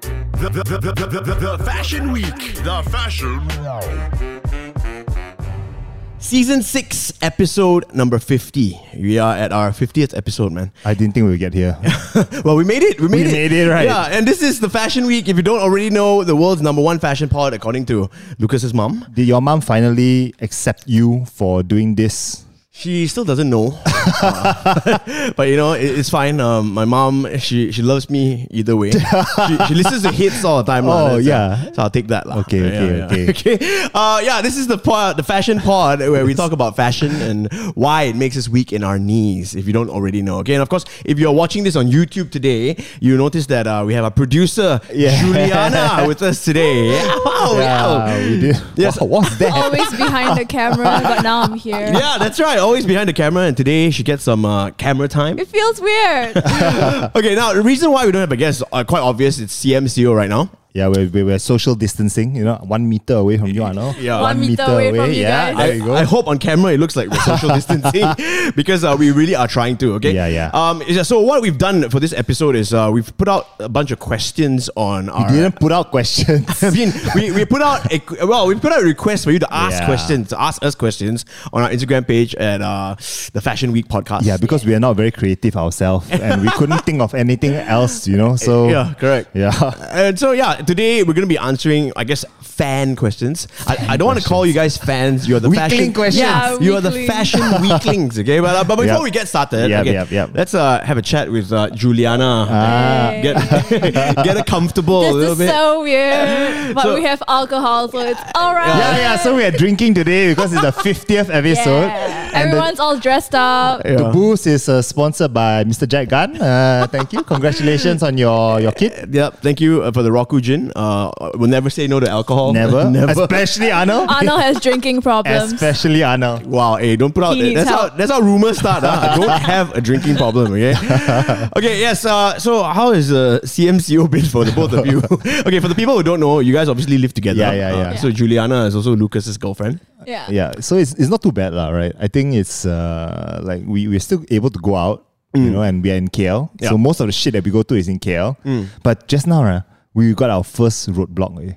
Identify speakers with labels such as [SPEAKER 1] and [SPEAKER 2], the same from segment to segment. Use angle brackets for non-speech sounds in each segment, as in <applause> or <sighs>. [SPEAKER 1] the, the, the, the, the, the Fashion Week. The Fashion.
[SPEAKER 2] Season 6, episode number 50. We are at our 50th episode, man.
[SPEAKER 3] I didn't think we would get
[SPEAKER 2] <laughs>
[SPEAKER 3] here.
[SPEAKER 2] Well, we made it. We made
[SPEAKER 3] We
[SPEAKER 2] it.
[SPEAKER 3] made it, right.
[SPEAKER 2] Yeah, and this is the Fashion Week. If you don't already know, the world's number one fashion pod, according to Lucas's mom.
[SPEAKER 3] Did your mom finally accept you for doing this?
[SPEAKER 2] She still doesn't know, Uh, <laughs> but you know it, it's fine. Um, my mom, she she loves me either way. she, she listens to hits all the time.
[SPEAKER 3] <laughs>
[SPEAKER 2] lah.
[SPEAKER 3] Oh,
[SPEAKER 2] That's, uh,
[SPEAKER 3] yeah.
[SPEAKER 2] so I'll take that. lah.
[SPEAKER 3] Okay,
[SPEAKER 2] Yeah,
[SPEAKER 3] okay,
[SPEAKER 2] yeah.
[SPEAKER 3] okay.
[SPEAKER 2] <laughs> okay. Uh, yeah, this is the pod, the fashion pod, where we talk about fashion and why it makes us weak in our knees. If you don't already know, okay. And of course, if you're watching this on YouTube today, you notice that uh, we have our producer
[SPEAKER 3] Yeah. <laughs>
[SPEAKER 2] Juliana with us today. Ow, ow.
[SPEAKER 3] we did.
[SPEAKER 2] Yes. Oh,
[SPEAKER 3] Wow, what's that?
[SPEAKER 4] always behind the camera, but now I'm here.
[SPEAKER 2] Yeah, that's right. Always behind the camera, and today she gets some uh, camera time.
[SPEAKER 4] It
[SPEAKER 2] <laughs>
[SPEAKER 4] feels weird.
[SPEAKER 2] Okay, now the reason why we don't have a guest are quite obvious. It's CMCO E right now.
[SPEAKER 3] Yeah, we're, we're, we're social distancing, you know, one meter away from you, I know.
[SPEAKER 2] Yeah.
[SPEAKER 4] One meter away from you
[SPEAKER 3] yeah,
[SPEAKER 4] guys.
[SPEAKER 3] there
[SPEAKER 2] I,
[SPEAKER 3] you go.
[SPEAKER 2] I hope on camera it looks like we're
[SPEAKER 3] <laughs>
[SPEAKER 2] social distancing <laughs> because uh, we really are trying to. Okay.
[SPEAKER 3] Yeah, yeah.
[SPEAKER 2] Um. yeah, So what we've done for this episode is uh, we've put out a bunch of questions on our.
[SPEAKER 3] didn't put out questions.
[SPEAKER 2] <laughs> I mean, we, we put out a well, we put out a request for you to ask
[SPEAKER 3] Yeah.
[SPEAKER 2] questions, to ask us questions on our Instagram page at uh, the Fashion Week podcast.
[SPEAKER 3] yeah, because we are not very creative ourselves and we couldn't think of anything else, you know, so.
[SPEAKER 2] Yeah, correct. <laughs>
[SPEAKER 3] Yeah.
[SPEAKER 2] And so yeah, today we're gonna be answering, I guess, fan questions. I, I don't want to call you guys fans. You're the
[SPEAKER 3] Weakling
[SPEAKER 2] fashion
[SPEAKER 3] questions.
[SPEAKER 4] Yeah,
[SPEAKER 2] you are the
[SPEAKER 4] weakling.
[SPEAKER 2] fashion
[SPEAKER 3] <laughs>
[SPEAKER 2] weaklings. Okay, but, uh, but before
[SPEAKER 3] Yep.
[SPEAKER 2] we get started,
[SPEAKER 3] Yep,
[SPEAKER 2] okay,
[SPEAKER 3] yep, yep.
[SPEAKER 2] let's uh, have a chat with uh, Juliana.
[SPEAKER 4] Ah.
[SPEAKER 2] Get get <laughs> her comfortable a little
[SPEAKER 4] this
[SPEAKER 2] bit.
[SPEAKER 4] is so weird. But
[SPEAKER 2] So-
[SPEAKER 4] we have alcohol, so it's all right.
[SPEAKER 3] Yeah, yeah. So we are drinking today because it's the 50th episode.
[SPEAKER 4] Yeah.
[SPEAKER 3] And the-
[SPEAKER 4] Everyone's all dressed
[SPEAKER 2] <laughs>
[SPEAKER 4] up.
[SPEAKER 3] The booze is uh, sponsored by Mr. Jack Gunn. Uh, thank you. Congratulations on your, your kid.
[SPEAKER 2] Yep, thank you uh, for the Roku Gin. Uh, we'll never say no to alcohol.
[SPEAKER 3] <laughs> Never.
[SPEAKER 2] <laughs> never.
[SPEAKER 3] Especially
[SPEAKER 4] <laughs>
[SPEAKER 3] Arnold.
[SPEAKER 4] Arnold has drinking problems.
[SPEAKER 3] Especially Arnold.
[SPEAKER 2] Wow, hey, don't put out
[SPEAKER 4] He
[SPEAKER 2] that.
[SPEAKER 4] needs
[SPEAKER 2] That's how
[SPEAKER 4] help.
[SPEAKER 2] that's how rumors start. Huh? I don't have a drinking problem. Okay, okay, yes. Uh, so how is the CMCO been for the both of you? okay, for the people who don't know, you guys obviously live together.
[SPEAKER 3] Yeah, yeah,
[SPEAKER 2] Uh,
[SPEAKER 3] yeah.
[SPEAKER 2] So Juliana is also Lucas's girlfriend.
[SPEAKER 4] yeah.
[SPEAKER 3] Yeah, so it's, it's not too bad, lah, right? I think it's uh, like we, we're still able to go out, you know, and we are in KL.
[SPEAKER 2] Yeah.
[SPEAKER 3] So most of the shit that we go to is in KL. But just now, right, we got our first roadblock. <laughs> eh.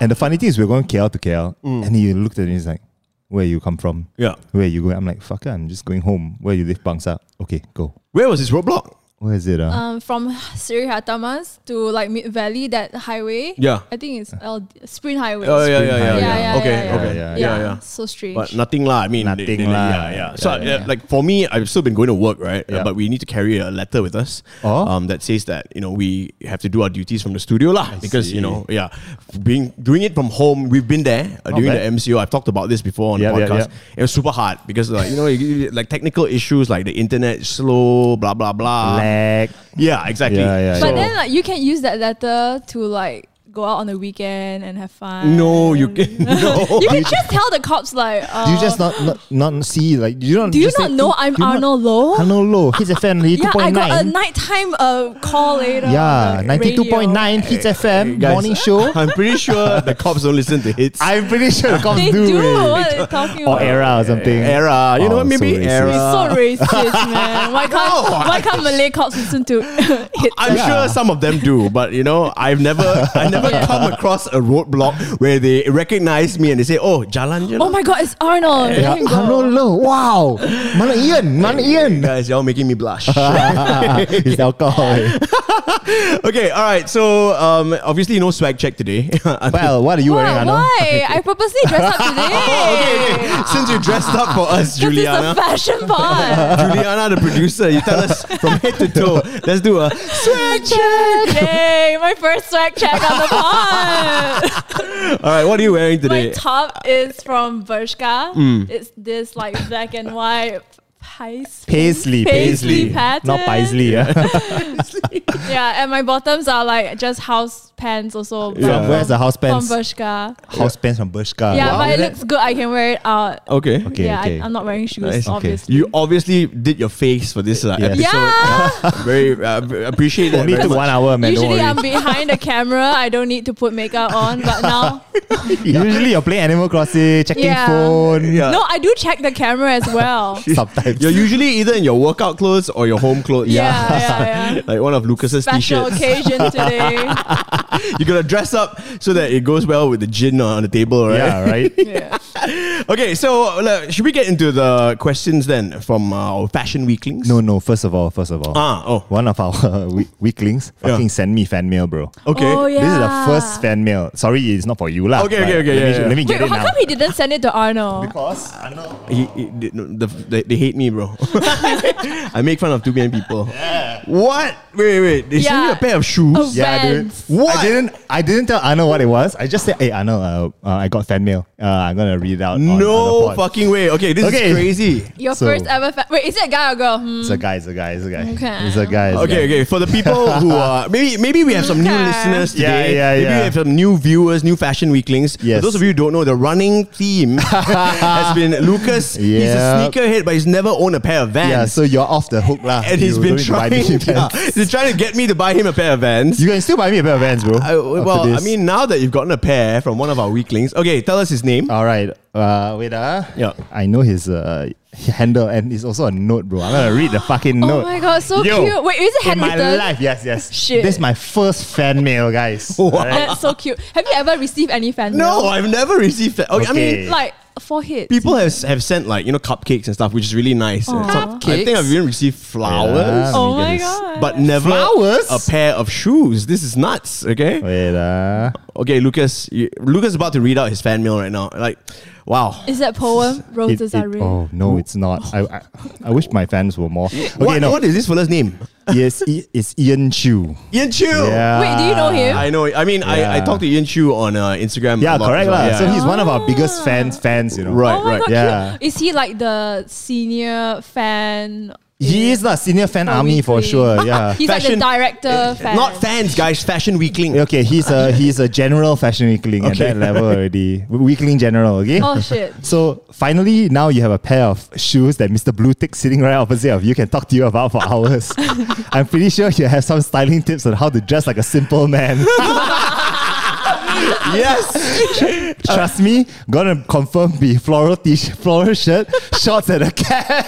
[SPEAKER 3] and the funny thing is, we are going KL to KL, and he looked at me he's like, Where you come from?
[SPEAKER 2] Yeah.
[SPEAKER 3] Where you going? I'm like, Fuck, it, I'm just going home. Where you live, Bangsa? Okay, go.
[SPEAKER 2] Where was this roadblock?
[SPEAKER 3] Where is it? Uh?
[SPEAKER 4] Um, from Sri Hatamas to like Mid Valley, that highway.
[SPEAKER 2] Yeah.
[SPEAKER 4] I think it's L- Sprint Highway.
[SPEAKER 2] Oh yeah, yeah, yeah,
[SPEAKER 3] Spring
[SPEAKER 2] yeah.
[SPEAKER 3] Highway.
[SPEAKER 2] Okay,
[SPEAKER 3] yeah,
[SPEAKER 2] okay,
[SPEAKER 3] yeah,
[SPEAKER 2] yeah, yeah.
[SPEAKER 4] So strange.
[SPEAKER 2] But nothing lah. I mean,
[SPEAKER 3] Nothing
[SPEAKER 2] they- they-
[SPEAKER 3] lah.
[SPEAKER 2] Yeah, yeah. So
[SPEAKER 3] Yeah,
[SPEAKER 2] uh, like for me, I've still been going to work, right?
[SPEAKER 3] Yeah.
[SPEAKER 2] Uh, but we need to carry a letter with us,
[SPEAKER 3] Oh.
[SPEAKER 2] um, that says that you know we have to do our duties from the studio lah. because
[SPEAKER 3] see.
[SPEAKER 2] you know, yeah, being doing it from home, we've been there uh,
[SPEAKER 3] Not
[SPEAKER 2] during
[SPEAKER 3] bad.
[SPEAKER 2] the MCO. I've talked about this before on
[SPEAKER 3] Yeah,
[SPEAKER 2] the
[SPEAKER 3] yeah,
[SPEAKER 2] podcast.
[SPEAKER 3] yeah.
[SPEAKER 2] It was super hard because like you know, you- you- like technical issues, like the internet is slow, blah blah blah.
[SPEAKER 3] Lag.
[SPEAKER 2] Yeah, exactly.
[SPEAKER 3] Yeah, yeah,
[SPEAKER 4] But
[SPEAKER 3] So-
[SPEAKER 4] then like you can use that letter to like go out on the weekend and have fun.
[SPEAKER 2] no, you can <laughs> no.
[SPEAKER 4] uh, <laughs> You can just tell the cops like. Uh,
[SPEAKER 3] Oh, Do you just not, not not see like you don't?
[SPEAKER 4] Do you
[SPEAKER 3] just
[SPEAKER 4] not
[SPEAKER 3] say,
[SPEAKER 4] know
[SPEAKER 3] "Eh,
[SPEAKER 4] I'm
[SPEAKER 3] do you not-
[SPEAKER 4] Arnold Low?
[SPEAKER 3] Arnold Low,
[SPEAKER 4] <laughs>
[SPEAKER 3] he's a family two
[SPEAKER 4] Oh. Yeah, I
[SPEAKER 3] point
[SPEAKER 4] got a
[SPEAKER 3] nine.
[SPEAKER 4] nighttime uh, call later.
[SPEAKER 3] Yeah,
[SPEAKER 4] on the
[SPEAKER 3] ninety two point nine
[SPEAKER 4] radio.
[SPEAKER 3] Hits FM
[SPEAKER 2] Guys,
[SPEAKER 3] morning
[SPEAKER 2] <laughs>
[SPEAKER 3] show.
[SPEAKER 2] I'm pretty sure the cops don't listen to hits.
[SPEAKER 3] I'm pretty sure the cops
[SPEAKER 4] They do.
[SPEAKER 3] it.
[SPEAKER 4] What are you talking
[SPEAKER 3] or
[SPEAKER 4] about?
[SPEAKER 3] era or something.
[SPEAKER 2] Era, you know
[SPEAKER 3] Oh,
[SPEAKER 2] what?
[SPEAKER 3] so
[SPEAKER 2] Maybe
[SPEAKER 3] racist.
[SPEAKER 2] era.
[SPEAKER 4] It's so racist, man.
[SPEAKER 3] <laughs>
[SPEAKER 4] Why can't why can't Malay cops listen to <laughs> hit?
[SPEAKER 2] I'm
[SPEAKER 3] Yeah.
[SPEAKER 2] sure some of them do, but you know, I've never, I
[SPEAKER 4] <laughs>
[SPEAKER 2] never come across a roadblock where they recognize me and they say, "Oh, Jalan." You
[SPEAKER 4] Oh
[SPEAKER 2] know?
[SPEAKER 4] my god, it's Arnold. There
[SPEAKER 3] Yeah,
[SPEAKER 4] you go.
[SPEAKER 3] Arnold Low. Wow, mana Ian, mana Ian.
[SPEAKER 2] Guys, y'all making me
[SPEAKER 4] <laughs>
[SPEAKER 2] blush.
[SPEAKER 3] It's alcohol. eh.
[SPEAKER 2] okay, all right. So, um, obviously, no swag check today. <laughs>
[SPEAKER 3] Well, what are you wearing,
[SPEAKER 4] Why?
[SPEAKER 3] Arnold?
[SPEAKER 4] why? I purposely
[SPEAKER 3] <laughs>
[SPEAKER 4] dressed up today.
[SPEAKER 2] Since you dressed up for us,
[SPEAKER 4] This is a
[SPEAKER 2] Juliana,
[SPEAKER 4] fashion
[SPEAKER 3] <laughs>
[SPEAKER 4] pod.
[SPEAKER 2] Juliana, the producer, you tell us from head to toe. Let's do a swag check.
[SPEAKER 4] Yay, my first swag check on the pod.
[SPEAKER 2] All right, what are you wearing today?
[SPEAKER 4] My top is from Bershka.
[SPEAKER 3] Mm.
[SPEAKER 4] It's this like black and white paisley,
[SPEAKER 3] Paisley,
[SPEAKER 4] paisley,
[SPEAKER 2] Paisley.
[SPEAKER 4] pattern.
[SPEAKER 3] not Paisley.
[SPEAKER 2] <laughs>
[SPEAKER 3] Yeah.
[SPEAKER 4] <laughs> Yeah, and my bottoms are like just house pants also. but
[SPEAKER 3] From
[SPEAKER 4] from-
[SPEAKER 3] where's the house pants?
[SPEAKER 4] From Bershka.
[SPEAKER 3] house pants from Bershka.
[SPEAKER 4] Yeah,
[SPEAKER 3] Wow.
[SPEAKER 4] but it looks good. I can wear it out.
[SPEAKER 2] okay.
[SPEAKER 3] Okay,
[SPEAKER 4] yeah,
[SPEAKER 3] okay.
[SPEAKER 4] I, I'm not wearing shoes,
[SPEAKER 2] Nice. Okay.
[SPEAKER 4] obviously.
[SPEAKER 2] You obviously did your face for this uh,
[SPEAKER 3] Yes. <laughs>
[SPEAKER 2] episode.
[SPEAKER 4] yeah. <laughs>
[SPEAKER 2] Very uh, appreciate that.
[SPEAKER 3] Only
[SPEAKER 2] very
[SPEAKER 3] took
[SPEAKER 2] much.
[SPEAKER 3] one hour, man.
[SPEAKER 4] Usually
[SPEAKER 3] don't <laughs>
[SPEAKER 4] I'm
[SPEAKER 3] worry.
[SPEAKER 4] behind the camera. I don't need to put makeup on,
[SPEAKER 3] <laughs>
[SPEAKER 4] but now
[SPEAKER 3] Usually you're playing Animal Crossing, checking
[SPEAKER 4] Yeah.
[SPEAKER 3] phone.
[SPEAKER 2] Yeah.
[SPEAKER 4] no, I do check the camera as
[SPEAKER 3] <laughs>
[SPEAKER 4] well.
[SPEAKER 2] <laughs>
[SPEAKER 3] Sometimes.
[SPEAKER 2] You're usually either in your workout <laughs> clothes or your home
[SPEAKER 3] <laughs>
[SPEAKER 2] clothes.
[SPEAKER 4] yeah, yeah, yeah.
[SPEAKER 2] Like one of Lucas's
[SPEAKER 4] Special
[SPEAKER 2] t-shirts.
[SPEAKER 4] occasion today.
[SPEAKER 2] <laughs> you gotta dress up so that it goes well with the gin uh, on the table, right?
[SPEAKER 3] Yeah,
[SPEAKER 4] <laughs>
[SPEAKER 3] right?
[SPEAKER 4] Yeah.
[SPEAKER 2] <laughs> Okay, so uh, should we get into the questions then from uh, our fashion weaklings?
[SPEAKER 3] no, no, first of all, first of all.
[SPEAKER 2] Ah, oh.
[SPEAKER 3] One of our <laughs> weak- weaklings
[SPEAKER 2] Yeah.
[SPEAKER 3] fucking send me fan mail, bro.
[SPEAKER 2] Okay.
[SPEAKER 4] Oh, yeah.
[SPEAKER 3] This is the first fan mail. Sorry, it's not for you, lah.
[SPEAKER 2] Okay,
[SPEAKER 3] but
[SPEAKER 2] okay,
[SPEAKER 3] Let me,
[SPEAKER 2] okay, yeah, yeah.
[SPEAKER 3] let me
[SPEAKER 4] Wait,
[SPEAKER 3] get it
[SPEAKER 4] how
[SPEAKER 3] now.
[SPEAKER 4] come he didn't send it to Arno?
[SPEAKER 3] Because I know.
[SPEAKER 2] He, he- they, no, the, they, they hate me, bro. <laughs> I make fun of 2BN people. What? Wait, wait, wait. They send you a
[SPEAKER 4] Yeah.
[SPEAKER 2] pair of shoes?
[SPEAKER 4] Oh,
[SPEAKER 3] Yeah, dude.
[SPEAKER 4] Vans.
[SPEAKER 2] What?
[SPEAKER 3] I didn't. I didn't tell Arno what it was. I just said, "Hey, Arno, uh, uh, I got fan mail. Uh, I'm gonna read it out." on- on the
[SPEAKER 2] No
[SPEAKER 3] pod."
[SPEAKER 2] fucking way. Okay, this
[SPEAKER 3] Okay.
[SPEAKER 2] is crazy.
[SPEAKER 4] Your
[SPEAKER 3] So-
[SPEAKER 4] first ever fa- Wait, is it a guy or girl? Hmm.
[SPEAKER 3] It's a guy. It's a guy. It's a guy.
[SPEAKER 4] Okay.
[SPEAKER 3] It's a guy. it's a
[SPEAKER 2] Okay,
[SPEAKER 3] guy.
[SPEAKER 2] okay. For the people
[SPEAKER 3] <laughs>
[SPEAKER 2] who are maybe maybe we have some new
[SPEAKER 4] Okay.
[SPEAKER 2] listeners
[SPEAKER 3] Yeah,
[SPEAKER 2] today.
[SPEAKER 3] yeah,
[SPEAKER 2] maybe
[SPEAKER 3] yeah.
[SPEAKER 2] we have some new viewers, new fashion weaklings. For
[SPEAKER 3] Yes.
[SPEAKER 2] those of you who don't know, the running
[SPEAKER 3] <laughs>
[SPEAKER 2] theme has been Lucas. He's a
[SPEAKER 3] Yeah.
[SPEAKER 2] sneakerhead, but he's never owned a pair of Vans.
[SPEAKER 3] Yeah. So you're off the hook, lah.
[SPEAKER 2] and he's
[SPEAKER 3] You
[SPEAKER 2] been
[SPEAKER 3] don't need to buy
[SPEAKER 2] trying.
[SPEAKER 3] me <laughs>
[SPEAKER 2] yeah,
[SPEAKER 3] Vans.
[SPEAKER 2] <laughs> he's trying to get me to buy him a pair of Vans.
[SPEAKER 3] You can still buy me a pair of Vans, bro.
[SPEAKER 2] I, well,
[SPEAKER 3] after
[SPEAKER 2] I
[SPEAKER 3] this.
[SPEAKER 2] mean, now that you've gotten a pair from one of our weaklings, okay, tell us his name. <laughs>
[SPEAKER 3] All right. Uh, wait. Ah.
[SPEAKER 2] Yeah.
[SPEAKER 3] I know his uh, handle, and it's also a note, bro. I'm gonna read the fucking
[SPEAKER 4] Oh
[SPEAKER 3] note.
[SPEAKER 4] my god, so
[SPEAKER 3] Yo,
[SPEAKER 4] cute. Wait, is it
[SPEAKER 3] In my
[SPEAKER 4] handwritten?
[SPEAKER 3] life, yes, yes.
[SPEAKER 4] Shit.
[SPEAKER 3] This is my first fan mail, guys.
[SPEAKER 2] Oh.
[SPEAKER 3] Alright?
[SPEAKER 4] That's so cute. Have you ever received any fan
[SPEAKER 2] no,
[SPEAKER 4] mail?
[SPEAKER 2] I've never received that. Okay, I mean,
[SPEAKER 3] Okay.
[SPEAKER 4] Like four hits.
[SPEAKER 2] people have have sent like you know cupcakes and stuff, which is really nice. And some- I think I've even received flowers.
[SPEAKER 3] Yeah.
[SPEAKER 4] Oh
[SPEAKER 3] Let
[SPEAKER 4] my
[SPEAKER 3] me get this.
[SPEAKER 4] god.
[SPEAKER 2] But never
[SPEAKER 3] Flowers?
[SPEAKER 2] a pair of shoes. This is nuts. Okay,
[SPEAKER 3] Wait. Ah.
[SPEAKER 2] okay, Lucas. You, Lucas is about to read out his fan mail right now. Like, wow.
[SPEAKER 4] is that poem
[SPEAKER 3] It-
[SPEAKER 4] Roses
[SPEAKER 3] it-
[SPEAKER 4] Are Red?
[SPEAKER 3] oh no, it's not. I, I I wish my fans were more. Okay,
[SPEAKER 2] what,
[SPEAKER 3] no.
[SPEAKER 2] what is this fella's name?
[SPEAKER 3] Yes, I- it's Ian Chu.
[SPEAKER 2] Ian Chu.
[SPEAKER 3] Yeah.
[SPEAKER 4] Wait, do you know him?
[SPEAKER 2] I know. I mean, I, I
[SPEAKER 3] Yeah.
[SPEAKER 2] talked to Ian Chu on uh, Instagram.
[SPEAKER 3] Yeah,
[SPEAKER 2] a lot
[SPEAKER 3] correct
[SPEAKER 2] as well.
[SPEAKER 3] lah.
[SPEAKER 2] Yeah.
[SPEAKER 3] So he's one of our biggest fans. Fans, you know.
[SPEAKER 2] Right.
[SPEAKER 4] Ah. oh my god,
[SPEAKER 3] yeah.
[SPEAKER 4] cute. Is he like the senior fan?
[SPEAKER 3] He is the senior fan army for
[SPEAKER 4] weekly?
[SPEAKER 3] sure.
[SPEAKER 4] <laughs>
[SPEAKER 3] Yeah. eh,
[SPEAKER 4] He's
[SPEAKER 2] Fashion-
[SPEAKER 4] like the director fan.
[SPEAKER 2] Not fans, guys. Fashion weakling.
[SPEAKER 3] Okay, he's
[SPEAKER 4] <laughs>
[SPEAKER 3] a he's a general fashion weakling
[SPEAKER 2] Okay.
[SPEAKER 3] at that level already. Weakling general, okay?
[SPEAKER 4] Oh shit.
[SPEAKER 3] So finally, now you have a pair of shoes that Mr. Blue Tick sitting right opposite of you can talk to you about for
[SPEAKER 4] <laughs>
[SPEAKER 3] hours. I'm pretty sure you have some styling tips on how to dress like a simple
[SPEAKER 4] <laughs>
[SPEAKER 3] man.
[SPEAKER 2] Yes.
[SPEAKER 3] Trust me, gonna confirm be floral t shirt, floral shirt, shorts and a cap.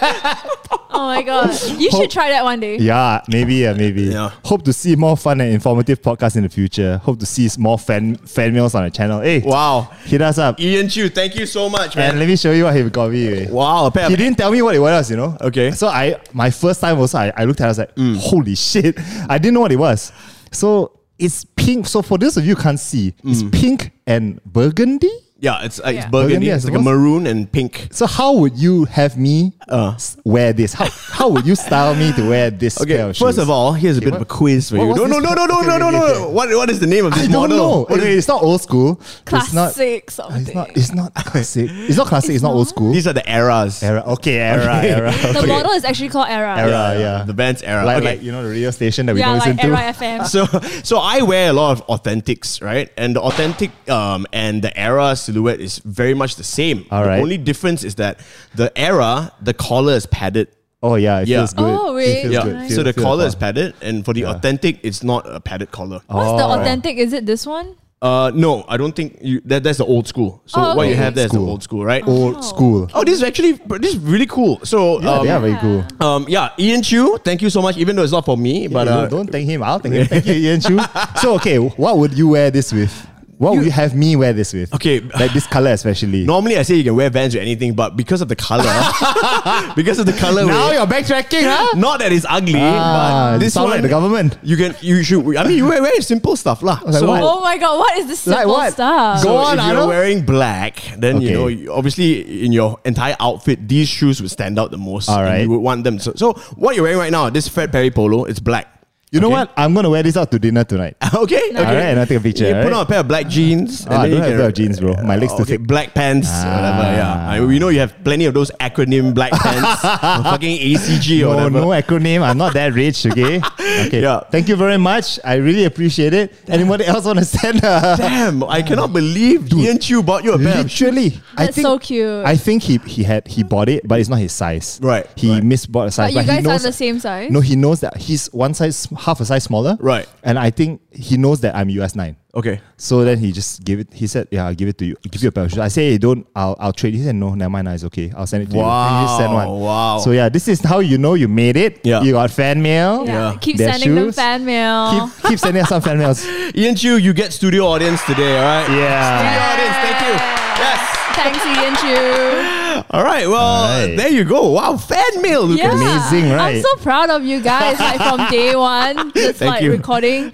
[SPEAKER 4] Oh my god. You should try that one day.
[SPEAKER 3] Yeah, maybe, yeah, maybe.
[SPEAKER 2] Yeah.
[SPEAKER 3] Hope to see more fun and informative podcasts in the future. Hope to see more fan fan mails on the channel. Hey,
[SPEAKER 2] wow.
[SPEAKER 3] hit us up.
[SPEAKER 2] Ian Chu, thank you so much,
[SPEAKER 3] And
[SPEAKER 2] man.
[SPEAKER 3] let me show you what he got me. eh.
[SPEAKER 2] Wow, a pair of-
[SPEAKER 3] He didn't tell me what it was, you know?
[SPEAKER 2] Okay. Mm.
[SPEAKER 3] So I my first time also I, I looked at it, I was like, holy shit. I didn't know what it was. So it's pink. So for those of you who can't see, it's
[SPEAKER 2] Mm.
[SPEAKER 3] pink and burgundy.
[SPEAKER 2] Yeah, it's, uh, it's
[SPEAKER 4] Yeah.
[SPEAKER 2] burgundy.
[SPEAKER 3] Burgundy, I
[SPEAKER 2] It's like a
[SPEAKER 3] suppose.
[SPEAKER 2] maroon and pink.
[SPEAKER 3] So how would you have me
[SPEAKER 2] Uh.
[SPEAKER 3] s- wear this? How how would you style me to wear this?
[SPEAKER 2] Okay,
[SPEAKER 3] pair of
[SPEAKER 2] first
[SPEAKER 3] shoes?
[SPEAKER 2] of all, here's a bit of a
[SPEAKER 3] what-
[SPEAKER 2] quiz for
[SPEAKER 3] what
[SPEAKER 2] you.
[SPEAKER 3] was
[SPEAKER 2] No, no,
[SPEAKER 3] this
[SPEAKER 2] no, no,
[SPEAKER 3] called?
[SPEAKER 2] no,
[SPEAKER 3] Okay,
[SPEAKER 2] no, no,
[SPEAKER 3] okay, okay,
[SPEAKER 2] no.
[SPEAKER 3] okay.
[SPEAKER 2] What, what is the name of this
[SPEAKER 3] I don't
[SPEAKER 2] model?
[SPEAKER 3] know.
[SPEAKER 2] What is-
[SPEAKER 3] Okay, it's not old school. It's not.
[SPEAKER 4] Classic something.
[SPEAKER 3] It's not. It's not classic. It's not classic. It's, not old school.
[SPEAKER 2] These are the eras.
[SPEAKER 3] era. Okay, era,
[SPEAKER 2] <laughs>
[SPEAKER 3] era.
[SPEAKER 4] the
[SPEAKER 3] okay.
[SPEAKER 4] model is actually called Era.
[SPEAKER 3] Era.
[SPEAKER 2] Uh,
[SPEAKER 3] yeah.
[SPEAKER 2] The band's era.
[SPEAKER 3] Like,
[SPEAKER 2] okay.
[SPEAKER 3] like you know the radio station that we
[SPEAKER 4] Yeah,
[SPEAKER 3] don't
[SPEAKER 4] like
[SPEAKER 3] listen
[SPEAKER 4] Era
[SPEAKER 3] to.
[SPEAKER 4] FM.
[SPEAKER 2] <laughs> so, so I wear a lot of authentics, right? And the authentic um, and the era silhouette is very much the same.
[SPEAKER 3] All
[SPEAKER 2] the
[SPEAKER 3] right.
[SPEAKER 2] only difference is that the era, the collar is padded.
[SPEAKER 3] Oh yeah, it
[SPEAKER 2] Yeah.
[SPEAKER 3] feels good.
[SPEAKER 4] Oh,
[SPEAKER 3] It
[SPEAKER 4] wait,
[SPEAKER 3] feels
[SPEAKER 2] Yeah.
[SPEAKER 3] good.
[SPEAKER 4] nice.
[SPEAKER 3] Feel-
[SPEAKER 2] So the
[SPEAKER 3] feel
[SPEAKER 2] collar
[SPEAKER 3] fun. Oh.
[SPEAKER 2] is padded, and for the authentic, it's not a padded collar.
[SPEAKER 4] What's the authentic? Is it this one?
[SPEAKER 2] Uh, no, I don't think you, that. That's the old school. So
[SPEAKER 4] Oh,
[SPEAKER 2] what you
[SPEAKER 4] okay.
[SPEAKER 2] have there is
[SPEAKER 3] School.
[SPEAKER 2] the old school, right?
[SPEAKER 3] old school.
[SPEAKER 2] Oh, this is actually this is really cool. So
[SPEAKER 3] Yeah,
[SPEAKER 2] um,
[SPEAKER 3] yeah, very cool.
[SPEAKER 2] um, yeah, Ian Chu, thank you so much. Even though it's not for me, but
[SPEAKER 3] But
[SPEAKER 2] uh,
[SPEAKER 3] don't thank him. I'll thank him.
[SPEAKER 2] <laughs>
[SPEAKER 3] Thank you, Ian Chu. So okay, what would you wear this with? What would you have me wear this with?
[SPEAKER 2] Okay.
[SPEAKER 3] like this color especially.
[SPEAKER 2] normally I say you can wear Vans with anything, but because of
[SPEAKER 3] <laughs>
[SPEAKER 2] the color, because of the color,
[SPEAKER 3] Now you're backtracking, huh?
[SPEAKER 2] not that it's ugly,
[SPEAKER 3] Ah,
[SPEAKER 2] but
[SPEAKER 3] you
[SPEAKER 2] this
[SPEAKER 3] sound
[SPEAKER 2] one
[SPEAKER 3] like the government.
[SPEAKER 2] You can you should. I mean, you wear very simple stuff lah.
[SPEAKER 3] was like, what?
[SPEAKER 4] Oh my god, what is this
[SPEAKER 3] Like
[SPEAKER 4] simple
[SPEAKER 3] what?
[SPEAKER 4] stuff?
[SPEAKER 3] Go
[SPEAKER 2] So
[SPEAKER 3] on,
[SPEAKER 2] if you're
[SPEAKER 3] Arnold.
[SPEAKER 2] wearing black, then you
[SPEAKER 3] Okay.
[SPEAKER 2] know you- obviously in your entire outfit, these shoes would stand out the most.
[SPEAKER 3] All
[SPEAKER 2] and
[SPEAKER 3] right.
[SPEAKER 2] you would want them. So, so what you're wearing right now, this Fred Perry polo, it's black.
[SPEAKER 3] You know
[SPEAKER 2] Okay?
[SPEAKER 3] what? I'm gonna wear this out to dinner tonight.
[SPEAKER 2] okay, okay.
[SPEAKER 3] All right, and I'll take a picture,
[SPEAKER 2] You put
[SPEAKER 3] all right?
[SPEAKER 2] on a pair of black jeans.
[SPEAKER 3] Ah, I don't
[SPEAKER 2] then you
[SPEAKER 3] have
[SPEAKER 2] can-
[SPEAKER 3] a pair of jeans, bro. My legs
[SPEAKER 2] Oh,
[SPEAKER 3] too
[SPEAKER 2] okay,
[SPEAKER 3] thick. Ah.
[SPEAKER 2] black pants, whatever. Yeah, I, we know you have plenty of those acronym
[SPEAKER 3] <laughs>
[SPEAKER 2] black pants, fucking ACG or
[SPEAKER 3] No,
[SPEAKER 2] <laughs> whatever.
[SPEAKER 3] no acronym. I'm not that rich,
[SPEAKER 2] <laughs>
[SPEAKER 3] okay? Okay.
[SPEAKER 2] Yeah.
[SPEAKER 3] Thank you very much. I really appreciate it. Anyone else want to send a
[SPEAKER 2] Damn, I cannot believe Ian Chu bought you a pair. of sh-
[SPEAKER 3] Literally, I
[SPEAKER 4] That's
[SPEAKER 3] think
[SPEAKER 4] so cute.
[SPEAKER 3] I think he he had he bought it, but it's not his size.
[SPEAKER 2] Right,
[SPEAKER 3] he
[SPEAKER 2] right.
[SPEAKER 3] misbought a size.
[SPEAKER 4] but you
[SPEAKER 3] he
[SPEAKER 4] guys are
[SPEAKER 3] knows-
[SPEAKER 4] the same size.
[SPEAKER 3] No, he knows that he's one size sm- half a size smaller.
[SPEAKER 2] Right.
[SPEAKER 3] And I think he knows that I'm US nine. <laughs>
[SPEAKER 2] Okay.
[SPEAKER 3] So then he just gave it. He said, "Yeah, I'll give it to you. Give you a pair of shoes." I say, hey, "Don't. I'll. I'll trade." He said, "No, never mind. Nah, It's okay. I'll send it to you." And he just sent
[SPEAKER 2] Wow,
[SPEAKER 3] one.
[SPEAKER 2] wow.
[SPEAKER 3] So yeah, this is how you know you made it.
[SPEAKER 2] Yeah.
[SPEAKER 3] You got fan mail.
[SPEAKER 4] Yeah.
[SPEAKER 2] Yeah.
[SPEAKER 4] Keep
[SPEAKER 3] Their
[SPEAKER 4] sending them
[SPEAKER 3] shoes.
[SPEAKER 4] fan mail.
[SPEAKER 3] Keep keep sending us some fan
[SPEAKER 2] <laughs>
[SPEAKER 3] mails.
[SPEAKER 2] Ian Chu, you get studio audience today, all right? Studio
[SPEAKER 3] Yeah.
[SPEAKER 2] audience, thank you. Yes.
[SPEAKER 4] Thanks, Ian Chu.
[SPEAKER 2] All right, well,
[SPEAKER 3] All right.
[SPEAKER 2] there you go. Wow, fan mail, Lucas.
[SPEAKER 4] Yeah.
[SPEAKER 3] Amazing,
[SPEAKER 4] I'm
[SPEAKER 3] right?
[SPEAKER 4] so proud of you guys, like from
[SPEAKER 3] <laughs>
[SPEAKER 4] day one, just
[SPEAKER 2] Thank
[SPEAKER 4] like
[SPEAKER 2] you.
[SPEAKER 4] recording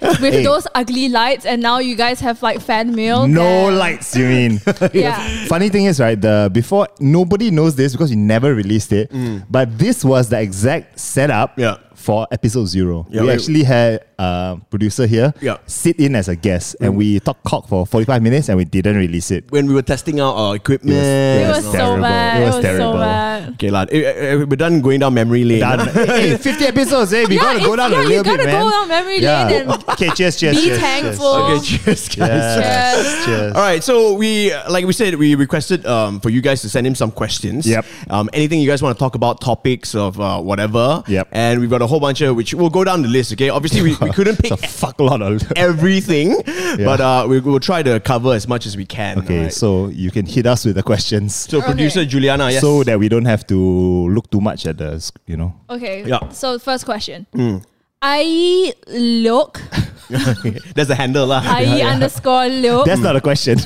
[SPEAKER 3] Hey.
[SPEAKER 4] with those ugly lights, and now you guys have like fan mail.
[SPEAKER 3] No
[SPEAKER 4] and-
[SPEAKER 3] lights, you mean?
[SPEAKER 4] <laughs>
[SPEAKER 3] <laughs>
[SPEAKER 4] Yeah.
[SPEAKER 3] Funny thing is, right? The before nobody knows this because you never released it, but this was the exact setup
[SPEAKER 2] Mm. Yeah.
[SPEAKER 3] for episode zero.
[SPEAKER 2] Yeah,
[SPEAKER 3] we
[SPEAKER 2] we-
[SPEAKER 3] actually had a producer here
[SPEAKER 2] Yeah. Mm.
[SPEAKER 3] sit in as a guest, and we talked cock for forty five minutes, and we didn't release
[SPEAKER 2] <laughs>
[SPEAKER 3] it.
[SPEAKER 2] When we were testing out our equipment.
[SPEAKER 4] It
[SPEAKER 3] It
[SPEAKER 4] was
[SPEAKER 3] was
[SPEAKER 4] so
[SPEAKER 3] terrible. It
[SPEAKER 4] bad. It
[SPEAKER 3] was
[SPEAKER 4] was, so
[SPEAKER 3] terrible.
[SPEAKER 4] bad.
[SPEAKER 2] Okay, lah. eh, eh, eh, We're done going down memory lane.
[SPEAKER 3] Done. hey, fifty episodes. Hey, we
[SPEAKER 4] Yeah,
[SPEAKER 3] gotta go
[SPEAKER 4] it's-
[SPEAKER 3] down
[SPEAKER 4] yeah,
[SPEAKER 3] a
[SPEAKER 4] you
[SPEAKER 3] little bit,
[SPEAKER 4] gotta
[SPEAKER 3] man.
[SPEAKER 4] go down memory lane and
[SPEAKER 3] <laughs> okay, cheers, cheers,
[SPEAKER 4] be
[SPEAKER 3] cheers,
[SPEAKER 4] thankful.
[SPEAKER 2] <laughs> Okay, cheers, guys.
[SPEAKER 3] Cheers.
[SPEAKER 4] Yes.
[SPEAKER 3] Yes. cheers.
[SPEAKER 2] All right, so we, uh, like we said, we requested um, for you guys to send him some questions.
[SPEAKER 3] Yep.
[SPEAKER 2] Um, anything you guys want to talk about, topics of uh, whatever.
[SPEAKER 3] Yep.
[SPEAKER 2] And we've got a whole bunch of which we'll go down the list. Okay. Obviously, we,
[SPEAKER 3] <laughs>
[SPEAKER 2] we couldn't pick
[SPEAKER 3] It's a fuck lot
[SPEAKER 2] <laughs>
[SPEAKER 3] of. <laughs>
[SPEAKER 2] everything, but uh, we, we'll try to cover as much as we can.
[SPEAKER 3] Okay,
[SPEAKER 2] alright?
[SPEAKER 3] so you can hit us with the questions.
[SPEAKER 2] So producer
[SPEAKER 4] Okay.
[SPEAKER 2] Juliana, yes.
[SPEAKER 3] so that we don't have to look too much at the sc- you know
[SPEAKER 4] Okay.
[SPEAKER 2] Yeah.
[SPEAKER 4] So first question.
[SPEAKER 3] Mm.
[SPEAKER 4] I look.
[SPEAKER 2] that's the handle, lah.
[SPEAKER 3] <laughs>
[SPEAKER 4] I underscore look.
[SPEAKER 3] that's not a question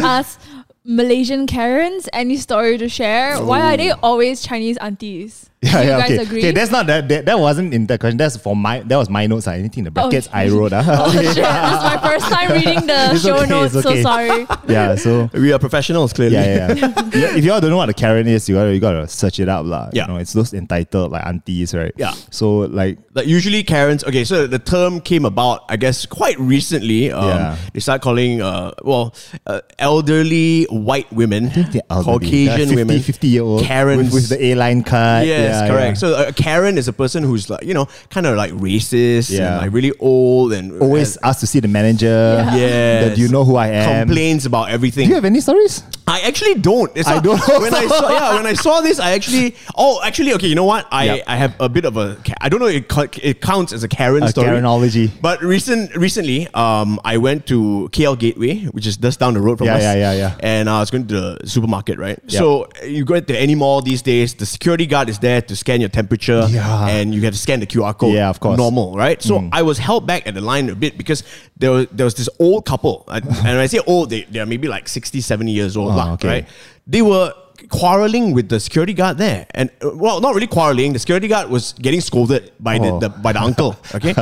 [SPEAKER 4] Ask Malaysian Karens any story to share? Why are they always Chinese
[SPEAKER 3] <laughs>
[SPEAKER 4] aunties? Do you guys
[SPEAKER 3] okay
[SPEAKER 4] agree?
[SPEAKER 3] okay
[SPEAKER 4] <laughs>
[SPEAKER 3] that's not that, that that wasn't in the question that's for my that was my notes uh, anything in the brackets I
[SPEAKER 4] shit.
[SPEAKER 3] wrote uh.
[SPEAKER 4] <laughs> Oh, shit. This is my first time reading
[SPEAKER 3] <laughs>
[SPEAKER 4] the
[SPEAKER 3] It's
[SPEAKER 4] show
[SPEAKER 3] okay,
[SPEAKER 4] notes,
[SPEAKER 3] it's
[SPEAKER 4] so
[SPEAKER 3] okay.
[SPEAKER 4] sorry.
[SPEAKER 3] <laughs> yeah so
[SPEAKER 2] <laughs> we are professionals, clearly.
[SPEAKER 3] yeah yeah, yeah. Yeah, if y'all don't know what a Karen is you gotta you gotta search it up lah
[SPEAKER 2] Yeah.
[SPEAKER 3] you know it's those entitled like aunties right
[SPEAKER 2] Yeah.
[SPEAKER 3] so like
[SPEAKER 2] Like usually Karens, okay, so the term came about, I guess, quite recently. Um,
[SPEAKER 3] Yeah.
[SPEAKER 2] They start calling, uh, well, uh, elderly white women,
[SPEAKER 3] they're elderly.
[SPEAKER 2] Caucasian
[SPEAKER 3] They're 50,
[SPEAKER 2] women,
[SPEAKER 3] 50 year old
[SPEAKER 2] Karens.
[SPEAKER 3] with, with the A-line card
[SPEAKER 2] Yes,
[SPEAKER 3] Yeah,
[SPEAKER 2] correct.
[SPEAKER 3] yeah.
[SPEAKER 2] So a Karen is a person who's like, you know, kind of like racist and
[SPEAKER 3] Yeah.
[SPEAKER 2] like really old and uh,
[SPEAKER 3] always asked to see the manager yeah
[SPEAKER 2] Yes.
[SPEAKER 3] that you know who I am
[SPEAKER 2] complains about everything.
[SPEAKER 3] do you have any stories
[SPEAKER 2] I actually don't. It's
[SPEAKER 3] I
[SPEAKER 2] not-
[SPEAKER 3] don't
[SPEAKER 2] <laughs> When I
[SPEAKER 3] also.
[SPEAKER 2] saw, yeah, when I saw this, I actually. Oh, actually, okay. You know what? I,
[SPEAKER 3] Yeah.
[SPEAKER 2] I have a bit of a. ca- I don't know. It, co- it counts as a Karen
[SPEAKER 3] A
[SPEAKER 2] story.
[SPEAKER 3] Karenology.
[SPEAKER 2] But recent recently, um, I went to KL Gateway, which is just down the road from
[SPEAKER 3] Yeah,
[SPEAKER 2] us.
[SPEAKER 3] yeah, yeah, yeah.
[SPEAKER 2] And uh, I was going to the supermarket, right? So you go to any mall these days. The security guard is there to scan your temperature.
[SPEAKER 3] Yeah.
[SPEAKER 2] And you have to scan the QR code.
[SPEAKER 3] Yeah, of course.
[SPEAKER 2] Normal, right?
[SPEAKER 3] Mm.
[SPEAKER 2] So I was held back at the line a bit because there was there was this old couple, I- and when I say old, they they are maybe like 60, 70 years old
[SPEAKER 3] Oh,
[SPEAKER 2] lah,
[SPEAKER 3] okay.
[SPEAKER 2] right? They were quarreling with the security guard there, and uh, well, not really quarreling. The security guard was getting scolded by
[SPEAKER 3] Oh.
[SPEAKER 2] the, the by the uncle.
[SPEAKER 3] <laughs>
[SPEAKER 2] Okay,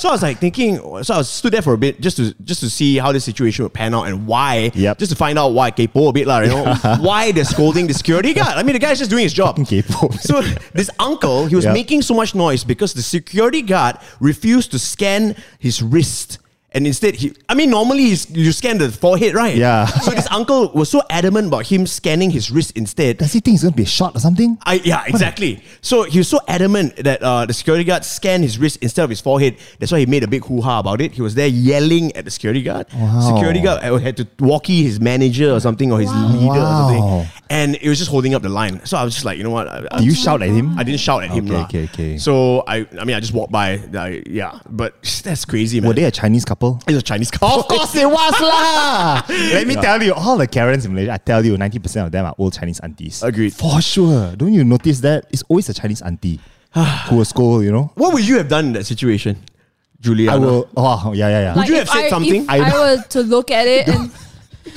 [SPEAKER 2] so I was like thinking, so I stood there for a bit just to just to see how this situation would pan out and why,
[SPEAKER 3] Yep.
[SPEAKER 2] just to find out why Kepo a bit lah, you
[SPEAKER 3] <laughs>
[SPEAKER 2] know, why they're scolding the security guard. I mean, the guy's just doing his job.
[SPEAKER 3] <laughs> Fucking kaypoh.
[SPEAKER 2] So this uncle, he was
[SPEAKER 3] Yeah.
[SPEAKER 2] making so much noise because the security guard refused to scan his wrist. And instead, he, I mean, normally he's, you scan the forehead, right?
[SPEAKER 3] Yeah.
[SPEAKER 2] So this uncle was so adamant about him scanning his wrist instead.
[SPEAKER 3] does he think he's gonna be shot or something
[SPEAKER 2] I, yeah, exactly. So he was so adamant that uh, the security guard scanned his wrist instead of his forehead. That's why he made a big hoo ha about it. He was there yelling at the security guard.
[SPEAKER 3] Wow.
[SPEAKER 2] Security guard uh, had to walkie his manager or something or his leader or
[SPEAKER 3] Wow.
[SPEAKER 2] something. And it was just holding up the line. So I was just like, you know what? I, I-
[SPEAKER 3] do you shout at him
[SPEAKER 2] I didn't shout at him.
[SPEAKER 3] Okay,
[SPEAKER 2] lah.
[SPEAKER 3] okay, okay.
[SPEAKER 2] So I, I mean, I just walked by. I, yeah, but <laughs> that's crazy, man.
[SPEAKER 3] Were they a Chinese couple?
[SPEAKER 2] It's a Chinese couple.
[SPEAKER 3] it was lah. <laughs> Let me tell you, all the Karens in Malaysia, I tell you, ninety percent of them are old Chinese aunties.
[SPEAKER 2] Agreed.
[SPEAKER 3] for sure. Don't you notice that? It's always a Chinese auntie who will scold. You
[SPEAKER 2] <sighs>
[SPEAKER 3] know,
[SPEAKER 2] <laughs> What would you have done in that situation, Juliana?
[SPEAKER 3] I will. Oh yeah, yeah, yeah.
[SPEAKER 2] Would you have
[SPEAKER 4] if
[SPEAKER 2] said
[SPEAKER 4] I,
[SPEAKER 2] something?
[SPEAKER 4] If
[SPEAKER 3] I
[SPEAKER 4] I
[SPEAKER 3] know.
[SPEAKER 4] were to look at it and
[SPEAKER 3] <laughs>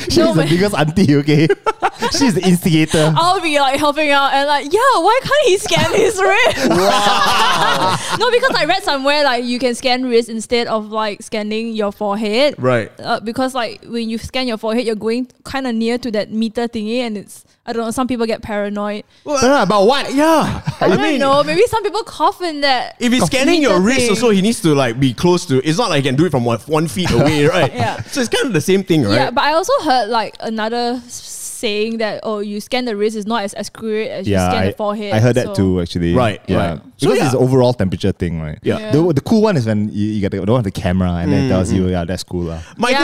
[SPEAKER 3] She's
[SPEAKER 4] No, Oh,
[SPEAKER 3] the
[SPEAKER 4] man.
[SPEAKER 3] biggest auntie. Okay, <laughs> she's the instigator.
[SPEAKER 4] <laughs> I'll be like helping out and like, yeah, why can't he scan his
[SPEAKER 3] <laughs>
[SPEAKER 4] wrist? <laughs> no, because I read somewhere like you can scan wrist instead of like scanning your forehead.
[SPEAKER 2] Right.
[SPEAKER 4] Uh, because like when you scan your forehead, you're going kind of near to that meter thingy, and it's I don't know. Some people get paranoid.
[SPEAKER 2] But about what? Yeah.
[SPEAKER 4] I, don't know. Maybe some people cough in that.
[SPEAKER 2] If he's scanning your
[SPEAKER 4] meter
[SPEAKER 2] wrist,
[SPEAKER 4] thing.
[SPEAKER 2] also he needs to like be close to. It's not like he can do it from one, one feet
[SPEAKER 4] <laughs>
[SPEAKER 2] away, right?
[SPEAKER 4] Yeah.
[SPEAKER 2] So it's kind of the same thing, right?
[SPEAKER 4] Yeah, but I also heard like another s- saying that oh, you scan the wrist is not as accurate as you scan the forehead.
[SPEAKER 3] I heard that
[SPEAKER 4] so-
[SPEAKER 3] too, actually.
[SPEAKER 2] Right,
[SPEAKER 3] yeah.
[SPEAKER 2] right. So,
[SPEAKER 3] Because
[SPEAKER 2] yeah.
[SPEAKER 3] it's the overall temperature thing, right?
[SPEAKER 2] Yeah. Mm,
[SPEAKER 4] Yeah.
[SPEAKER 3] The, the cool one is when you, you get the, the one with the camera and then it tells you, yeah, that's cool. lah.
[SPEAKER 2] My uh,
[SPEAKER 4] Yeah,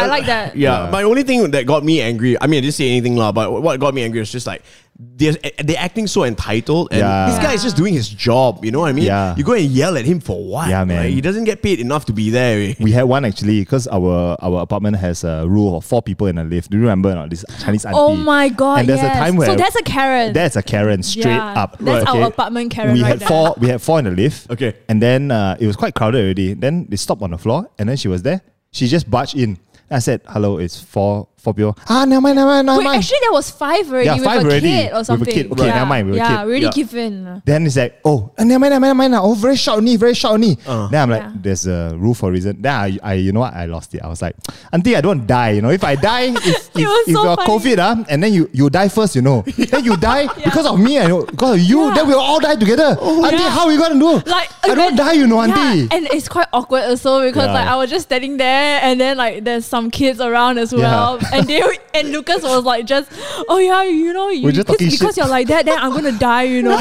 [SPEAKER 4] I like that.
[SPEAKER 2] Yeah,
[SPEAKER 3] Yeah.
[SPEAKER 2] my only thing that got me angry. I mean, I didn't say anything lah, but what got me angry was just like they're, they're acting so entitled, and
[SPEAKER 3] Yeah.
[SPEAKER 2] this guy is just doing his job. You know what I mean?
[SPEAKER 3] Yeah.
[SPEAKER 2] You go and yell at him for what?
[SPEAKER 3] Yeah, man.
[SPEAKER 2] Like, he doesn't get paid enough to
[SPEAKER 3] <laughs>
[SPEAKER 2] be there. eh?
[SPEAKER 3] We had one actually because our our apartment has a rule of four people in a lift. Do you remember or not? This Chinese auntie.
[SPEAKER 4] Oh my god!
[SPEAKER 3] And there's
[SPEAKER 4] yes.
[SPEAKER 3] a time where
[SPEAKER 4] so that's a Karen.
[SPEAKER 3] That's a Karen straight
[SPEAKER 4] Yeah,
[SPEAKER 3] up.
[SPEAKER 4] that's our apartment Karen
[SPEAKER 3] We
[SPEAKER 4] right
[SPEAKER 3] had
[SPEAKER 4] there.
[SPEAKER 3] four. We had four in the lift.
[SPEAKER 2] Okay.
[SPEAKER 3] And then uh, it was quite crowded already. Then they stopped on the floor, and then she was there. She just barged in. I said, "Hello, it's four four people." Ah, never mind, never mind, never
[SPEAKER 4] Wait,
[SPEAKER 3] mind.
[SPEAKER 4] actually, there was five already
[SPEAKER 3] Yeah,
[SPEAKER 4] with
[SPEAKER 3] five
[SPEAKER 4] a
[SPEAKER 3] already.
[SPEAKER 4] kid
[SPEAKER 3] With
[SPEAKER 4] or
[SPEAKER 3] a
[SPEAKER 4] something.
[SPEAKER 3] kid. Okay,
[SPEAKER 4] yeah.
[SPEAKER 3] never mind, with a
[SPEAKER 4] yeah,
[SPEAKER 3] kid.
[SPEAKER 4] really
[SPEAKER 2] Yeah.
[SPEAKER 4] give in.
[SPEAKER 3] then it's like, oh, uh, never mind, never mind, never mind. Oh, very short only, very short only. then I'm like,
[SPEAKER 4] Yeah.
[SPEAKER 3] there's a rule for a reason. Then I, I, you know what? I lost it. I was like, auntie, I don't die. You know, if I
[SPEAKER 4] <laughs>
[SPEAKER 3] die, if, if,
[SPEAKER 4] It was
[SPEAKER 3] if
[SPEAKER 4] so
[SPEAKER 3] you're
[SPEAKER 4] funny.
[SPEAKER 3] COVID, ah, and then you, you die first, you
[SPEAKER 4] <laughs>
[SPEAKER 3] know. Then you die because of me, I know, because of you,
[SPEAKER 4] Yeah. Oh,
[SPEAKER 3] then we'll all die together. auntie,
[SPEAKER 4] Yeah.
[SPEAKER 3] how we going to do?
[SPEAKER 4] Like
[SPEAKER 3] I don't
[SPEAKER 4] when-
[SPEAKER 3] die, you know,
[SPEAKER 4] yeah,
[SPEAKER 3] auntie.
[SPEAKER 4] And it's quite awkward also because
[SPEAKER 3] Yeah.
[SPEAKER 4] like I was just standing there and then like there's some kids around as well. And they and Lucas was like just oh yeah, you know, you
[SPEAKER 3] We're just
[SPEAKER 4] because,
[SPEAKER 3] talking
[SPEAKER 4] because
[SPEAKER 3] shit.
[SPEAKER 4] you're like that, then I'm gonna die, you
[SPEAKER 3] <laughs>
[SPEAKER 4] know.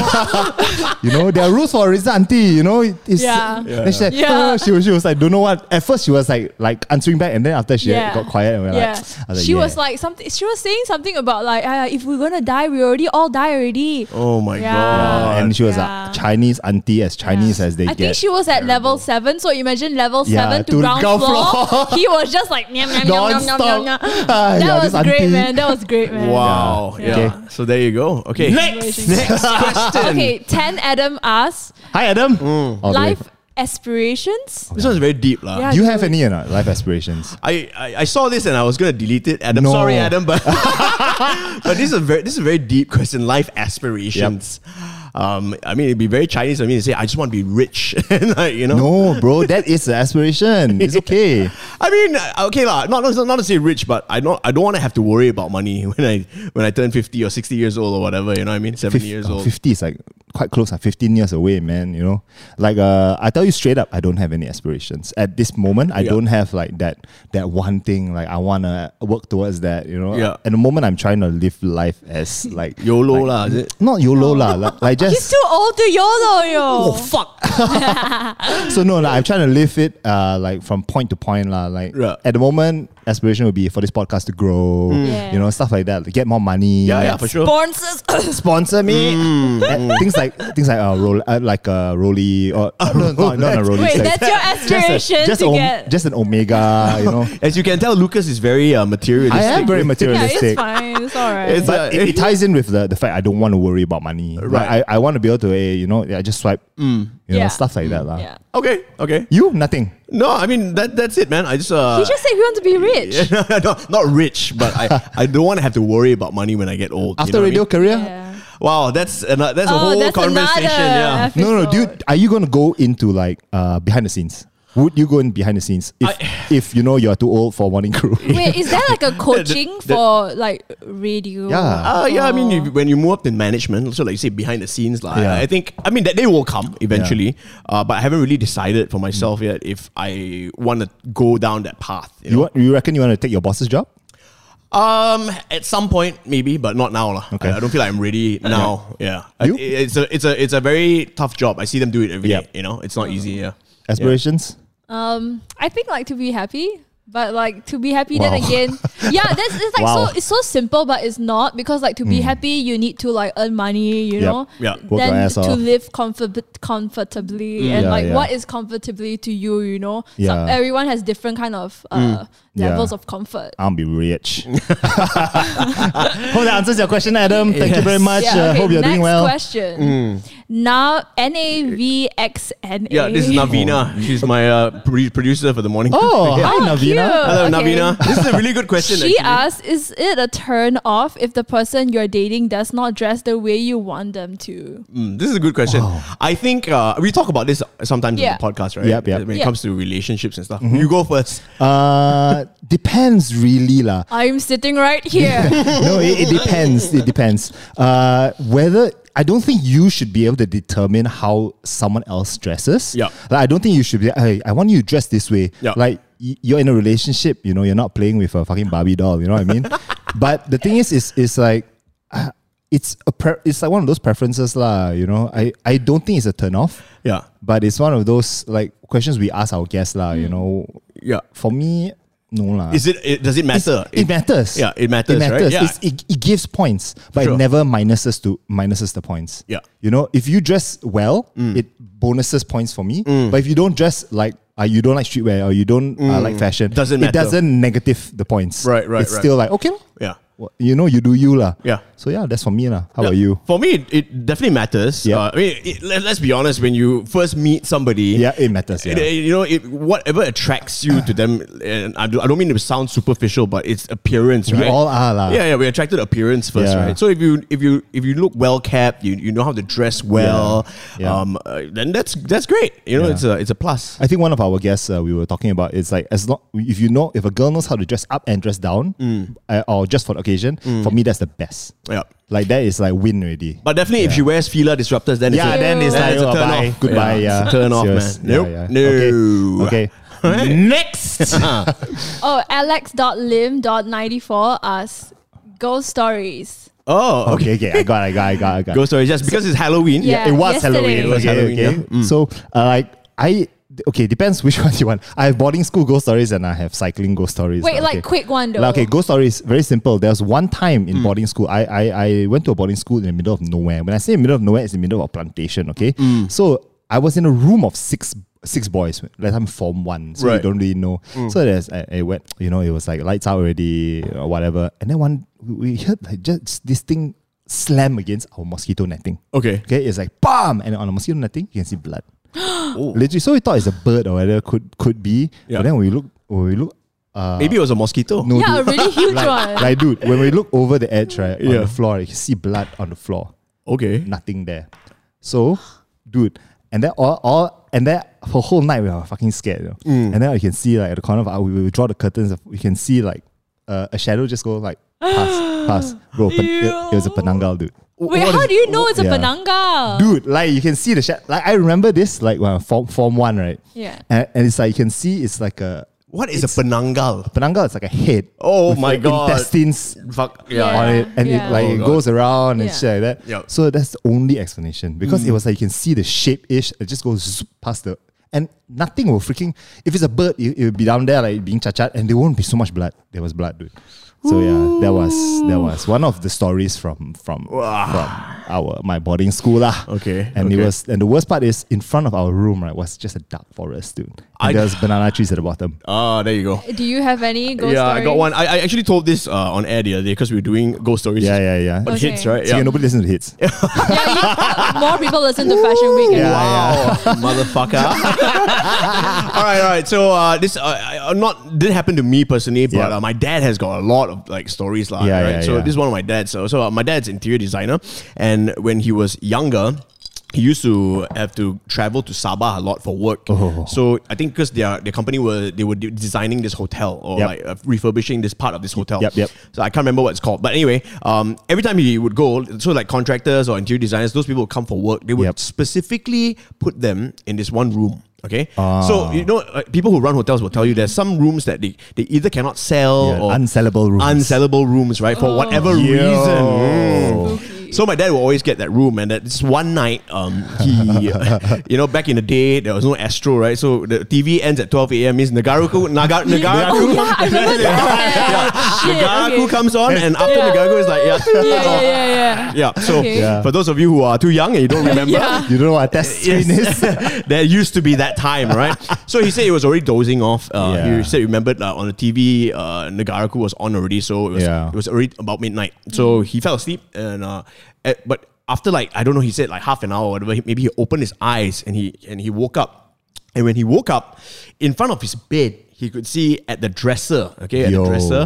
[SPEAKER 3] you know, there are rules for a reason, auntie. You know, it's,
[SPEAKER 4] Yeah. Yeah.
[SPEAKER 3] Then she, said,
[SPEAKER 4] Yeah.
[SPEAKER 3] "No, no, no," <laughs> she, was- she was like, don't know what. At first, she was like, like answering back, and then after she
[SPEAKER 4] yeah.
[SPEAKER 3] got quiet, and we we're
[SPEAKER 4] yeah.
[SPEAKER 3] like, I was like,
[SPEAKER 4] she
[SPEAKER 3] yeah.
[SPEAKER 4] was like something she was saying something about like uh, if we're gonna die, we already all die already.
[SPEAKER 2] Oh my
[SPEAKER 4] Yeah.
[SPEAKER 2] god!
[SPEAKER 3] and she was
[SPEAKER 4] Uh, Yeah.
[SPEAKER 3] a Chinese auntie, as Chinese as they
[SPEAKER 4] I
[SPEAKER 3] get.
[SPEAKER 4] think she was at level seven, so imagine level
[SPEAKER 3] Yeah,
[SPEAKER 4] seven to,
[SPEAKER 3] to
[SPEAKER 4] ground
[SPEAKER 3] ground
[SPEAKER 4] floor.
[SPEAKER 3] floor.
[SPEAKER 4] <laughs> he was just like nyam, nyam, nyam, nyam, nyam, nyam,
[SPEAKER 3] Non-stop.
[SPEAKER 4] nyam.
[SPEAKER 3] Ah,
[SPEAKER 4] That
[SPEAKER 3] yeah,
[SPEAKER 4] was
[SPEAKER 3] this
[SPEAKER 4] great,
[SPEAKER 3] auntie.
[SPEAKER 4] man. That was great, man.
[SPEAKER 2] Wow.
[SPEAKER 4] Yeah.
[SPEAKER 2] Yeah.
[SPEAKER 3] Okay.
[SPEAKER 2] So there you go. Okay.
[SPEAKER 4] Next.
[SPEAKER 2] Next question.
[SPEAKER 4] Okay, 10 Adam asks
[SPEAKER 3] Hi, Adam.
[SPEAKER 2] Mm.
[SPEAKER 3] All the way.
[SPEAKER 4] life aspirations?
[SPEAKER 2] <laughs> This one's very deep, lah.
[SPEAKER 4] Yeah.
[SPEAKER 3] Do you have any or not? Life aspirations.
[SPEAKER 2] I, I, I saw this and I was gonna delete it. Adam,
[SPEAKER 3] No.
[SPEAKER 2] sorry, Adam,
[SPEAKER 3] <laughs>
[SPEAKER 2] but <laughs> but this is a very this is a very deep question. Life aspirations. Um, I mean, it'd be very Chinese. I mean, to say I just want to be rich, <laughs> and like, you know.
[SPEAKER 3] No, bro, that is an aspiration.
[SPEAKER 4] <laughs>
[SPEAKER 3] It's okay.
[SPEAKER 2] I mean, uh, okay lah. Not, not not to say rich, but I don't I don't want to have to worry about money <laughs> when I when I turn fifty or sixty years old or whatever. You know what I mean?
[SPEAKER 3] Fif-
[SPEAKER 2] Seventy years
[SPEAKER 3] oh,
[SPEAKER 2] old.
[SPEAKER 3] 50 is like quite close, like 15 years away, man. You know, like uh, I tell you straight up, I don't have any aspirations at this moment. I
[SPEAKER 2] Yeah.
[SPEAKER 3] don't have like that that one thing. Like I wanna work towards that. You know,
[SPEAKER 2] Yeah.
[SPEAKER 3] At the moment, I'm trying to live life as like like, mm,
[SPEAKER 2] YOLO lah, is it?
[SPEAKER 3] Not YOLO lah. Like, like just
[SPEAKER 4] <laughs> He's too old to YOLO, yo.
[SPEAKER 2] Oh fuck!
[SPEAKER 3] So no, like, I'm trying to live it uh, like from point to point, lah. Like
[SPEAKER 2] Yeah.
[SPEAKER 3] at the moment, aspiration would be for this podcast to grow,
[SPEAKER 4] Yeah.
[SPEAKER 3] you know, stuff like that. Like, get more money.
[SPEAKER 2] Mm. Yeah, yeah, for
[SPEAKER 3] <coughs>
[SPEAKER 2] sure. Mm.
[SPEAKER 4] Sponsors.
[SPEAKER 3] Sponsor me. And things like things like uh, roll, uh, like a uh, Rolly
[SPEAKER 2] <laughs>
[SPEAKER 3] or
[SPEAKER 2] Oh,
[SPEAKER 3] no, no, not a Rolly.
[SPEAKER 4] Wait,
[SPEAKER 3] sorry.
[SPEAKER 4] that's your
[SPEAKER 3] just, a-
[SPEAKER 4] aspiration
[SPEAKER 3] just,
[SPEAKER 4] to
[SPEAKER 3] om-
[SPEAKER 4] get.
[SPEAKER 3] just an Omega, you
[SPEAKER 2] <laughs>
[SPEAKER 3] know.
[SPEAKER 2] As you can tell, Lucas is very uh,
[SPEAKER 3] I
[SPEAKER 2] materialistic.
[SPEAKER 3] am very
[SPEAKER 4] yeah,
[SPEAKER 3] materialistic.
[SPEAKER 4] it's fine. It's all right.
[SPEAKER 2] It's-
[SPEAKER 3] But it, it ties in with the, the fact I don't want to worry about money.
[SPEAKER 2] Right. Mm.
[SPEAKER 3] Like, I, I want to be able to, eh, you know, I just swipe, you know,
[SPEAKER 4] Yeah. Mm,
[SPEAKER 3] stuff like that. lah.
[SPEAKER 4] yeah.
[SPEAKER 2] Okay, okay.
[SPEAKER 3] You, nothing.
[SPEAKER 2] No, I mean that that's it, man. I just uh,
[SPEAKER 4] He just said he wants to be rich.
[SPEAKER 2] <laughs> not, not rich, but I, I don't want to have to worry about money when I get old. you
[SPEAKER 3] After
[SPEAKER 2] know what I
[SPEAKER 3] radio
[SPEAKER 2] mean?
[SPEAKER 3] career,
[SPEAKER 4] Yeah.
[SPEAKER 2] Wow, that's an, that's a
[SPEAKER 4] Oh,
[SPEAKER 2] whole
[SPEAKER 4] that's
[SPEAKER 2] conversation. Yeah.
[SPEAKER 4] another
[SPEAKER 3] No, no,
[SPEAKER 4] episode.
[SPEAKER 3] dude. Are you going to go into like uh, behind the scenes? Would you go in behind the scenes if, if you know you're too old for morning crew?
[SPEAKER 4] Wait, is there like a coaching
[SPEAKER 2] the-
[SPEAKER 4] for like radio?
[SPEAKER 3] Yeah.
[SPEAKER 2] Uh, yeah, I mean,
[SPEAKER 4] Oh.
[SPEAKER 2] you, when you move up in management, so like you say, behind the scenes, like
[SPEAKER 3] Yeah.
[SPEAKER 2] I think, I mean, that day will come eventually. Uh, but I haven't really decided for myself yet if I want to go down that path.
[SPEAKER 3] <laughs>
[SPEAKER 2] You
[SPEAKER 3] you
[SPEAKER 2] know?
[SPEAKER 3] want, you reckon you want to take your boss's job?
[SPEAKER 2] Um, at some point, maybe, but not now, lah.
[SPEAKER 3] Okay.
[SPEAKER 2] I, I don't feel like I'm ready now. Yeah,
[SPEAKER 3] You?
[SPEAKER 2] I- it's a it's a it's a very tough job. I see them do it every day.
[SPEAKER 3] Yeah.
[SPEAKER 2] You know, it's not easy. Yeah.
[SPEAKER 3] Aspirations?
[SPEAKER 4] Um, I think like to be happy, but like to be happy then
[SPEAKER 3] Wow. <laughs>
[SPEAKER 4] again, yeah, that's it's like
[SPEAKER 3] Wow. Hmm.
[SPEAKER 4] so it's so simple, but it's not because like to be happy you need to like earn money, you
[SPEAKER 3] Yep.
[SPEAKER 4] know,
[SPEAKER 2] Yeah.
[SPEAKER 3] Work your
[SPEAKER 4] then
[SPEAKER 3] ass
[SPEAKER 4] to
[SPEAKER 3] off. Hmm.
[SPEAKER 4] live comfort- comfortably and
[SPEAKER 3] Yeah,
[SPEAKER 4] like
[SPEAKER 3] yeah.
[SPEAKER 4] what is comfortably to you, you know, Some-
[SPEAKER 3] Yeah. Hmm.
[SPEAKER 4] everyone has different kind of uh,
[SPEAKER 3] Yeah.
[SPEAKER 4] levels of comfort.
[SPEAKER 3] I'll be rich. <laughs> hope that answers your question, Adam. Thank you very much.
[SPEAKER 4] Yeah,
[SPEAKER 3] uh,
[SPEAKER 4] okay,
[SPEAKER 3] hope you're
[SPEAKER 4] next
[SPEAKER 3] doing well.
[SPEAKER 4] question. Now N A V X N A.
[SPEAKER 2] Hmm. Yeah, this is Navina. She's my uh, pro- producer for the morning.
[SPEAKER 3] Oh, hi,
[SPEAKER 4] Oh, cute.
[SPEAKER 3] Navina.
[SPEAKER 2] <laughs> Hello,
[SPEAKER 4] Okay.
[SPEAKER 2] Navina. This is a really good question.
[SPEAKER 4] She uh,
[SPEAKER 2] actually.
[SPEAKER 4] asks, is it a turn off if the person you're dating does not dress the way you want them to?
[SPEAKER 2] Mm, this is a good question.
[SPEAKER 3] Oh.
[SPEAKER 2] I think uh, we talk about this sometimes
[SPEAKER 4] Yeah.
[SPEAKER 2] in the podcast, right?
[SPEAKER 3] Yep, yep. Mm-hmm.
[SPEAKER 2] When it
[SPEAKER 4] Yeah.
[SPEAKER 2] comes to relationships and stuff. You go first.
[SPEAKER 3] Uh, depends really lah.
[SPEAKER 4] I'm sitting right here.
[SPEAKER 3] <laughs> no, it, it depends. It depends. Uh, whether I don't think you should be able to determine how someone else dresses.
[SPEAKER 2] Yeah.
[SPEAKER 3] Like I don't think you should be. Hey, I want you to dress this way.
[SPEAKER 2] Yeah.
[SPEAKER 3] Like y- you're in a relationship. You know, you're not playing with a fucking Barbie doll. You know what I
[SPEAKER 2] <laughs>
[SPEAKER 3] mean? but the thing is, is is like. uh, It's a pre- it's like one of those preferences lah, you know. I, I don't think it's a turn off,
[SPEAKER 2] Yeah. Hmm.
[SPEAKER 3] but it's one of those like questions we ask our guests lah, you know
[SPEAKER 2] Yeah.
[SPEAKER 3] for me, no lah.
[SPEAKER 2] Is it, it- does
[SPEAKER 3] It's-
[SPEAKER 2] it matter?
[SPEAKER 3] It, matters.
[SPEAKER 2] Yeah, it matters,
[SPEAKER 3] It
[SPEAKER 2] right?
[SPEAKER 3] matters.
[SPEAKER 2] Yeah.
[SPEAKER 3] It's- It, it gives points, but it
[SPEAKER 2] Sure.
[SPEAKER 3] never minuses to minuses the points.
[SPEAKER 2] Yeah. Mm.
[SPEAKER 3] You know, if you dress well, it bonuses points for me. But if you don't dress like uh, you don't like streetwear or you don't uh, like fashion,
[SPEAKER 2] Mm. Doesn't
[SPEAKER 3] it
[SPEAKER 2] matter.
[SPEAKER 3] doesn't negative the points.
[SPEAKER 2] Right, right,
[SPEAKER 3] It's
[SPEAKER 2] right.
[SPEAKER 3] still like okay, lah.
[SPEAKER 2] Yeah.
[SPEAKER 3] Wha- you know, you do you lah.
[SPEAKER 2] Yeah.
[SPEAKER 3] So yeah, that's for me lah. How about
[SPEAKER 2] Yeah.
[SPEAKER 3] you?
[SPEAKER 2] For me, it, it definitely matters.
[SPEAKER 3] Yeah.
[SPEAKER 2] Uh, I mean, it, let, us be honest. When you first meet somebody,
[SPEAKER 3] Yeah, it matters, yeah.
[SPEAKER 2] it- it- you know, it, whatever attracts you to them, and I, do, I don't mean to sound superficial, but it's appearance,
[SPEAKER 3] We
[SPEAKER 2] right?
[SPEAKER 3] all are lah.
[SPEAKER 2] Yeah, yeah. We attracted appearance first,
[SPEAKER 3] Yeah.
[SPEAKER 2] right? So if you if you if you look well kept, you you know how to dress well,
[SPEAKER 3] Yeah.
[SPEAKER 2] Um, uh, then that's that's great. You know,
[SPEAKER 3] Yeah.
[SPEAKER 2] it's a it's a plus.
[SPEAKER 3] I think one of our guests uh, we were talking about is like as long if you know if a girl knows how to dress up and dress down
[SPEAKER 2] Mm.
[SPEAKER 3] uh, or just for the occasion, for me that's the best.
[SPEAKER 2] Yeah.
[SPEAKER 3] Like that is like win already.
[SPEAKER 2] But definitely, if she wears Fila disruptors, then
[SPEAKER 3] yeah,
[SPEAKER 2] it's a,
[SPEAKER 3] then it's
[SPEAKER 4] Ew.
[SPEAKER 3] like
[SPEAKER 2] It's a
[SPEAKER 3] oh,
[SPEAKER 2] turn
[SPEAKER 3] bye.
[SPEAKER 2] off.
[SPEAKER 3] goodbye.
[SPEAKER 2] Yeah,
[SPEAKER 3] Yeah,
[SPEAKER 2] it's a turn off, man. Nope. No.
[SPEAKER 3] Okay. okay. Next.
[SPEAKER 4] Oh, alex.lim.94 asks, ghost stories.
[SPEAKER 2] oh, okay.
[SPEAKER 3] okay, okay. I got, I got, I got, I got.
[SPEAKER 2] Go story just because it's Halloween.
[SPEAKER 4] Yeah.
[SPEAKER 3] it was
[SPEAKER 4] yesterday.
[SPEAKER 3] Halloween.
[SPEAKER 4] It was
[SPEAKER 3] okay,
[SPEAKER 2] Halloween,
[SPEAKER 3] okay. So uh, like I okay depends which <laughs> one you want. I have boarding school ghost stories and I have cycling ghost stories.
[SPEAKER 4] Wait,
[SPEAKER 3] lah,
[SPEAKER 4] like
[SPEAKER 3] okay.
[SPEAKER 4] quick one though.
[SPEAKER 3] Like, okay, ghost stories very simple. There was one time in boarding school. I, I I went to a boarding school in the middle of nowhere. When I say middle of nowhere, it's in the middle of a plantation. Okay, so I was in a room of six six boys. That time form one, so
[SPEAKER 2] Right.
[SPEAKER 3] you don't really know. So there's I, I went. You know, it was like lights out already or whatever. And then one we we heard like just this thing slam against our mosquito netting.
[SPEAKER 2] Okay.
[SPEAKER 3] Okay, it's like bam, and on a mosquito netting you can see
[SPEAKER 2] <gasps>
[SPEAKER 3] blood. Literally, so we thought it's a bird or whatever could could be.
[SPEAKER 2] Oh. Yeah.
[SPEAKER 3] But then when we look, when we look, uh,
[SPEAKER 2] Maybe it was a mosquito.
[SPEAKER 3] no,
[SPEAKER 4] yeah, a
[SPEAKER 3] dude.
[SPEAKER 4] really huge one.
[SPEAKER 3] like, like, dude, when we look over the edge, right, on
[SPEAKER 2] Yeah.
[SPEAKER 3] the floor, you can see blood on the floor.
[SPEAKER 2] Okay.
[SPEAKER 3] Nothing there. So, dude, and then all, all and then for whole night we were fucking scared. You know?
[SPEAKER 2] Mm.
[SPEAKER 3] And then you can see like at the corner of our, we will draw the curtains. We can see like uh, a shadow just go like pass, pass,
[SPEAKER 4] <gasps>
[SPEAKER 3] bro. Pen- it, it was a
[SPEAKER 4] Ew.
[SPEAKER 3] penangal, dude.
[SPEAKER 4] Wait, how do you know it's a
[SPEAKER 3] Yeah.
[SPEAKER 4] pananga?
[SPEAKER 3] Dude, like you can see the shadow. Like I remember this, like well, form form one, right?
[SPEAKER 4] Yeah.
[SPEAKER 3] And, and it's like you can see it's like a
[SPEAKER 2] What is a penangal?
[SPEAKER 3] penangal. It's like a head.
[SPEAKER 2] Oh
[SPEAKER 3] with
[SPEAKER 2] my
[SPEAKER 3] the
[SPEAKER 2] God.
[SPEAKER 3] Intestines
[SPEAKER 2] Fuck.
[SPEAKER 4] Yeah.
[SPEAKER 3] on it and
[SPEAKER 4] Yeah.
[SPEAKER 3] it like
[SPEAKER 2] Oh,
[SPEAKER 3] it
[SPEAKER 2] God.
[SPEAKER 3] goes around and
[SPEAKER 4] Yeah. Mm.
[SPEAKER 3] shit like that.
[SPEAKER 2] Yup.
[SPEAKER 3] So that's the only explanation because it was like you can see the shape ish. It just goes zoop past the and nothing will freaking. If it's a bird, it, it will be down there like being chachat, and there won't be so much blood. There was blood, dude. So yeah, that was that was one of the stories from from from our my boarding school lah.
[SPEAKER 2] Okay,
[SPEAKER 3] and
[SPEAKER 2] okay.
[SPEAKER 3] it was and the worst part is in front of our room right was just a dark forest, dude. And
[SPEAKER 2] I-
[SPEAKER 3] there's banana trees at the
[SPEAKER 2] <laughs>
[SPEAKER 3] bottom.
[SPEAKER 2] Ah, there you go.
[SPEAKER 4] Do you have any ghost
[SPEAKER 2] yeah, I
[SPEAKER 4] stories?
[SPEAKER 2] got one. I, I actually told this uh, on air the other day because we were doing ghost stories.
[SPEAKER 3] Yeah, yeah, yeah.
[SPEAKER 2] But
[SPEAKER 4] Okay.
[SPEAKER 2] hits, right?
[SPEAKER 3] So yeah, nobody listen to hits.
[SPEAKER 4] Yeah, you- uh, more people listen to Fashion Week. and-
[SPEAKER 3] Yeah.
[SPEAKER 2] Wow,
[SPEAKER 3] <laughs>
[SPEAKER 2] motherfucker! all right, <laughs> all right. So uh, this uh, I- uh, not didn't happen to me personally, but
[SPEAKER 3] Yeah.
[SPEAKER 2] uh, my dad has got a lot of like stories, like
[SPEAKER 3] Yeah,
[SPEAKER 2] right?
[SPEAKER 3] yeah,
[SPEAKER 2] so
[SPEAKER 3] yeah.
[SPEAKER 2] this is one of my dad's. So, so uh, my dad's interior designer, and when he was younger. He used to have to travel to Sabah a lot for work.
[SPEAKER 3] Oh.
[SPEAKER 2] So I think because their their company were they were de- designing this hotel or
[SPEAKER 3] Yep.
[SPEAKER 2] like uh, refurbishing this part of this hotel.
[SPEAKER 3] Yep, yep.
[SPEAKER 2] So I can't remember what it's called. But anyway, um, every time he would go, so like contractors or interior designers, those people would come for work. They would
[SPEAKER 3] Yep.
[SPEAKER 2] specifically put them in this one room. Okay.
[SPEAKER 3] Ah.
[SPEAKER 2] So, you know, uh, people who run hotels will tell you there's some rooms that they, they either cannot sell
[SPEAKER 3] Yeah,
[SPEAKER 2] or
[SPEAKER 3] unsellable rooms. Oh.
[SPEAKER 2] Unsellable rooms, right? For whatever
[SPEAKER 3] Yo.
[SPEAKER 2] reason. So my dad will always get that room, and that this one night, um,
[SPEAKER 3] <laughs>
[SPEAKER 2] he, you know, back in the day, there was no Astro, right? So the TV ends at 12 a.m. means Nagaruku, Naga, Nagaraku,
[SPEAKER 4] Oh, <laughs> yeah, I remember
[SPEAKER 2] <laughs>
[SPEAKER 4] that. Shit,
[SPEAKER 2] Nagaraku
[SPEAKER 4] okay.
[SPEAKER 2] comes on, and after
[SPEAKER 4] Yeah.
[SPEAKER 2] Nagaraku is like, yeah,
[SPEAKER 4] <laughs> Yeah, yeah, yeah, yeah.
[SPEAKER 2] yeah. So
[SPEAKER 4] Okay. Yeah.
[SPEAKER 2] for those of you who are too young and you don't remember,
[SPEAKER 4] <laughs> Yeah.
[SPEAKER 3] You don't know what a test screen is.
[SPEAKER 2] Yes. <laughs> there used to be that time,
[SPEAKER 3] <laughs>
[SPEAKER 2] right? so he said he was already dozing off. Uh,
[SPEAKER 3] Yeah.
[SPEAKER 2] He said, he remembered uh, on the TV, uh, Nagaraku was on already, so it was,
[SPEAKER 3] Yeah. Mm.
[SPEAKER 2] it was already about midnight. So he fell asleep, and uh, at- but after like I don't know, he said like half an hour or whatever. he- Maybe he opened his eyes and he and he woke up, and when he woke up, in front of his bed, he could see at the dresser, okay, at
[SPEAKER 3] Yo.
[SPEAKER 2] the dresser,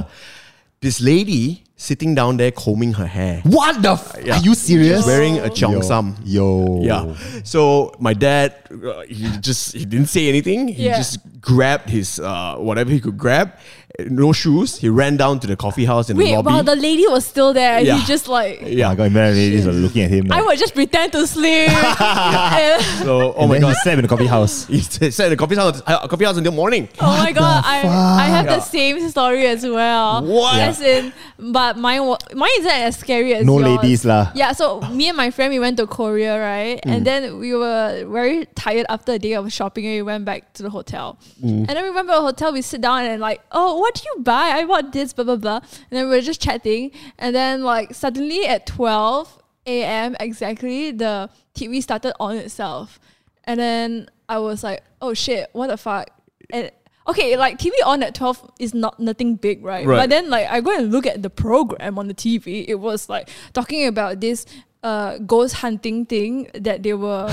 [SPEAKER 2] this lady sitting down there combing her hair.
[SPEAKER 3] What the? F-
[SPEAKER 2] Yeah.
[SPEAKER 3] Are you serious?
[SPEAKER 2] She's wearing a
[SPEAKER 3] Yo.
[SPEAKER 2] cheongsam.
[SPEAKER 3] Yo.
[SPEAKER 2] Yeah. So my dad, uh, he just he didn't say anything. He
[SPEAKER 4] Yeah.
[SPEAKER 2] just grabbed his uh, whatever he could grab. uh, No shoes. He ran down to the coffee house in
[SPEAKER 4] Wait,
[SPEAKER 2] the lobby.
[SPEAKER 4] while the lady was still there, and
[SPEAKER 2] Yeah.
[SPEAKER 4] he just like,
[SPEAKER 3] Yeah. Oh my
[SPEAKER 2] yeah.
[SPEAKER 3] god, many ladies are looking at him.
[SPEAKER 4] I
[SPEAKER 3] Like,
[SPEAKER 4] would just pretend to sleep.
[SPEAKER 3] <laughs>
[SPEAKER 4] And- <laughs>
[SPEAKER 2] So oh
[SPEAKER 3] and
[SPEAKER 2] my
[SPEAKER 3] then
[SPEAKER 2] god.
[SPEAKER 3] he slept in the coffee house.
[SPEAKER 2] <laughs> He sat in the coffee house, uh, coffee house until morning.
[SPEAKER 4] Oh my god, I I have the
[SPEAKER 2] fuck?
[SPEAKER 4] same story as well.
[SPEAKER 2] What?
[SPEAKER 4] As in, but but mine wa- mine isn't as scary as
[SPEAKER 3] No
[SPEAKER 4] yours.
[SPEAKER 3] ladies lah.
[SPEAKER 4] Yeah, so me and my friend we went to Korea, right? And then we were very tired after a day of shopping, and we went back to the hotel. And then we went back to the hotel. We sit down and like, oh, what do you buy? I bought this, blah blah blah. And then we were just chatting, and then like suddenly at twelve a.m. exactly, the TV started on itself, and then I was like, oh shit, what the fuck? And okay, like TV on at twelve is not nothing big, right?
[SPEAKER 2] Right.
[SPEAKER 4] But then like I go and look at the program on the TV, it was like talking about this uh, ghost hunting thing that they
[SPEAKER 2] <laughs>
[SPEAKER 4] were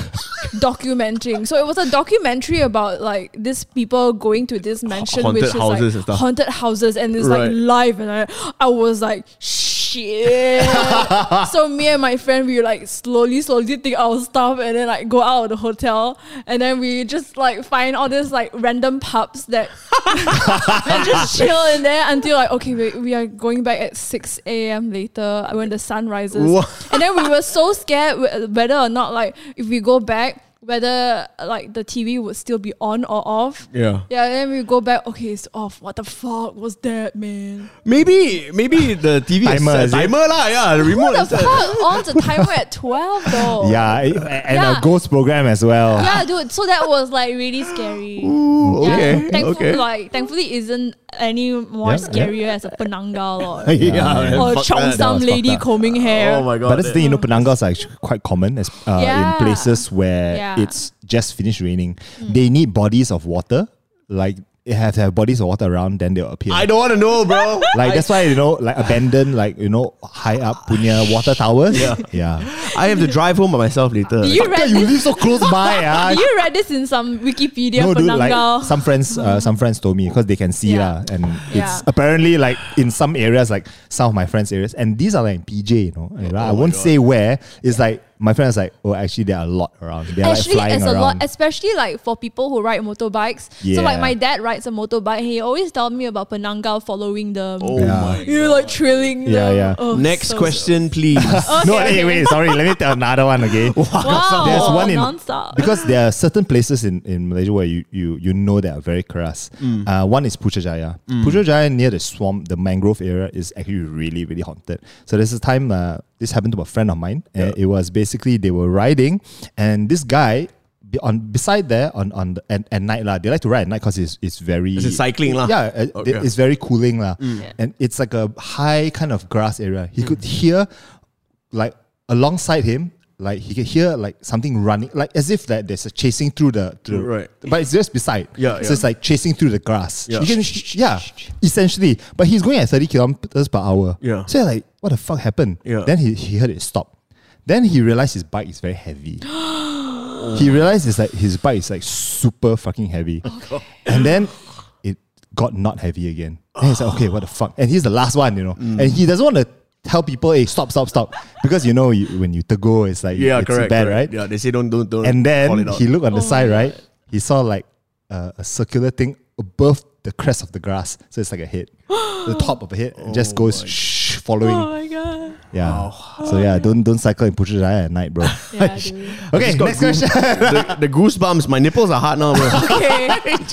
[SPEAKER 4] documenting. So it was a documentary about like these people going to this mansion,
[SPEAKER 2] haunted
[SPEAKER 4] which is
[SPEAKER 2] houses and
[SPEAKER 4] like
[SPEAKER 2] stuff.
[SPEAKER 4] haunted houses, and it's
[SPEAKER 2] Right.
[SPEAKER 4] like live. And I, I was like,
[SPEAKER 2] <laughs>
[SPEAKER 4] shit. so me and my friend, we like slowly, slowly take our stuff and then like go out of the hotel, and then we just like find all these like random pubs that and
[SPEAKER 2] <laughs>
[SPEAKER 4] just chill in there until like okay wait, we are going back at 6 a.m later when the sun rises
[SPEAKER 2] Wha-
[SPEAKER 4] and then we were so scared wh- whether or not like if we go back whether like the tv would still be on or off
[SPEAKER 2] Yeah.
[SPEAKER 4] yeah then we go back okay it's off what the fuck was that
[SPEAKER 2] <laughs>
[SPEAKER 4] man
[SPEAKER 2] Maybe maybe the TV is
[SPEAKER 3] Timer,
[SPEAKER 2] set-
[SPEAKER 3] is it?
[SPEAKER 2] timer lah. Yeah, the remote.
[SPEAKER 4] what
[SPEAKER 2] is uh,
[SPEAKER 4] the
[SPEAKER 2] set.
[SPEAKER 4] fuck on the timer at 12 though
[SPEAKER 3] Yeah, I- and
[SPEAKER 4] Yeah.
[SPEAKER 3] a ghost program as well. <laughs>
[SPEAKER 4] yeah dude so that was like really scary
[SPEAKER 2] Ooh,
[SPEAKER 4] Yeah,
[SPEAKER 2] okay.
[SPEAKER 4] thankfully,
[SPEAKER 2] okay.
[SPEAKER 3] <laughs>
[SPEAKER 4] like thankfully, isn't any more
[SPEAKER 3] Yeah, yeah.
[SPEAKER 4] scarier as a penangal or
[SPEAKER 2] yeah,
[SPEAKER 4] or Oh, chong
[SPEAKER 3] That
[SPEAKER 4] some
[SPEAKER 3] was
[SPEAKER 4] lady
[SPEAKER 3] fucked up.
[SPEAKER 4] combing hair.
[SPEAKER 2] Oh my god.
[SPEAKER 3] But that's the
[SPEAKER 2] that-
[SPEAKER 3] thing, you know, Penangas are actually quite common as, uh,
[SPEAKER 4] Yeah.
[SPEAKER 3] in places where
[SPEAKER 4] Yeah.
[SPEAKER 3] it's just finished raining. They need bodies of water, like they have to have bodies of water around, then they'll appear.
[SPEAKER 2] I don't want to know, bro.
[SPEAKER 3] like that's why you know, like abandoned, like you know, high up punya water towers. Yeah, yeah.
[SPEAKER 2] I have to drive home by myself later.
[SPEAKER 4] Did you read
[SPEAKER 3] you
[SPEAKER 4] this?
[SPEAKER 3] live so close
[SPEAKER 4] <laughs>
[SPEAKER 3] by, ah.
[SPEAKER 4] Did you read this in some Wikipedia
[SPEAKER 3] No,
[SPEAKER 4] for
[SPEAKER 3] dude,
[SPEAKER 4] Nangal?
[SPEAKER 3] like some friends, uh, some friends told me because they can see
[SPEAKER 4] Yeah.
[SPEAKER 3] lah, and it's
[SPEAKER 4] Yeah.
[SPEAKER 3] apparently like in some areas, like some of my friends' areas, and these are like in PJ, you know. and I won't say where. It's like my friends like, oh, actually there are a lot around. They're
[SPEAKER 4] Actually,
[SPEAKER 3] like flying
[SPEAKER 4] as a
[SPEAKER 3] around.
[SPEAKER 4] lot, especially like for people who ride motorbikes. So
[SPEAKER 3] Yeah.
[SPEAKER 4] like my dad rides a motorbike. He always tell me about Penangal following them.
[SPEAKER 2] oh
[SPEAKER 3] Yeah.
[SPEAKER 2] my.
[SPEAKER 4] You're like trailing.
[SPEAKER 3] Yeah,
[SPEAKER 4] them.
[SPEAKER 3] yeah.
[SPEAKER 4] Oh,
[SPEAKER 2] Next
[SPEAKER 4] so-
[SPEAKER 2] question, please.
[SPEAKER 3] no, hey,
[SPEAKER 4] Okay, okay.
[SPEAKER 3] wait, sorry. Let me tell another one, okay?
[SPEAKER 4] <laughs> Wow,
[SPEAKER 3] There's one in
[SPEAKER 4] nonstop.
[SPEAKER 3] because there are certain places in, in Malaysia where you, you you know that are very keras. Uh, one is Putrajaya. Putrajaya near the swamp, the mangrove area is actually really really haunted. So there's a time uh, this happened to a friend of mine. Uh, it was basically they were riding, and this guy. be- On beside there on on the, at, at night lah, they like to ride at night because it's it's very
[SPEAKER 2] Is it cycling lah?
[SPEAKER 3] Yeah, uh,
[SPEAKER 2] Okay.
[SPEAKER 3] it's very cooling lah, and it's like a high kind of grass area. He could hear like alongside him, like he could hear like something running, like as if that there's a chasing through the through,
[SPEAKER 2] Right.
[SPEAKER 3] But it's just beside.
[SPEAKER 2] Yeah,
[SPEAKER 3] So
[SPEAKER 2] yeah.
[SPEAKER 3] it's like chasing through the grass.
[SPEAKER 2] Yeah.
[SPEAKER 3] You can, yeah, essentially. But he's going at 30 kilometers per hour.
[SPEAKER 2] Yeah.
[SPEAKER 3] So you're like, what the fuck happened?
[SPEAKER 2] Yeah.
[SPEAKER 3] Then he, he heard it stop. Then he realized his bike is very heavy. he realized it's like his bike is like super fucking heavy.
[SPEAKER 2] Oh,
[SPEAKER 3] And then it got not heavy again. And he's like, okay, what the fuck? And he's the last one, you know.
[SPEAKER 2] Mm.
[SPEAKER 3] And he doesn't want to tell people, hey, stop, stop, stop. Because you know, you, when you go, it's like,
[SPEAKER 2] yeah,
[SPEAKER 3] it's
[SPEAKER 2] correct.
[SPEAKER 3] bad,
[SPEAKER 2] correct.
[SPEAKER 3] right?
[SPEAKER 2] Yeah, they say don't don't don't.
[SPEAKER 3] And
[SPEAKER 2] call
[SPEAKER 3] then
[SPEAKER 2] it out. Oh
[SPEAKER 3] he looked on the side, right? He saw like a a circular thing above the crest of the grass. So it's like a
[SPEAKER 2] <gasps>
[SPEAKER 3] head, the top of a head, and
[SPEAKER 2] Oh
[SPEAKER 3] just goes shh, following.
[SPEAKER 4] Oh my god.
[SPEAKER 3] Yeah. So yeah, don't don't cycle in Putrajaya at
[SPEAKER 2] <laughs>
[SPEAKER 3] night, bro. <laughs>
[SPEAKER 4] Yeah, dude.
[SPEAKER 3] okay,
[SPEAKER 2] Got
[SPEAKER 3] next
[SPEAKER 2] goose-
[SPEAKER 3] question.
[SPEAKER 2] the, the goosebumps. My nipples are hard now,
[SPEAKER 3] <laughs>
[SPEAKER 2] bro.
[SPEAKER 4] Okay.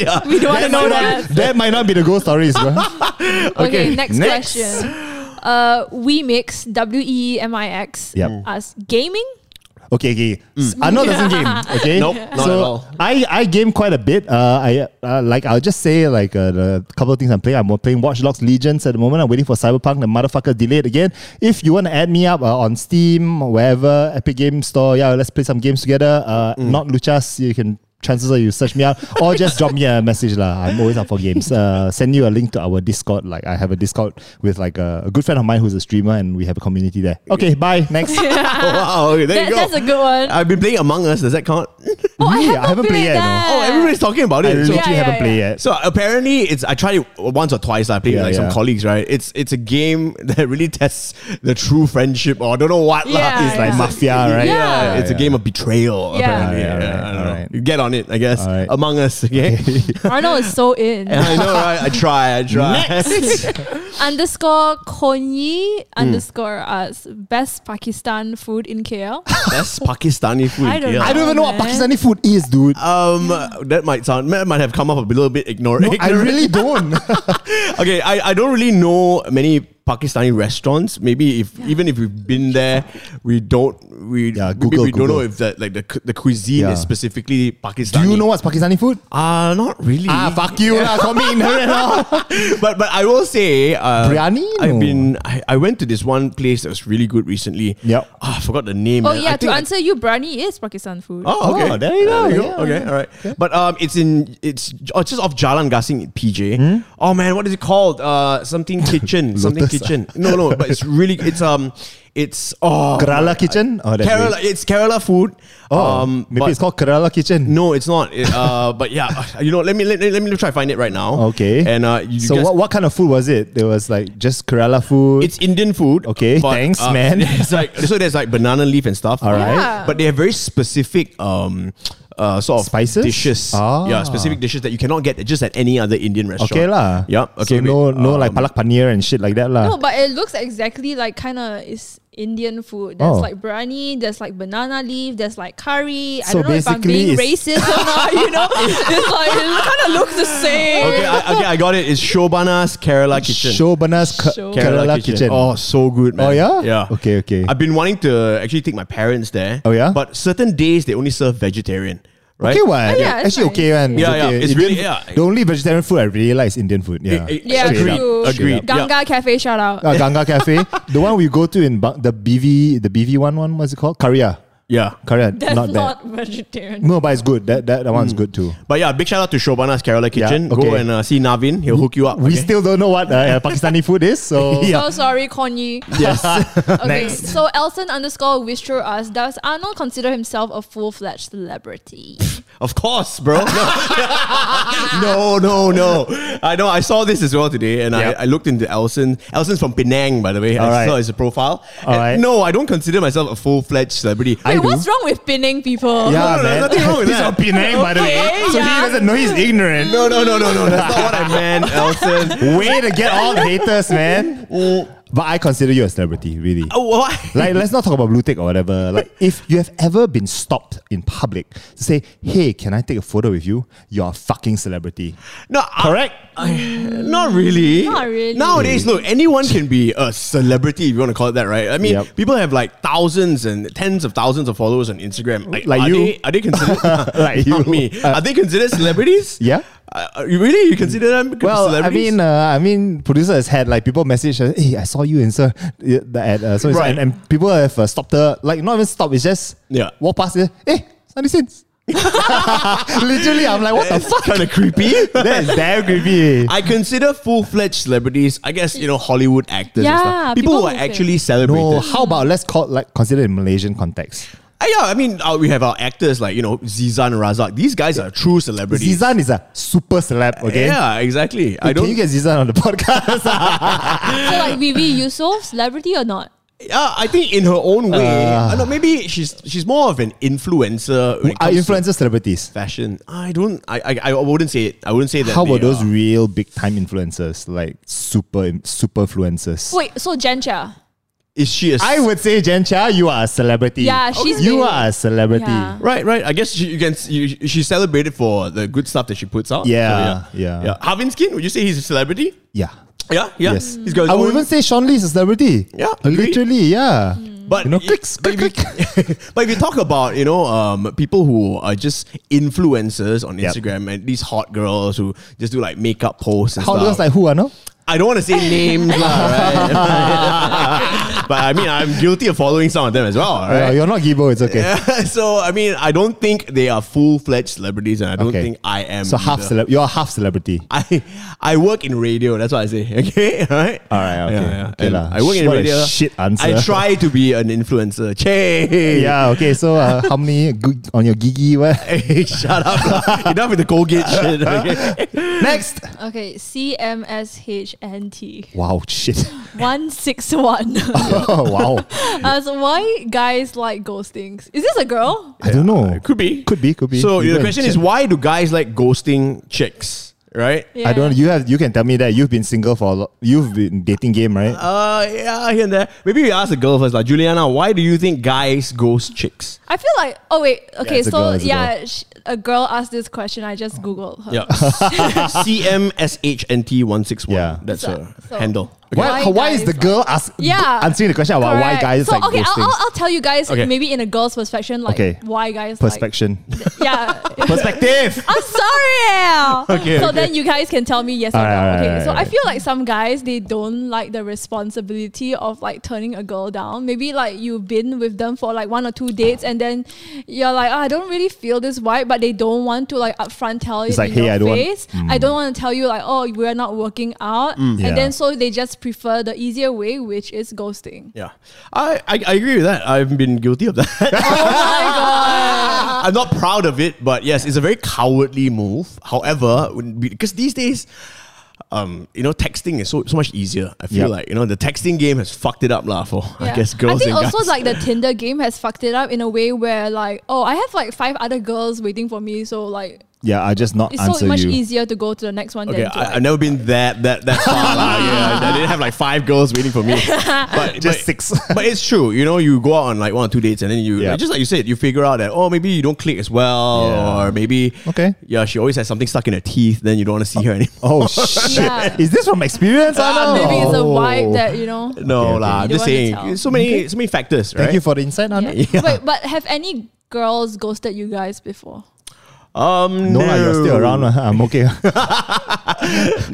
[SPEAKER 2] Yeah.
[SPEAKER 4] We don't want to
[SPEAKER 3] might
[SPEAKER 4] know that.
[SPEAKER 3] not, that might not be the ghost stories, bro.
[SPEAKER 4] Okay,
[SPEAKER 2] Okay,
[SPEAKER 4] next,
[SPEAKER 2] next.
[SPEAKER 4] question. Uh, we mix W E M I X
[SPEAKER 3] Yep.
[SPEAKER 4] as gaming.
[SPEAKER 3] Okay, okay. S- Arnold doesn't
[SPEAKER 2] <laughs>
[SPEAKER 3] game. Okay,
[SPEAKER 2] Mm. Nope, not
[SPEAKER 3] so
[SPEAKER 2] at all.
[SPEAKER 3] I I game quite a bit. Uh, I uh, like I'll just say like uh, the couple of things I'm playing. I'm playing Watch Dogs Legions at the moment. I'm waiting for Cyberpunk. The motherfucker delayed again. If you want to add me up uh, on Steam, wherever Epic Game Store, yeah, let's play some games together. Uh,
[SPEAKER 2] Mm.
[SPEAKER 3] not Luchas. You can. Chances are you search me out or just drop me a message lah. I'm always up for games. Uh, send you a link to our Discord. Like I have a Discord with like a, a good friend of mine who's a streamer, and we have a community there. Okay, bye.
[SPEAKER 2] <laughs>
[SPEAKER 3] Next.
[SPEAKER 2] wow, okay, there
[SPEAKER 4] That,
[SPEAKER 2] you go.
[SPEAKER 4] that's a good one.
[SPEAKER 2] I've been playing Among Us. Does that count?
[SPEAKER 4] oh, I
[SPEAKER 3] really?
[SPEAKER 4] haven't,
[SPEAKER 3] I haven't played
[SPEAKER 4] played
[SPEAKER 3] yet, no.
[SPEAKER 4] that.
[SPEAKER 2] Oh, everybody's talking about
[SPEAKER 3] I
[SPEAKER 2] it.
[SPEAKER 3] literally
[SPEAKER 2] So,
[SPEAKER 4] legit- Yeah,
[SPEAKER 3] haven't
[SPEAKER 4] yeah,
[SPEAKER 3] played
[SPEAKER 4] yeah.
[SPEAKER 3] yet.
[SPEAKER 2] so apparently, it's I tried it once or twice. I played
[SPEAKER 3] Yeah,
[SPEAKER 2] with like
[SPEAKER 3] yeah.
[SPEAKER 2] some colleagues, right? It's it's a game <laughs> that really tests the true friendship, or I don't know what lah.
[SPEAKER 4] Yeah,
[SPEAKER 3] It's like
[SPEAKER 4] yeah.
[SPEAKER 3] mafia, right?
[SPEAKER 4] Yeah.
[SPEAKER 2] Yeah, it's a game of betrayal.
[SPEAKER 4] Yeah.
[SPEAKER 2] Apparently.
[SPEAKER 3] Yeah,
[SPEAKER 2] Yeah,
[SPEAKER 3] alright,
[SPEAKER 2] I don't know.
[SPEAKER 3] alright.
[SPEAKER 2] You Get on it, I guess.
[SPEAKER 3] Alright.
[SPEAKER 2] Among
[SPEAKER 3] <laughs>
[SPEAKER 2] Us, okay?
[SPEAKER 4] Arnold is so in.
[SPEAKER 2] I know, right? I try, I try.
[SPEAKER 4] underscore Konyi
[SPEAKER 2] Hmm.
[SPEAKER 4] underscore us best Pakistan food in
[SPEAKER 2] <laughs>
[SPEAKER 4] KL.
[SPEAKER 2] <laughs> That's Pakistani food.
[SPEAKER 4] I don't
[SPEAKER 2] yeah.
[SPEAKER 4] know.
[SPEAKER 3] I don't even know
[SPEAKER 2] Oh,
[SPEAKER 3] what
[SPEAKER 4] man.
[SPEAKER 3] Pakistani food is, dude.
[SPEAKER 2] Um, that might sound that might have come up a little bit ignor- <laughs>
[SPEAKER 3] I
[SPEAKER 2] ignorant.
[SPEAKER 3] really don't.
[SPEAKER 2] okay, I, I don't really know many Pakistani restaurants. Maybe if even if we've been there, we don't we
[SPEAKER 3] Yeah,
[SPEAKER 2] maybe
[SPEAKER 3] Google,
[SPEAKER 2] we don't
[SPEAKER 3] Google.
[SPEAKER 2] know if the like the cu- the cuisine
[SPEAKER 3] Yeah.
[SPEAKER 2] is specifically Pakistani.
[SPEAKER 3] Do you know what's Pakistani food?
[SPEAKER 2] Uh not really.
[SPEAKER 3] Ah, fuck you lah. Call me ignorant lah.
[SPEAKER 2] <laughs> but but I will say uh,
[SPEAKER 3] Biryani? No.
[SPEAKER 2] I've been I, I went to this one place that was really good recently.
[SPEAKER 3] Yep.
[SPEAKER 2] Ah, I forgot the name.
[SPEAKER 4] Oh
[SPEAKER 2] man. I
[SPEAKER 4] yeah, to
[SPEAKER 2] think I-
[SPEAKER 4] answer you, biryani is Pakistan food.
[SPEAKER 2] Oh, okay.
[SPEAKER 3] Oh, there you go, yeah.
[SPEAKER 2] Okay, all right. But um, it's in it's oh, it's just off Jalan Gasing in PJ.
[SPEAKER 3] Hmm?
[SPEAKER 2] Oh man, what is it called? Uh,
[SPEAKER 3] <laughs>
[SPEAKER 2] something kitchen, something
[SPEAKER 3] Lotus.
[SPEAKER 2] kitchen. No, no, but it's really it's um, it's oh
[SPEAKER 3] Kerala
[SPEAKER 2] my-
[SPEAKER 3] kitchen? Oh, that's
[SPEAKER 2] Kerala, it's Kerala food.
[SPEAKER 3] Oh,
[SPEAKER 2] um,
[SPEAKER 3] maybe
[SPEAKER 2] but-
[SPEAKER 3] it's called Kerala kitchen.
[SPEAKER 2] No, it's not. It, uh, <laughs> but yeah, you know, let me let, let me try find it right now.
[SPEAKER 3] Okay.
[SPEAKER 2] And uh, you
[SPEAKER 3] so
[SPEAKER 2] guys-
[SPEAKER 3] what, what kind of food was it? There was like just Kerala food.
[SPEAKER 2] It's Indian food. uh,
[SPEAKER 3] Okay, thanks, man.
[SPEAKER 2] <laughs> It's like so. There's like banana leaf and stuff. All
[SPEAKER 3] right.
[SPEAKER 4] Yeah.
[SPEAKER 2] but they have very specific um, uh, sort of
[SPEAKER 3] Spices?
[SPEAKER 2] dishes.
[SPEAKER 3] Ah.
[SPEAKER 2] Yeah, specific dishes that you cannot get just at any other Indian restaurant.
[SPEAKER 3] <laughs> okay lah.
[SPEAKER 2] Yup. Okay.
[SPEAKER 3] So no,
[SPEAKER 2] wait,
[SPEAKER 3] no like
[SPEAKER 2] um,
[SPEAKER 3] palak paneer and shit like that lah.
[SPEAKER 4] No, but it looks exactly like kind of is Indian food.
[SPEAKER 3] Oh.
[SPEAKER 4] There's like biryani, there's like banana leaf, there's like curry. I
[SPEAKER 3] So
[SPEAKER 4] don't know if I'm
[SPEAKER 3] basically
[SPEAKER 4] being racist or not.
[SPEAKER 2] <laughs>
[SPEAKER 4] You know, it's like it kind of looks the same.
[SPEAKER 2] Okay, I, okay, I got it. It's Shobana's Kerala Kitchen.
[SPEAKER 3] Shobana's Ke-
[SPEAKER 4] Show-
[SPEAKER 3] Kerala, kitchen.
[SPEAKER 2] Oh, so good,
[SPEAKER 3] Oh,
[SPEAKER 2] man.
[SPEAKER 3] yeah?
[SPEAKER 2] Yeah.
[SPEAKER 3] Okay, okay.
[SPEAKER 2] I've been wanting to actually take my parents there.
[SPEAKER 3] Oh, yeah?
[SPEAKER 2] But certain days they only serve vegetarian, right?
[SPEAKER 3] Okay, what?
[SPEAKER 4] Oh, yeah, it's
[SPEAKER 3] Actually, okay,
[SPEAKER 4] nice.
[SPEAKER 3] man.
[SPEAKER 2] Yeah, yeah,
[SPEAKER 3] okay.
[SPEAKER 2] it's
[SPEAKER 3] Indian
[SPEAKER 2] really-
[SPEAKER 3] food-
[SPEAKER 2] yeah.
[SPEAKER 3] The only vegetarian food I really like is Indian food. Yeah.
[SPEAKER 2] It- it-
[SPEAKER 4] Yeah,
[SPEAKER 2] Straight up.
[SPEAKER 4] true.
[SPEAKER 2] Agreed.
[SPEAKER 4] Ganga Cafe, shout out.
[SPEAKER 3] uh,
[SPEAKER 2] <laughs>
[SPEAKER 3] Ganga Cafe, the one we go to in Ba- the BV, the BV one, one what's it called? Korea,
[SPEAKER 2] Yeah. yeah.
[SPEAKER 3] Korea,
[SPEAKER 4] That's
[SPEAKER 3] not
[SPEAKER 4] not,
[SPEAKER 3] that.
[SPEAKER 4] vegetarian.
[SPEAKER 3] No, but it's good. That that, that one's
[SPEAKER 2] Hmm.
[SPEAKER 3] good too.
[SPEAKER 2] But yeah, big shout out to Shobana's Kerala
[SPEAKER 3] Yeah,
[SPEAKER 2] Kitchen. Go
[SPEAKER 3] okay.
[SPEAKER 2] and uh, see Navin. He'll hook you up.
[SPEAKER 3] We
[SPEAKER 2] okay?
[SPEAKER 3] still don't know what uh, Pakistani food is,
[SPEAKER 2] <laughs>
[SPEAKER 3] so <laughs>
[SPEAKER 4] So sorry, Connie.
[SPEAKER 2] yes.
[SPEAKER 4] Okay, so Elson underscore Wistro asks, does Arnold consider himself a full-fledged celebrity?
[SPEAKER 2] Of course, bro. <laughs> No, no, no. no. I know. I saw this as well today, and
[SPEAKER 3] Yeah.
[SPEAKER 2] I, I looked into Elson. Elson's from Penang, by the way. I
[SPEAKER 3] All right.
[SPEAKER 2] saw his profile.
[SPEAKER 3] All
[SPEAKER 2] And
[SPEAKER 3] right.
[SPEAKER 2] No, I don't consider myself a full fledged celebrity.
[SPEAKER 3] I
[SPEAKER 4] Wait,
[SPEAKER 3] do.
[SPEAKER 4] what's wrong with pinning people?
[SPEAKER 3] Yeah,
[SPEAKER 2] no, no,
[SPEAKER 3] man.
[SPEAKER 2] nothing wrong with
[SPEAKER 3] He's
[SPEAKER 2] that.
[SPEAKER 3] from Penang, by the
[SPEAKER 4] Okay,
[SPEAKER 3] way. So
[SPEAKER 4] yeah.
[SPEAKER 3] he doesn't know he's ignorant.
[SPEAKER 2] no, no, no, no, no. That's not what I meant,
[SPEAKER 3] <laughs>
[SPEAKER 2] Elson.
[SPEAKER 3] Way to get all the haters, man. But I consider you a celebrity, really.
[SPEAKER 2] Oh, why?
[SPEAKER 3] Like, let's not talk about blue tick or whatever. Like, if you have ever been stopped in public to say, "Hey, can I take a photo with you?" You're a fucking celebrity.
[SPEAKER 2] No, correct. not really.
[SPEAKER 4] Not really.
[SPEAKER 2] Nowadays, look, anyone can be a celebrity if you want to call it that, right? I mean,
[SPEAKER 3] Yep.
[SPEAKER 2] people have like thousands and tens of thousands of followers on Instagram. Like,
[SPEAKER 3] Like
[SPEAKER 2] are
[SPEAKER 3] you.
[SPEAKER 2] They, are they
[SPEAKER 3] <laughs>
[SPEAKER 2] considered <laughs>
[SPEAKER 3] Like
[SPEAKER 2] not
[SPEAKER 3] you.
[SPEAKER 2] Me.
[SPEAKER 3] Uh,
[SPEAKER 2] are they considered celebrities?
[SPEAKER 3] <laughs> Yeah.
[SPEAKER 2] Uh, uh, really? You consider them
[SPEAKER 3] Well, I
[SPEAKER 2] celebrities?
[SPEAKER 3] mean, uh, I mean, producer has had like people message, uh, "Hey, I saw you in sir uh, the- at uh, so
[SPEAKER 2] Right.
[SPEAKER 3] and, and people have uh, stopped her, like not even stopped. It's just
[SPEAKER 2] Yeah.
[SPEAKER 3] walk past it. Hey, Sunny Sins. <laughs> Literally, I'm like, what the fuck?
[SPEAKER 2] kind of creepy.
[SPEAKER 3] <laughs> That is damn
[SPEAKER 2] <laughs>
[SPEAKER 3] creepy.
[SPEAKER 2] I consider full-fledged celebrities. I guess you know Hollywood actors. and
[SPEAKER 4] Yeah,
[SPEAKER 2] stuff. people,
[SPEAKER 4] people
[SPEAKER 2] who are
[SPEAKER 4] who can-
[SPEAKER 2] actually celebrated.
[SPEAKER 3] No, how about let's call like consider in Malaysian context.
[SPEAKER 2] Uh, yeah, I mean, uh, we have our actors like you know Zizan Razak. These guys are true celebrities.
[SPEAKER 3] Zizan is a super celeb. Okay,
[SPEAKER 2] Yeah, exactly. I
[SPEAKER 3] Can
[SPEAKER 2] don't.
[SPEAKER 3] you get Zizan on the <laughs> podcast?
[SPEAKER 4] So like Vivi Yusof, celebrity or not?
[SPEAKER 2] Uh, I think in her own way.
[SPEAKER 3] Uh.
[SPEAKER 2] I know maybe she's she's more of an influencer. When it
[SPEAKER 3] Are
[SPEAKER 2] comes to
[SPEAKER 3] influencer celebrities?
[SPEAKER 2] fashion? I don't. I, I I wouldn't say it. I wouldn't say that.
[SPEAKER 3] How about
[SPEAKER 2] they
[SPEAKER 3] those
[SPEAKER 2] are.
[SPEAKER 3] real big time influencers, like super super influencers?
[SPEAKER 4] Wait, so Gencha.
[SPEAKER 2] Is she a? s-
[SPEAKER 3] I would say Jen Chia, you are a celebrity.
[SPEAKER 4] Yeah, she's
[SPEAKER 3] you
[SPEAKER 4] big.
[SPEAKER 3] are a celebrity.
[SPEAKER 4] Yeah.
[SPEAKER 3] Yeah.
[SPEAKER 2] Right, right. I guess she, you can. s- You, she's celebrated for the good stuff that she puts out.
[SPEAKER 3] Yeah,
[SPEAKER 2] So,
[SPEAKER 3] yeah.
[SPEAKER 2] yeah. Harvinskin, would you say he's a celebrity? Yeah, yeah.
[SPEAKER 3] Yes.
[SPEAKER 2] He's got. his
[SPEAKER 3] I would even
[SPEAKER 2] own-
[SPEAKER 3] say Sean Lee is a celebrity.
[SPEAKER 2] Yeah, agree. Hmm.
[SPEAKER 3] Literally, yeah.
[SPEAKER 2] But
[SPEAKER 3] You know,
[SPEAKER 2] i-
[SPEAKER 3] clicks,
[SPEAKER 2] but
[SPEAKER 3] click,
[SPEAKER 2] if you- <laughs> but if you talk about you know um, people who are just influencers on
[SPEAKER 3] Yep.
[SPEAKER 2] Instagram and these hot girls who just do like makeup posts. And
[SPEAKER 3] How
[SPEAKER 2] stuff.
[SPEAKER 3] looks like who, I know?
[SPEAKER 2] I don't want to say names,
[SPEAKER 3] <laughs>
[SPEAKER 2] lah, right? <laughs> but I mean, I'm guilty of following some of them as well,
[SPEAKER 3] Uh,
[SPEAKER 2] right?
[SPEAKER 3] you're not Gibo, it's okay.
[SPEAKER 2] <laughs> so I mean, I don't think they are full fledged celebrities, and I don't
[SPEAKER 3] Okay.
[SPEAKER 2] think I am.
[SPEAKER 3] So half celeb
[SPEAKER 2] either.
[SPEAKER 3] you're a half celebrity.
[SPEAKER 2] I I work in radio. That's what I say. <laughs> Okay, all right.
[SPEAKER 3] All right, okay. Okay
[SPEAKER 2] And
[SPEAKER 3] lah.
[SPEAKER 2] I work in
[SPEAKER 3] What a
[SPEAKER 2] radio.
[SPEAKER 3] shit answer.
[SPEAKER 2] I try to be an influencer. Che.
[SPEAKER 3] Yeah, okay. So uh, how many good on your gigi? <laughs> What?
[SPEAKER 2] <laughs> Hey, shut up. <laughs> lah. Enough with the Colgate shit. Okay.
[SPEAKER 3] <laughs> Next.
[SPEAKER 4] Okay, CMSHNT.
[SPEAKER 3] Wow, shit. <laughs> Oh,
[SPEAKER 4] 161.
[SPEAKER 3] wow.
[SPEAKER 4] As why guys like ghostings? Is this a girl?
[SPEAKER 3] I don't know.
[SPEAKER 2] Could be.
[SPEAKER 3] Could be, could be.
[SPEAKER 2] So
[SPEAKER 3] You
[SPEAKER 2] the
[SPEAKER 3] go and
[SPEAKER 2] question is,
[SPEAKER 3] check.
[SPEAKER 2] why do guys like ghosting chicks? Right.
[SPEAKER 3] I don't. You have. You can tell me that you've been single for. a lo- You've been dating game, right?
[SPEAKER 2] Uh, yeah, here and there. Maybe we ask the girl first, like Juliana. Why do you think guys ghost chicks?
[SPEAKER 4] I feel like oh wait okay
[SPEAKER 3] it's a
[SPEAKER 4] so
[SPEAKER 3] girl, it's a
[SPEAKER 4] yeah sh- a girl asked this question I just googled her
[SPEAKER 2] Yeah, <laughs> C M S H N T one six
[SPEAKER 3] Yeah.
[SPEAKER 2] one. That's
[SPEAKER 4] So-
[SPEAKER 2] her
[SPEAKER 4] so-
[SPEAKER 2] handle.
[SPEAKER 3] Why,
[SPEAKER 4] Why
[SPEAKER 3] why, is the
[SPEAKER 4] guys
[SPEAKER 3] girl ask,
[SPEAKER 4] Yeah.
[SPEAKER 3] answering the question about why
[SPEAKER 4] Correct.
[SPEAKER 3] guys
[SPEAKER 4] so,
[SPEAKER 3] like
[SPEAKER 4] okay,
[SPEAKER 3] those
[SPEAKER 4] I'll,
[SPEAKER 3] things?
[SPEAKER 4] I'll, I'll tell you guys
[SPEAKER 2] Okay.
[SPEAKER 4] maybe in a girl's perspective, like
[SPEAKER 3] Okay.
[SPEAKER 4] why guys
[SPEAKER 3] Perspection.
[SPEAKER 4] <laughs> like yeah.
[SPEAKER 2] Perspective.
[SPEAKER 4] <laughs> I'm sorry.
[SPEAKER 2] Okay,
[SPEAKER 4] So
[SPEAKER 2] okay.
[SPEAKER 4] then you guys can tell me yes or no.
[SPEAKER 3] Alright, alright,
[SPEAKER 4] okay. so
[SPEAKER 3] alright,
[SPEAKER 4] I feel like some guys they don't like the responsibility of like turning a girl down. Maybe like you've been with them for like one or two dates, and then you're like, oh, I don't really feel this vibe, but they don't want to like upfront tell
[SPEAKER 3] It's
[SPEAKER 4] it
[SPEAKER 3] like,
[SPEAKER 4] in
[SPEAKER 3] "Hey,
[SPEAKER 4] your
[SPEAKER 3] I don't want- Mm.
[SPEAKER 4] face. I don't want to tell you like, oh, we're not working out, and
[SPEAKER 3] Yeah.
[SPEAKER 4] then so they just prefer the easier way, which is ghosting.
[SPEAKER 2] Yeah, I, I I agree with that. I've been guilty of that.
[SPEAKER 4] <laughs> oh my god.
[SPEAKER 2] I'm not proud of it, but yes, it's a very cowardly move. However, when- because these days, um, you know, texting is so so much easier. I feel
[SPEAKER 3] Yep.
[SPEAKER 2] like you know the texting game has fucked it up, lah. For I
[SPEAKER 4] Yeah.
[SPEAKER 2] guess girls
[SPEAKER 4] I think
[SPEAKER 2] and
[SPEAKER 4] also
[SPEAKER 2] guys.
[SPEAKER 4] like the Tinder game has fucked it up in a way where like oh I have like five other girls waiting for me so like
[SPEAKER 3] yeah, I just not
[SPEAKER 4] it's
[SPEAKER 3] answer
[SPEAKER 4] so much
[SPEAKER 3] you.
[SPEAKER 4] easier to go to the next one
[SPEAKER 2] <laughs> Okay,
[SPEAKER 4] than to,
[SPEAKER 2] I, <laughs>
[SPEAKER 4] like-
[SPEAKER 2] I've never been that that that far. lah.
[SPEAKER 4] <laughs>
[SPEAKER 2] yeah, I didn't have like five girls waiting for me, but
[SPEAKER 3] Just
[SPEAKER 2] but-
[SPEAKER 3] six. <laughs>
[SPEAKER 2] but it's true. You know, you go out on like one or two dates, and then you
[SPEAKER 3] Yeah.
[SPEAKER 2] just like you said, you figure out that oh maybe you don't click as well,
[SPEAKER 3] Yeah.
[SPEAKER 2] or maybe
[SPEAKER 3] Okay.
[SPEAKER 2] yeah, she always has something stuck in her teeth. Then you don't want to see her anymore. <laughs>
[SPEAKER 3] Oh shit!
[SPEAKER 4] Yeah.
[SPEAKER 3] Is this from experience? I
[SPEAKER 4] Ah,
[SPEAKER 3] know.
[SPEAKER 4] maybe it's a
[SPEAKER 3] Oh.
[SPEAKER 4] vibe that you
[SPEAKER 2] <laughs>
[SPEAKER 4] know
[SPEAKER 2] No
[SPEAKER 3] okay.
[SPEAKER 2] lah, I'm
[SPEAKER 4] You
[SPEAKER 2] just
[SPEAKER 4] don't want to
[SPEAKER 2] saying.
[SPEAKER 4] tell.
[SPEAKER 2] So many so many factors.
[SPEAKER 3] Thank
[SPEAKER 2] right?
[SPEAKER 3] you for the insight, Anna.
[SPEAKER 4] yeah. Wait, but have any girls ghosted you guys before
[SPEAKER 2] um,
[SPEAKER 3] <laughs> No,
[SPEAKER 2] no,
[SPEAKER 3] lah, you're still around. lah. I'm
[SPEAKER 2] <laughs>
[SPEAKER 3] okay. <laughs>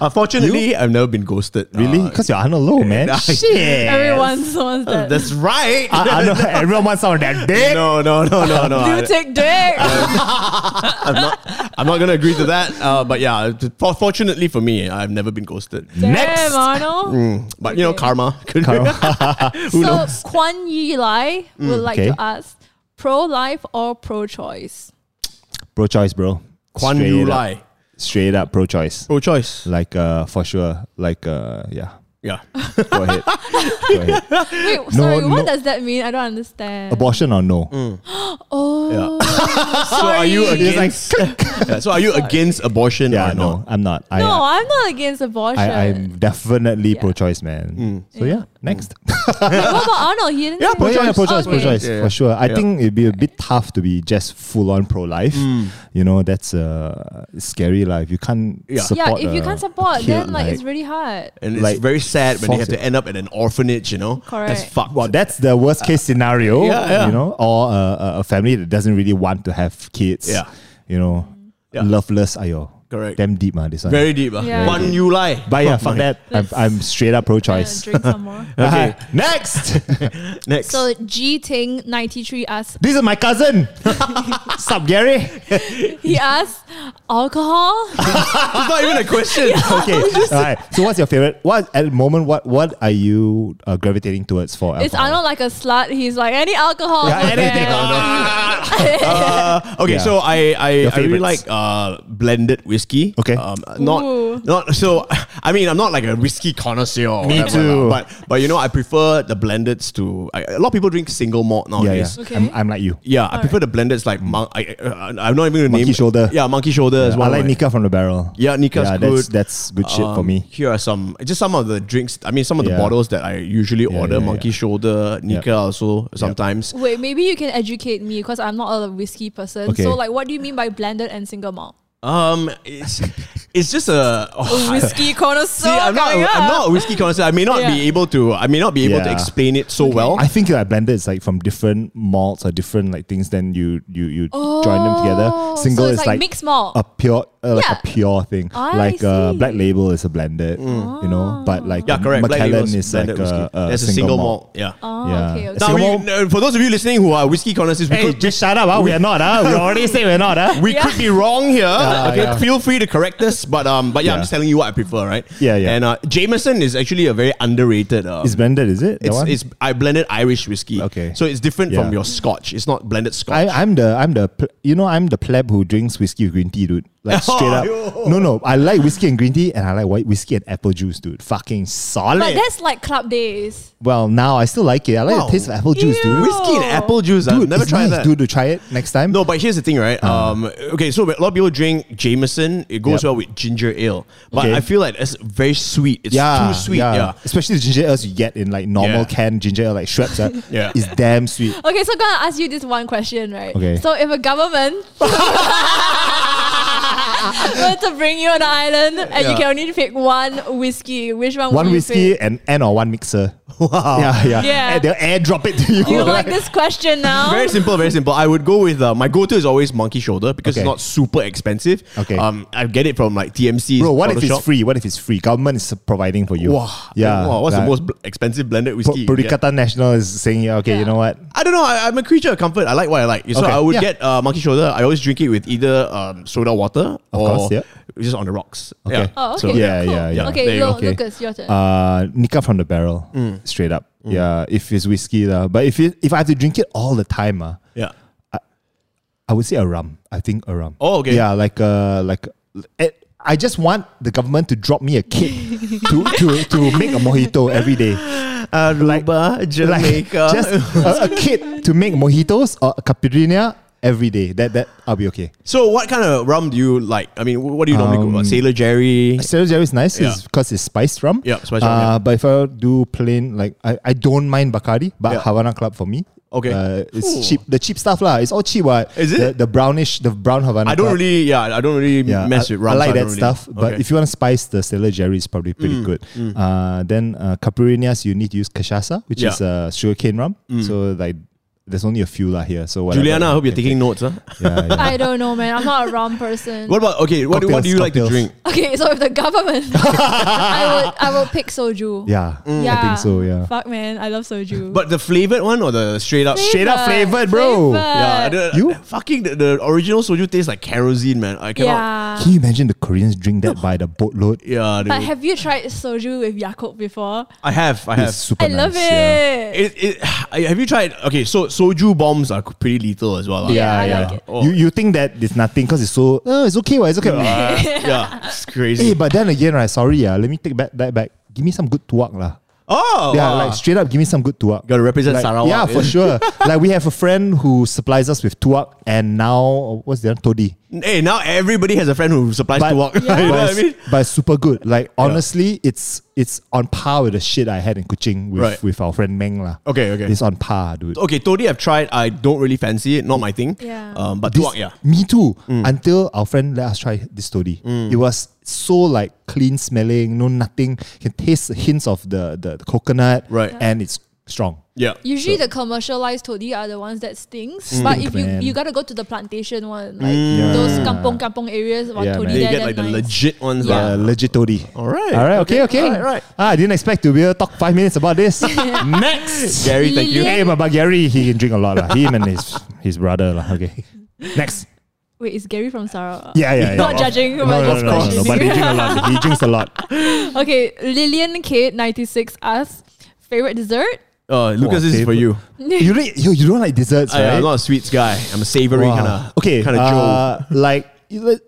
[SPEAKER 2] Unfortunately, I've never been ghosted.
[SPEAKER 3] really? <laughs>
[SPEAKER 2] Uh,
[SPEAKER 3] Because you're Anna low,
[SPEAKER 2] <laughs>
[SPEAKER 3] man.
[SPEAKER 2] nah.
[SPEAKER 3] Shit.
[SPEAKER 4] everyone someone's that
[SPEAKER 2] Oh, that's right.
[SPEAKER 3] Ah, Arnold- <laughs> everyone wants some of that dick.
[SPEAKER 2] Uh, no, no, no, no, no.
[SPEAKER 4] <laughs> you
[SPEAKER 2] I-
[SPEAKER 4] take dick
[SPEAKER 2] Uh, I'm not. I'm not gonna agree to that. Uh, but yeah, for, fortunately for me, I've never been ghosted.
[SPEAKER 4] damn Arnold
[SPEAKER 2] But you know,
[SPEAKER 4] Okay.
[SPEAKER 2] karma. Could <laughs>
[SPEAKER 4] so Quan Yi Lai
[SPEAKER 2] Mm,
[SPEAKER 4] would like
[SPEAKER 3] okay.
[SPEAKER 4] to ask pro life or pro choice
[SPEAKER 3] Pro choice, bro.
[SPEAKER 2] Quan
[SPEAKER 3] Straight
[SPEAKER 2] Yu
[SPEAKER 3] up.
[SPEAKER 2] Lai,
[SPEAKER 3] Straight up pro choice.
[SPEAKER 2] pro Oh, choice.
[SPEAKER 3] Like uh for sure. Like uh yeah.
[SPEAKER 2] Yeah.
[SPEAKER 3] Go ahead. Go
[SPEAKER 2] <laughs>
[SPEAKER 3] ahead.
[SPEAKER 4] wait sorry
[SPEAKER 3] no.
[SPEAKER 4] what does that mean I don't understand
[SPEAKER 3] Abortion or no?
[SPEAKER 2] Mm.
[SPEAKER 4] oh
[SPEAKER 2] <laughs> So are you
[SPEAKER 4] Sorry.
[SPEAKER 2] against? <laughs> Yeah, so are
[SPEAKER 4] <laughs>
[SPEAKER 2] you against abortion?
[SPEAKER 3] Yeah,
[SPEAKER 2] or
[SPEAKER 3] no,
[SPEAKER 2] not?
[SPEAKER 3] I'm not. I,
[SPEAKER 4] No, I'm not against abortion.
[SPEAKER 3] I, I'm definitely
[SPEAKER 4] Yeah. Mm.
[SPEAKER 3] pro-choice, man. So yeah, next.
[SPEAKER 4] Wait, what about Arnold? He didn't.
[SPEAKER 2] Yeah,
[SPEAKER 4] say-
[SPEAKER 2] pro-
[SPEAKER 3] yeah, yeah,
[SPEAKER 2] Mm. <laughs> Pro-choice.
[SPEAKER 3] pro-choice,
[SPEAKER 4] Okay.
[SPEAKER 3] pro-choice
[SPEAKER 2] Yeah, yeah.
[SPEAKER 3] for sure. I
[SPEAKER 2] Yeah.
[SPEAKER 3] think it'd be a bit tough to be just full-on pro-life.
[SPEAKER 2] Mm.
[SPEAKER 3] You know, that's uh, scary. Life. you can't
[SPEAKER 2] Yeah. Yeah,
[SPEAKER 3] support.
[SPEAKER 4] yeah, if you
[SPEAKER 3] a
[SPEAKER 4] can't support,
[SPEAKER 3] kid,
[SPEAKER 4] then like, it's really hard.
[SPEAKER 2] And it's
[SPEAKER 3] Like,
[SPEAKER 2] very sad when they have
[SPEAKER 3] force
[SPEAKER 2] to end up at an orphanage. You know,
[SPEAKER 4] Correct.
[SPEAKER 2] That's fucked.
[SPEAKER 3] Well, that's the worst case scenario,
[SPEAKER 2] yeah, yeah.
[SPEAKER 3] you know, or uh, a family that doesn't really want to have kids.
[SPEAKER 2] Yeah.
[SPEAKER 3] You know,
[SPEAKER 2] Yeah.
[SPEAKER 3] loveless. Ayo.
[SPEAKER 2] Correct.
[SPEAKER 3] Damn deep, man, this one.
[SPEAKER 2] very deep. Uh.
[SPEAKER 4] Yeah.
[SPEAKER 2] Quan Yu Lai.
[SPEAKER 3] but yeah,
[SPEAKER 2] Oh
[SPEAKER 3] fuck
[SPEAKER 2] my.
[SPEAKER 3] that. I'm,
[SPEAKER 4] Let's-
[SPEAKER 3] I'm straight up
[SPEAKER 4] Uh,
[SPEAKER 3] pro-choice.
[SPEAKER 4] <laughs> drink some more.
[SPEAKER 2] Okay.
[SPEAKER 3] Uh-huh. Next. <laughs>
[SPEAKER 2] Next.
[SPEAKER 4] So G Ting ninety three asks.
[SPEAKER 3] this is my
[SPEAKER 4] <laughs>
[SPEAKER 3] cousin. Sup, Gary?
[SPEAKER 4] He asks, alcohol.
[SPEAKER 2] it's not even a question.
[SPEAKER 3] Okay. All right. So, what's your favorite? What at the moment? What what are you uh, gravitating towards for?
[SPEAKER 4] Is
[SPEAKER 3] alcohol?
[SPEAKER 4] Arnold like a slut? He's like any alcohol.
[SPEAKER 3] Yeah, anything. <laughs>
[SPEAKER 2] Uh, okay,
[SPEAKER 3] Yeah.
[SPEAKER 2] so I I, I really like
[SPEAKER 3] favorites.
[SPEAKER 2] uh, blended whiskey.
[SPEAKER 3] Okay.
[SPEAKER 2] um, not
[SPEAKER 4] Ooh.
[SPEAKER 2] not so. <laughs> I mean, I'm not like a whiskey connoisseur. or
[SPEAKER 3] Me
[SPEAKER 2] whatever
[SPEAKER 3] too.
[SPEAKER 2] lah, but but you know, I prefer the blendeds to. I, a lot of people drink single malt
[SPEAKER 3] Yeah, yeah.
[SPEAKER 2] nowadays. Yeah.
[SPEAKER 4] Okay.
[SPEAKER 3] I'm, I'm like you.
[SPEAKER 2] I prefer the blendeds like mon- I, I, I'm not even gonna
[SPEAKER 3] Monkey
[SPEAKER 2] name
[SPEAKER 3] shoulder.
[SPEAKER 2] Yeah, monkey shoulder as well.
[SPEAKER 3] I like Nika from the barrel.
[SPEAKER 2] Yeah, Nika's
[SPEAKER 3] yeah, that's,
[SPEAKER 2] good. Um,
[SPEAKER 3] That's good shit for me.
[SPEAKER 2] Here are some, just some of the drinks. I mean, some of the
[SPEAKER 3] Yeah.
[SPEAKER 2] bottles that I usually
[SPEAKER 3] Yeah,
[SPEAKER 2] order.
[SPEAKER 3] yeah,
[SPEAKER 2] Monkey shoulder, Nika also sometimes.
[SPEAKER 4] Wait, maybe you can educate me because I'm not a whiskey person.
[SPEAKER 3] Okay.
[SPEAKER 4] So like, what do you mean by blended and single malt?
[SPEAKER 2] Um, it's it's just a.
[SPEAKER 4] A
[SPEAKER 2] oh,
[SPEAKER 4] whiskey connoisseur.
[SPEAKER 2] See, I'm not.
[SPEAKER 4] coming
[SPEAKER 2] I'm
[SPEAKER 4] up.
[SPEAKER 2] not a
[SPEAKER 4] <laughs>
[SPEAKER 2] whiskey connoisseur. I may not
[SPEAKER 4] Yeah.
[SPEAKER 2] be able to. I may not be able to
[SPEAKER 3] Yeah.
[SPEAKER 2] explain it so well.
[SPEAKER 3] I think like blended is like from different malts or different like things. Then you you you join them
[SPEAKER 4] Oh,
[SPEAKER 3] together.
[SPEAKER 4] so
[SPEAKER 3] Single
[SPEAKER 4] it's
[SPEAKER 3] is
[SPEAKER 4] like
[SPEAKER 3] like
[SPEAKER 4] mixed malt.
[SPEAKER 3] A pure uh, like
[SPEAKER 4] Yeah.
[SPEAKER 3] a pure thing.
[SPEAKER 4] I
[SPEAKER 3] like uh,
[SPEAKER 4] see.
[SPEAKER 3] black label is a blended. You know, but like
[SPEAKER 2] yeah, correct. Black
[SPEAKER 3] Macallan
[SPEAKER 2] Label's
[SPEAKER 3] is like
[SPEAKER 2] blended whiskey.
[SPEAKER 3] a, a
[SPEAKER 2] That's
[SPEAKER 3] single, malt.
[SPEAKER 2] Yeah.
[SPEAKER 3] Yeah.
[SPEAKER 4] Oh, okay, okay.
[SPEAKER 3] Now-
[SPEAKER 2] Now, we,
[SPEAKER 3] Single
[SPEAKER 2] uh, for those of you listening who are whiskey connoisseurs, we, could,
[SPEAKER 3] just shut up. Huh? We are not. Huh? We <laughs> already said we're not. Huh?
[SPEAKER 2] we could be wrong here. okay,
[SPEAKER 3] yeah.
[SPEAKER 2] feel free to correct us. But um, but yeah,
[SPEAKER 3] Yeah.
[SPEAKER 2] I'm just telling you what I prefer, right?
[SPEAKER 3] Yeah, yeah.
[SPEAKER 2] And uh, Jameson is actually a very underrated. Um,
[SPEAKER 3] It's blended, is it? That
[SPEAKER 2] it's,
[SPEAKER 3] one?
[SPEAKER 2] it's I blended Irish whiskey.
[SPEAKER 3] Okay.
[SPEAKER 2] So it's different from
[SPEAKER 3] Yeah.
[SPEAKER 2] your Scotch. It's not blended Scotch.
[SPEAKER 3] I, I'm the I'm the pl- you know I'm the pleb who drinks whiskey with green tea, dude. <laughs> Like straight up.
[SPEAKER 2] Yo.
[SPEAKER 3] No, no, I like whiskey and green tea, and I like white whiskey and apple juice, dude. Fucking
[SPEAKER 4] But
[SPEAKER 3] solid.
[SPEAKER 4] that's like club days.
[SPEAKER 3] Well, now I still like it. I like
[SPEAKER 2] Wow.
[SPEAKER 3] the taste of apple juice, dude.
[SPEAKER 4] Ew.
[SPEAKER 2] whiskey and apple juice.
[SPEAKER 3] Dude,
[SPEAKER 2] I've never
[SPEAKER 3] it's
[SPEAKER 2] tried
[SPEAKER 3] nice,
[SPEAKER 2] that.
[SPEAKER 3] dude. To try it next time.
[SPEAKER 2] No, but here's the thing, right? Um, okay, so a lot of people drink Jameson. It goes
[SPEAKER 3] Uh-huh. Yep.
[SPEAKER 2] well with ginger ale, but
[SPEAKER 3] Okay.
[SPEAKER 2] I feel like it's very sweet. It's
[SPEAKER 3] yeah,
[SPEAKER 2] too sweet. Yeah.
[SPEAKER 3] Especially the ginger ales you get in like normal
[SPEAKER 2] Yeah.
[SPEAKER 3] canned ginger ale, like Schweppes. uh,
[SPEAKER 2] <laughs> Yeah.
[SPEAKER 3] is damn sweet. <laughs>
[SPEAKER 4] Okay, so I'm gonna ask you this one question, right?
[SPEAKER 3] Okay.
[SPEAKER 4] So if a government Well, to bring you on the island, and you
[SPEAKER 2] Yeah.
[SPEAKER 4] can only pick one whiskey. Which one?
[SPEAKER 3] one
[SPEAKER 4] would you
[SPEAKER 3] whiskey
[SPEAKER 4] pick?
[SPEAKER 3] and and or one mixer.
[SPEAKER 2] Wow.
[SPEAKER 3] Yeah, yeah.
[SPEAKER 4] Yeah.
[SPEAKER 3] And they'll airdrop it to you.
[SPEAKER 4] You like this question
[SPEAKER 3] <laughs>
[SPEAKER 2] <laughs>
[SPEAKER 4] now?
[SPEAKER 2] Very simple, very simple. I would go with uh, my go-to is always monkey shoulder because
[SPEAKER 3] Okay.
[SPEAKER 2] it's not super expensive.
[SPEAKER 3] Okay.
[SPEAKER 2] Um, I get it from like TMC.
[SPEAKER 3] Bro, what if
[SPEAKER 2] Photoshop.
[SPEAKER 3] it's free? What if it's free? Government is providing for you.
[SPEAKER 2] Wow.
[SPEAKER 3] Yeah.
[SPEAKER 2] Wow, what's
[SPEAKER 3] like,
[SPEAKER 2] the most bl- expensive blended
[SPEAKER 3] Pu-
[SPEAKER 2] whiskey? you can get?
[SPEAKER 3] Purikatan National is saying, yeah, okay, you
[SPEAKER 4] Yeah.
[SPEAKER 3] know what?
[SPEAKER 2] I don't know. I, I'm a creature of comfort. I like what I like. So
[SPEAKER 3] Okay,
[SPEAKER 2] I would
[SPEAKER 3] yeah.
[SPEAKER 2] get uh, monkey shoulder. I always drink it with either um, soda water or
[SPEAKER 3] course, yeah.
[SPEAKER 2] just on the rocks.
[SPEAKER 3] Okay.
[SPEAKER 2] Yeah.
[SPEAKER 4] Oh, okay.
[SPEAKER 2] So-
[SPEAKER 3] Yeah,
[SPEAKER 4] cool.
[SPEAKER 3] yeah, yeah.
[SPEAKER 4] Okay,
[SPEAKER 2] There you
[SPEAKER 4] Lo-
[SPEAKER 2] go.
[SPEAKER 3] Okay.
[SPEAKER 4] Lucas, your turn.
[SPEAKER 3] Uh, Nika from the barrel,
[SPEAKER 2] Mm.
[SPEAKER 3] straight up. Yeah, if it's whiskey, lah. But if it, if I have to drink it all the time, uh,
[SPEAKER 2] yeah.
[SPEAKER 3] I would say a rum. I think a rum.
[SPEAKER 2] Oh, okay.
[SPEAKER 3] Yeah, like uh, like eh, I just want the government to drop me a kit to, to to make a mojito every day.
[SPEAKER 2] Aruba,
[SPEAKER 3] Uh, <laughs> Like
[SPEAKER 2] Jamaica.
[SPEAKER 3] just a, a kit to make mojitos or a caipirinha every day. That that I'll be okay.
[SPEAKER 2] so what kind of rum do you like? I mean, wh- what do you normally go
[SPEAKER 3] Um,
[SPEAKER 2] for? Sailor Jerry.
[SPEAKER 3] Sailor Jerry is nice
[SPEAKER 2] Yeah.
[SPEAKER 3] because it's spiced rum.
[SPEAKER 2] Yeah, spiced rum,
[SPEAKER 3] Uh,
[SPEAKER 2] yeah.
[SPEAKER 3] But if I do plain, like I, I don't mind Bacardi, but
[SPEAKER 2] Yeah.
[SPEAKER 3] Havana Club for me.
[SPEAKER 2] Okay.
[SPEAKER 3] Uh, it's
[SPEAKER 2] Ooh.
[SPEAKER 3] cheap. The cheap stuff lah. It's all cheap. What
[SPEAKER 2] Is it?
[SPEAKER 3] The, the brownish, the brown Havana.
[SPEAKER 2] I don't
[SPEAKER 3] Club.
[SPEAKER 2] really, yeah, I don't really
[SPEAKER 3] Yeah,
[SPEAKER 2] mess
[SPEAKER 3] I,
[SPEAKER 2] with rum.
[SPEAKER 3] I
[SPEAKER 2] so
[SPEAKER 3] like
[SPEAKER 2] don't
[SPEAKER 3] that
[SPEAKER 2] really-
[SPEAKER 3] stuff. But
[SPEAKER 2] Okay. Mm,
[SPEAKER 3] if you want to spice the Sailor Jerry, is probably pretty good. Uh, then uh, Caipirinhas, you need to use cachaça, which
[SPEAKER 2] Yeah. Mm.
[SPEAKER 3] is uh, sugarcane rum. So like, there's only a few lah here. So whatever
[SPEAKER 2] Juliana, I hope
[SPEAKER 3] you
[SPEAKER 2] you're
[SPEAKER 3] can
[SPEAKER 2] taking
[SPEAKER 3] <laughs>
[SPEAKER 2] notes. Huh?
[SPEAKER 3] take. Yeah, yeah.
[SPEAKER 4] <laughs> I don't know, man. I'm not a
[SPEAKER 3] <laughs>
[SPEAKER 4] rum person.
[SPEAKER 2] What about okay? What, do- what do
[SPEAKER 3] Cocktails,
[SPEAKER 2] you like
[SPEAKER 3] cocktails.
[SPEAKER 2] to drink?
[SPEAKER 4] Okay, so if the
[SPEAKER 3] <laughs>
[SPEAKER 4] government, I would, I would pick soju.
[SPEAKER 3] yeah. I think so. Yeah.
[SPEAKER 4] Fuck, man, I love soju.
[SPEAKER 2] But the flavored one or the straight up?
[SPEAKER 3] Straight up flavored, bro.
[SPEAKER 2] Yeah, the,
[SPEAKER 3] You?
[SPEAKER 2] fucking the, the original soju tastes like kerosene, man. I cannot.
[SPEAKER 4] yeah.
[SPEAKER 3] Can you imagine the Koreans drink that by the boatload?
[SPEAKER 2] Yeah, dude.
[SPEAKER 4] But have you tried soju with Yakult before?
[SPEAKER 2] I have, I have.
[SPEAKER 3] It's super
[SPEAKER 4] I love
[SPEAKER 3] nice, yeah.
[SPEAKER 4] it.
[SPEAKER 2] It, it, <sighs> have you tried? Okay, so soju bombs are pretty lethal as well. ah.
[SPEAKER 4] Yeah,
[SPEAKER 3] Yeah,
[SPEAKER 4] I
[SPEAKER 3] yeah.
[SPEAKER 4] like it.
[SPEAKER 2] Oh.
[SPEAKER 3] You you think that it's nothing because it's so oh it's okay, well, it's okay.
[SPEAKER 4] <laughs>
[SPEAKER 2] Uh, yeah, it's crazy.
[SPEAKER 3] <laughs> hey, but then again, right? Sorry, yeah. Let me take back that back. Give me some good tuak lah.
[SPEAKER 2] oh,
[SPEAKER 3] Yeah,
[SPEAKER 2] wow.
[SPEAKER 3] like straight up, give me some good tuak.
[SPEAKER 2] Gotta represent
[SPEAKER 3] Like,
[SPEAKER 2] Sarawak,
[SPEAKER 3] Yeah, for
[SPEAKER 2] eh? <laughs>
[SPEAKER 3] sure. like we have a friend who supplies us with tuak, and now what's the other toddy?
[SPEAKER 2] hey, now everybody has a friend who supplies to walk. <laughs> you know
[SPEAKER 3] but
[SPEAKER 2] what I
[SPEAKER 3] it's-
[SPEAKER 2] mean?
[SPEAKER 3] but it's super good. Like honestly, it's it's on par with the shit I had in Kuching with
[SPEAKER 2] Right.
[SPEAKER 3] with our friend Meng lah.
[SPEAKER 2] Okay, okay.
[SPEAKER 3] It's on par, dude.
[SPEAKER 2] Okay, Todi, I've tried. I don't really fancy it. Not my thing.
[SPEAKER 4] Yeah.
[SPEAKER 2] Um, but
[SPEAKER 3] This-
[SPEAKER 2] tuak, yeah. Mm.
[SPEAKER 3] Me too. Until our friend let us try this toddy. It was so like clean smelling, no nothing. You can taste the hints of the, the, the coconut.
[SPEAKER 2] Right. Yeah.
[SPEAKER 3] And it's strong.
[SPEAKER 2] Yeah.
[SPEAKER 4] Usually the commercialized toddy are the ones that stings. But if you
[SPEAKER 3] man.
[SPEAKER 4] you gotta go to the plantation one, like
[SPEAKER 3] Mm. Yeah.
[SPEAKER 4] those kampong kampong areas, one
[SPEAKER 3] Yeah,
[SPEAKER 4] toddy
[SPEAKER 3] man.
[SPEAKER 2] Then you
[SPEAKER 4] there,
[SPEAKER 2] Mm. get
[SPEAKER 4] that
[SPEAKER 2] like the
[SPEAKER 4] nice.
[SPEAKER 2] legit ones.
[SPEAKER 4] Yeah.
[SPEAKER 2] Yeah.
[SPEAKER 3] Uh, legit toddy.
[SPEAKER 2] All right.
[SPEAKER 3] All right. Okay. Okay.
[SPEAKER 2] All right.
[SPEAKER 3] Ah, I didn't expect to be able to talk five minutes about
[SPEAKER 2] <laughs>
[SPEAKER 3] this. Next.
[SPEAKER 2] Gary, thank you.
[SPEAKER 4] Lilian-
[SPEAKER 3] Hey, but, but Gary, he can drink a lot. lah. Him and his his brother. lah. Okay. Next.
[SPEAKER 4] Wait, is Gary from Sarawak?
[SPEAKER 3] Yeah, yeah, yeah.
[SPEAKER 4] Not judging,
[SPEAKER 3] No,
[SPEAKER 4] but
[SPEAKER 3] no, no,
[SPEAKER 4] just
[SPEAKER 3] no, no, no, but he
[SPEAKER 4] questioning.
[SPEAKER 3] drink a lot. He drinks a lot.
[SPEAKER 4] <laughs> Okay, Lillian Kate ninety six asks favorite dessert.
[SPEAKER 2] Uh, Lucas, this is for
[SPEAKER 3] favorite.
[SPEAKER 2] you.
[SPEAKER 3] You, really, you, you don't like desserts,
[SPEAKER 2] I,
[SPEAKER 3] right?
[SPEAKER 2] I'm not a sweets guy. I'm a savory
[SPEAKER 3] Wow.
[SPEAKER 2] kind of
[SPEAKER 3] okay
[SPEAKER 2] kind of
[SPEAKER 3] uh, <laughs> like you let-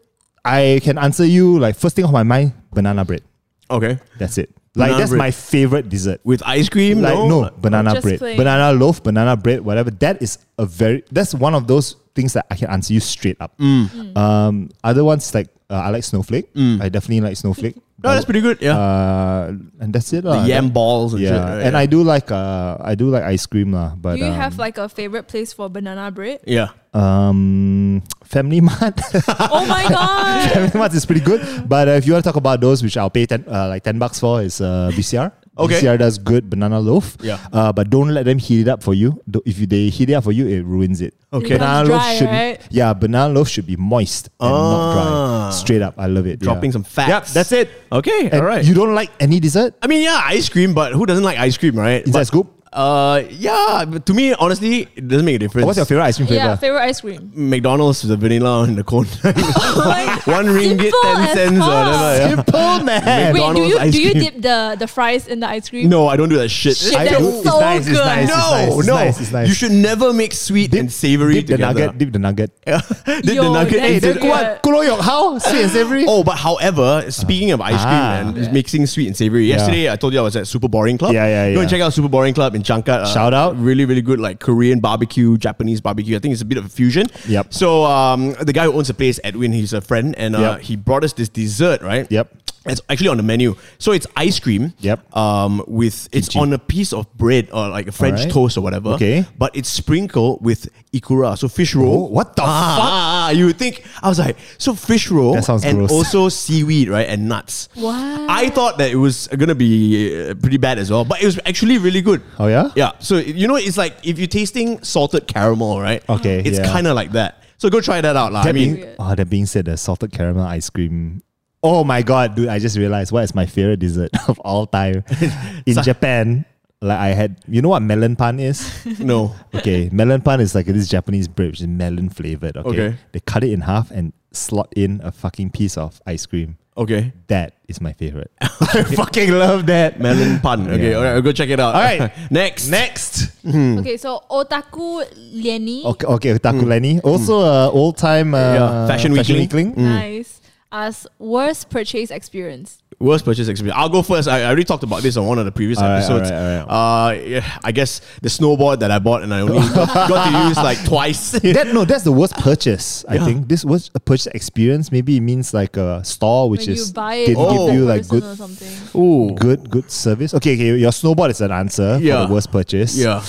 [SPEAKER 3] I can answer you like first thing on my mind banana bread
[SPEAKER 2] Joe. Okay.
[SPEAKER 3] that's it like
[SPEAKER 2] Banana
[SPEAKER 3] that's
[SPEAKER 2] bread.
[SPEAKER 3] my favorite dessert
[SPEAKER 2] With ice cream?
[SPEAKER 3] like no, banana
[SPEAKER 4] Just
[SPEAKER 3] bread
[SPEAKER 4] plain.
[SPEAKER 3] banana loaf banana bread whatever that is a very that's one of those things that I can answer you straight up
[SPEAKER 2] Mm.
[SPEAKER 4] Hmm.
[SPEAKER 3] um other ones like uh, I like snowflake I definitely like snowflake
[SPEAKER 2] <laughs> No, that's pretty good. Yeah.
[SPEAKER 3] uh, and that's it
[SPEAKER 2] the
[SPEAKER 3] lah.
[SPEAKER 2] yam balls and
[SPEAKER 3] yeah,
[SPEAKER 2] shit. right,
[SPEAKER 3] and
[SPEAKER 2] yeah.
[SPEAKER 3] I do like uh, I do like ice cream lah. But
[SPEAKER 4] Do you
[SPEAKER 3] um,
[SPEAKER 4] have like a favorite place for banana
[SPEAKER 2] <laughs>
[SPEAKER 4] bread?
[SPEAKER 2] Yeah.
[SPEAKER 3] um, Family <laughs> Mart.
[SPEAKER 4] oh
[SPEAKER 3] <laughs>
[SPEAKER 4] my god!
[SPEAKER 3] Family Mart is pretty good. But uh, if you want to talk about those, which I'll pay ten, uh, like ten bucks for, is uh, BCR.
[SPEAKER 2] Okay.
[SPEAKER 3] BCR does good banana loaf.
[SPEAKER 2] Yeah.
[SPEAKER 3] Uh, but don't let them heat it up for you. Do- If you, they heat it up for you, it ruins it.
[SPEAKER 2] Okay. It
[SPEAKER 4] becomes dry,
[SPEAKER 3] should
[SPEAKER 4] right?
[SPEAKER 3] yeah, banana loaf should be moist and not
[SPEAKER 2] Ah.
[SPEAKER 3] dry. Straight up, I love it. yeah.
[SPEAKER 2] Dropping some facts.
[SPEAKER 3] Yep, that's it.
[SPEAKER 2] Okay.
[SPEAKER 3] And
[SPEAKER 2] all right.
[SPEAKER 3] You don't like any dessert?
[SPEAKER 2] I mean, yeah, ice cream, but who doesn't like ice cream, right?
[SPEAKER 3] Is that
[SPEAKER 2] But,
[SPEAKER 3] scoop?
[SPEAKER 2] Uh, yeah. But to me, honestly, it doesn't make a difference.
[SPEAKER 3] What's your favorite ice cream flavor?
[SPEAKER 4] yeah, favorite ice cream.
[SPEAKER 2] McDonald's with the vanilla and the cone. <laughs> One ringgit,
[SPEAKER 4] Simple
[SPEAKER 2] ten
[SPEAKER 4] as
[SPEAKER 2] cents, or whatever. yeah.
[SPEAKER 3] Simple man.
[SPEAKER 4] Wait, do
[SPEAKER 2] McDonald's
[SPEAKER 4] you
[SPEAKER 2] ice
[SPEAKER 4] do you
[SPEAKER 2] cream.
[SPEAKER 4] dip the the fries in the ice cream?
[SPEAKER 2] No, I don't do that shit.
[SPEAKER 4] Shit,
[SPEAKER 3] I
[SPEAKER 4] that's
[SPEAKER 3] do.
[SPEAKER 4] so
[SPEAKER 3] It's nice, it's
[SPEAKER 4] good.
[SPEAKER 3] nice, it's nice,
[SPEAKER 2] no,
[SPEAKER 3] it's
[SPEAKER 2] no,
[SPEAKER 3] nice, it's nice.
[SPEAKER 2] you should never mix sweet and savory
[SPEAKER 3] dip the
[SPEAKER 2] together.
[SPEAKER 3] nugget. Dip the nugget.
[SPEAKER 2] <laughs> Dip
[SPEAKER 4] Yo,
[SPEAKER 2] the nugget.
[SPEAKER 4] that's
[SPEAKER 2] into
[SPEAKER 4] good.
[SPEAKER 2] the-
[SPEAKER 4] what?
[SPEAKER 3] Kulo Yok, how? Sweet and savory?
[SPEAKER 2] Oh, but however, speaking of ice
[SPEAKER 3] Ah.
[SPEAKER 2] cream and mixing sweet and savory, yesterday I told you I was at Super Boring Club.
[SPEAKER 3] Yeah, yeah,
[SPEAKER 2] Go and
[SPEAKER 3] yeah.
[SPEAKER 2] check out Super Boring Club in Changkat. uh,
[SPEAKER 3] Shout out.
[SPEAKER 2] Really, really good like Korean barbecue, Japanese barbecue. I think it's a bit of a fusion.
[SPEAKER 3] Yep.
[SPEAKER 2] So um, the guy who owns the place, Edwin, he's a friend, and uh,
[SPEAKER 3] Yep.
[SPEAKER 2] he brought us this dessert, right?
[SPEAKER 3] Yep.
[SPEAKER 2] It's actually on the menu. So it's ice cream.
[SPEAKER 3] Yep.
[SPEAKER 2] Um, with it's
[SPEAKER 3] Kimchi.
[SPEAKER 2] on a piece of bread or like a French
[SPEAKER 3] Alright.
[SPEAKER 2] toast or whatever.
[SPEAKER 3] Okay.
[SPEAKER 2] But it's sprinkled with ikura, so fish roll.
[SPEAKER 3] Oh, what the
[SPEAKER 2] ah, fuck? You would think I was like, so fish roll
[SPEAKER 3] That sounds
[SPEAKER 2] and
[SPEAKER 3] gross.
[SPEAKER 2] also seaweed, right, and nuts.
[SPEAKER 4] Wow.
[SPEAKER 2] I thought that it was gonna be uh, pretty bad as well, but it was actually really good.
[SPEAKER 3] Oh, yeah?
[SPEAKER 2] Yeah. So you know, it's like if you're tasting salted caramel, right?
[SPEAKER 3] Okay,
[SPEAKER 2] It's
[SPEAKER 3] yeah.
[SPEAKER 2] kind of like that. So go try that out, lah.
[SPEAKER 3] That
[SPEAKER 2] I mean,
[SPEAKER 3] being, oh, that being said, the salted caramel ice cream. Oh my god, dude! I just realized what is my favorite dessert <laughs> of all
[SPEAKER 2] <laughs>
[SPEAKER 3] time in
[SPEAKER 2] Sa-
[SPEAKER 3] Japan. Like I had, you know what melon pan
[SPEAKER 2] <laughs>
[SPEAKER 3] is?
[SPEAKER 2] no.
[SPEAKER 3] Okay, melon pan is like this Japanese bread which is melon flavored. Okay?
[SPEAKER 2] Okay.
[SPEAKER 3] they cut it in half and slot in a fucking piece of ice cream.
[SPEAKER 2] Okay.
[SPEAKER 3] That is my
[SPEAKER 2] <laughs>
[SPEAKER 3] favorite. I fucking love that.
[SPEAKER 2] Melon pun. Okay,
[SPEAKER 3] Yeah.
[SPEAKER 2] all right, I'll go check it out. All
[SPEAKER 3] right.
[SPEAKER 2] <laughs> next. Next.
[SPEAKER 3] Mm.
[SPEAKER 4] Okay, so otaku lieni.
[SPEAKER 3] Okay, okay, takuleni. Also, uh, old time uh,
[SPEAKER 2] Hmm. Yeah, fashion weekly. Hmm.
[SPEAKER 3] weekling.
[SPEAKER 4] Nice. As worst purchase experience.
[SPEAKER 2] Worst purchase experience. I'll go first. I, I already talked about this on one of the previous
[SPEAKER 3] All right,
[SPEAKER 2] episodes.
[SPEAKER 3] all right, all
[SPEAKER 2] Uh, yeah, I guess the snowboard that I bought and I only <laughs> got, got to use like twice. <laughs>
[SPEAKER 3] that no, that's the worst purchase. I think this was a purchase experience. Maybe it means like a store which
[SPEAKER 4] when
[SPEAKER 3] is
[SPEAKER 4] you buy it,
[SPEAKER 3] didn't
[SPEAKER 4] oh.
[SPEAKER 3] give you like
[SPEAKER 4] or
[SPEAKER 3] good,
[SPEAKER 4] something.
[SPEAKER 2] Ooh.
[SPEAKER 3] good, good service. Okay, okay, your snowboard is an answer
[SPEAKER 2] Yeah.
[SPEAKER 3] for the worst purchase.
[SPEAKER 2] Yeah.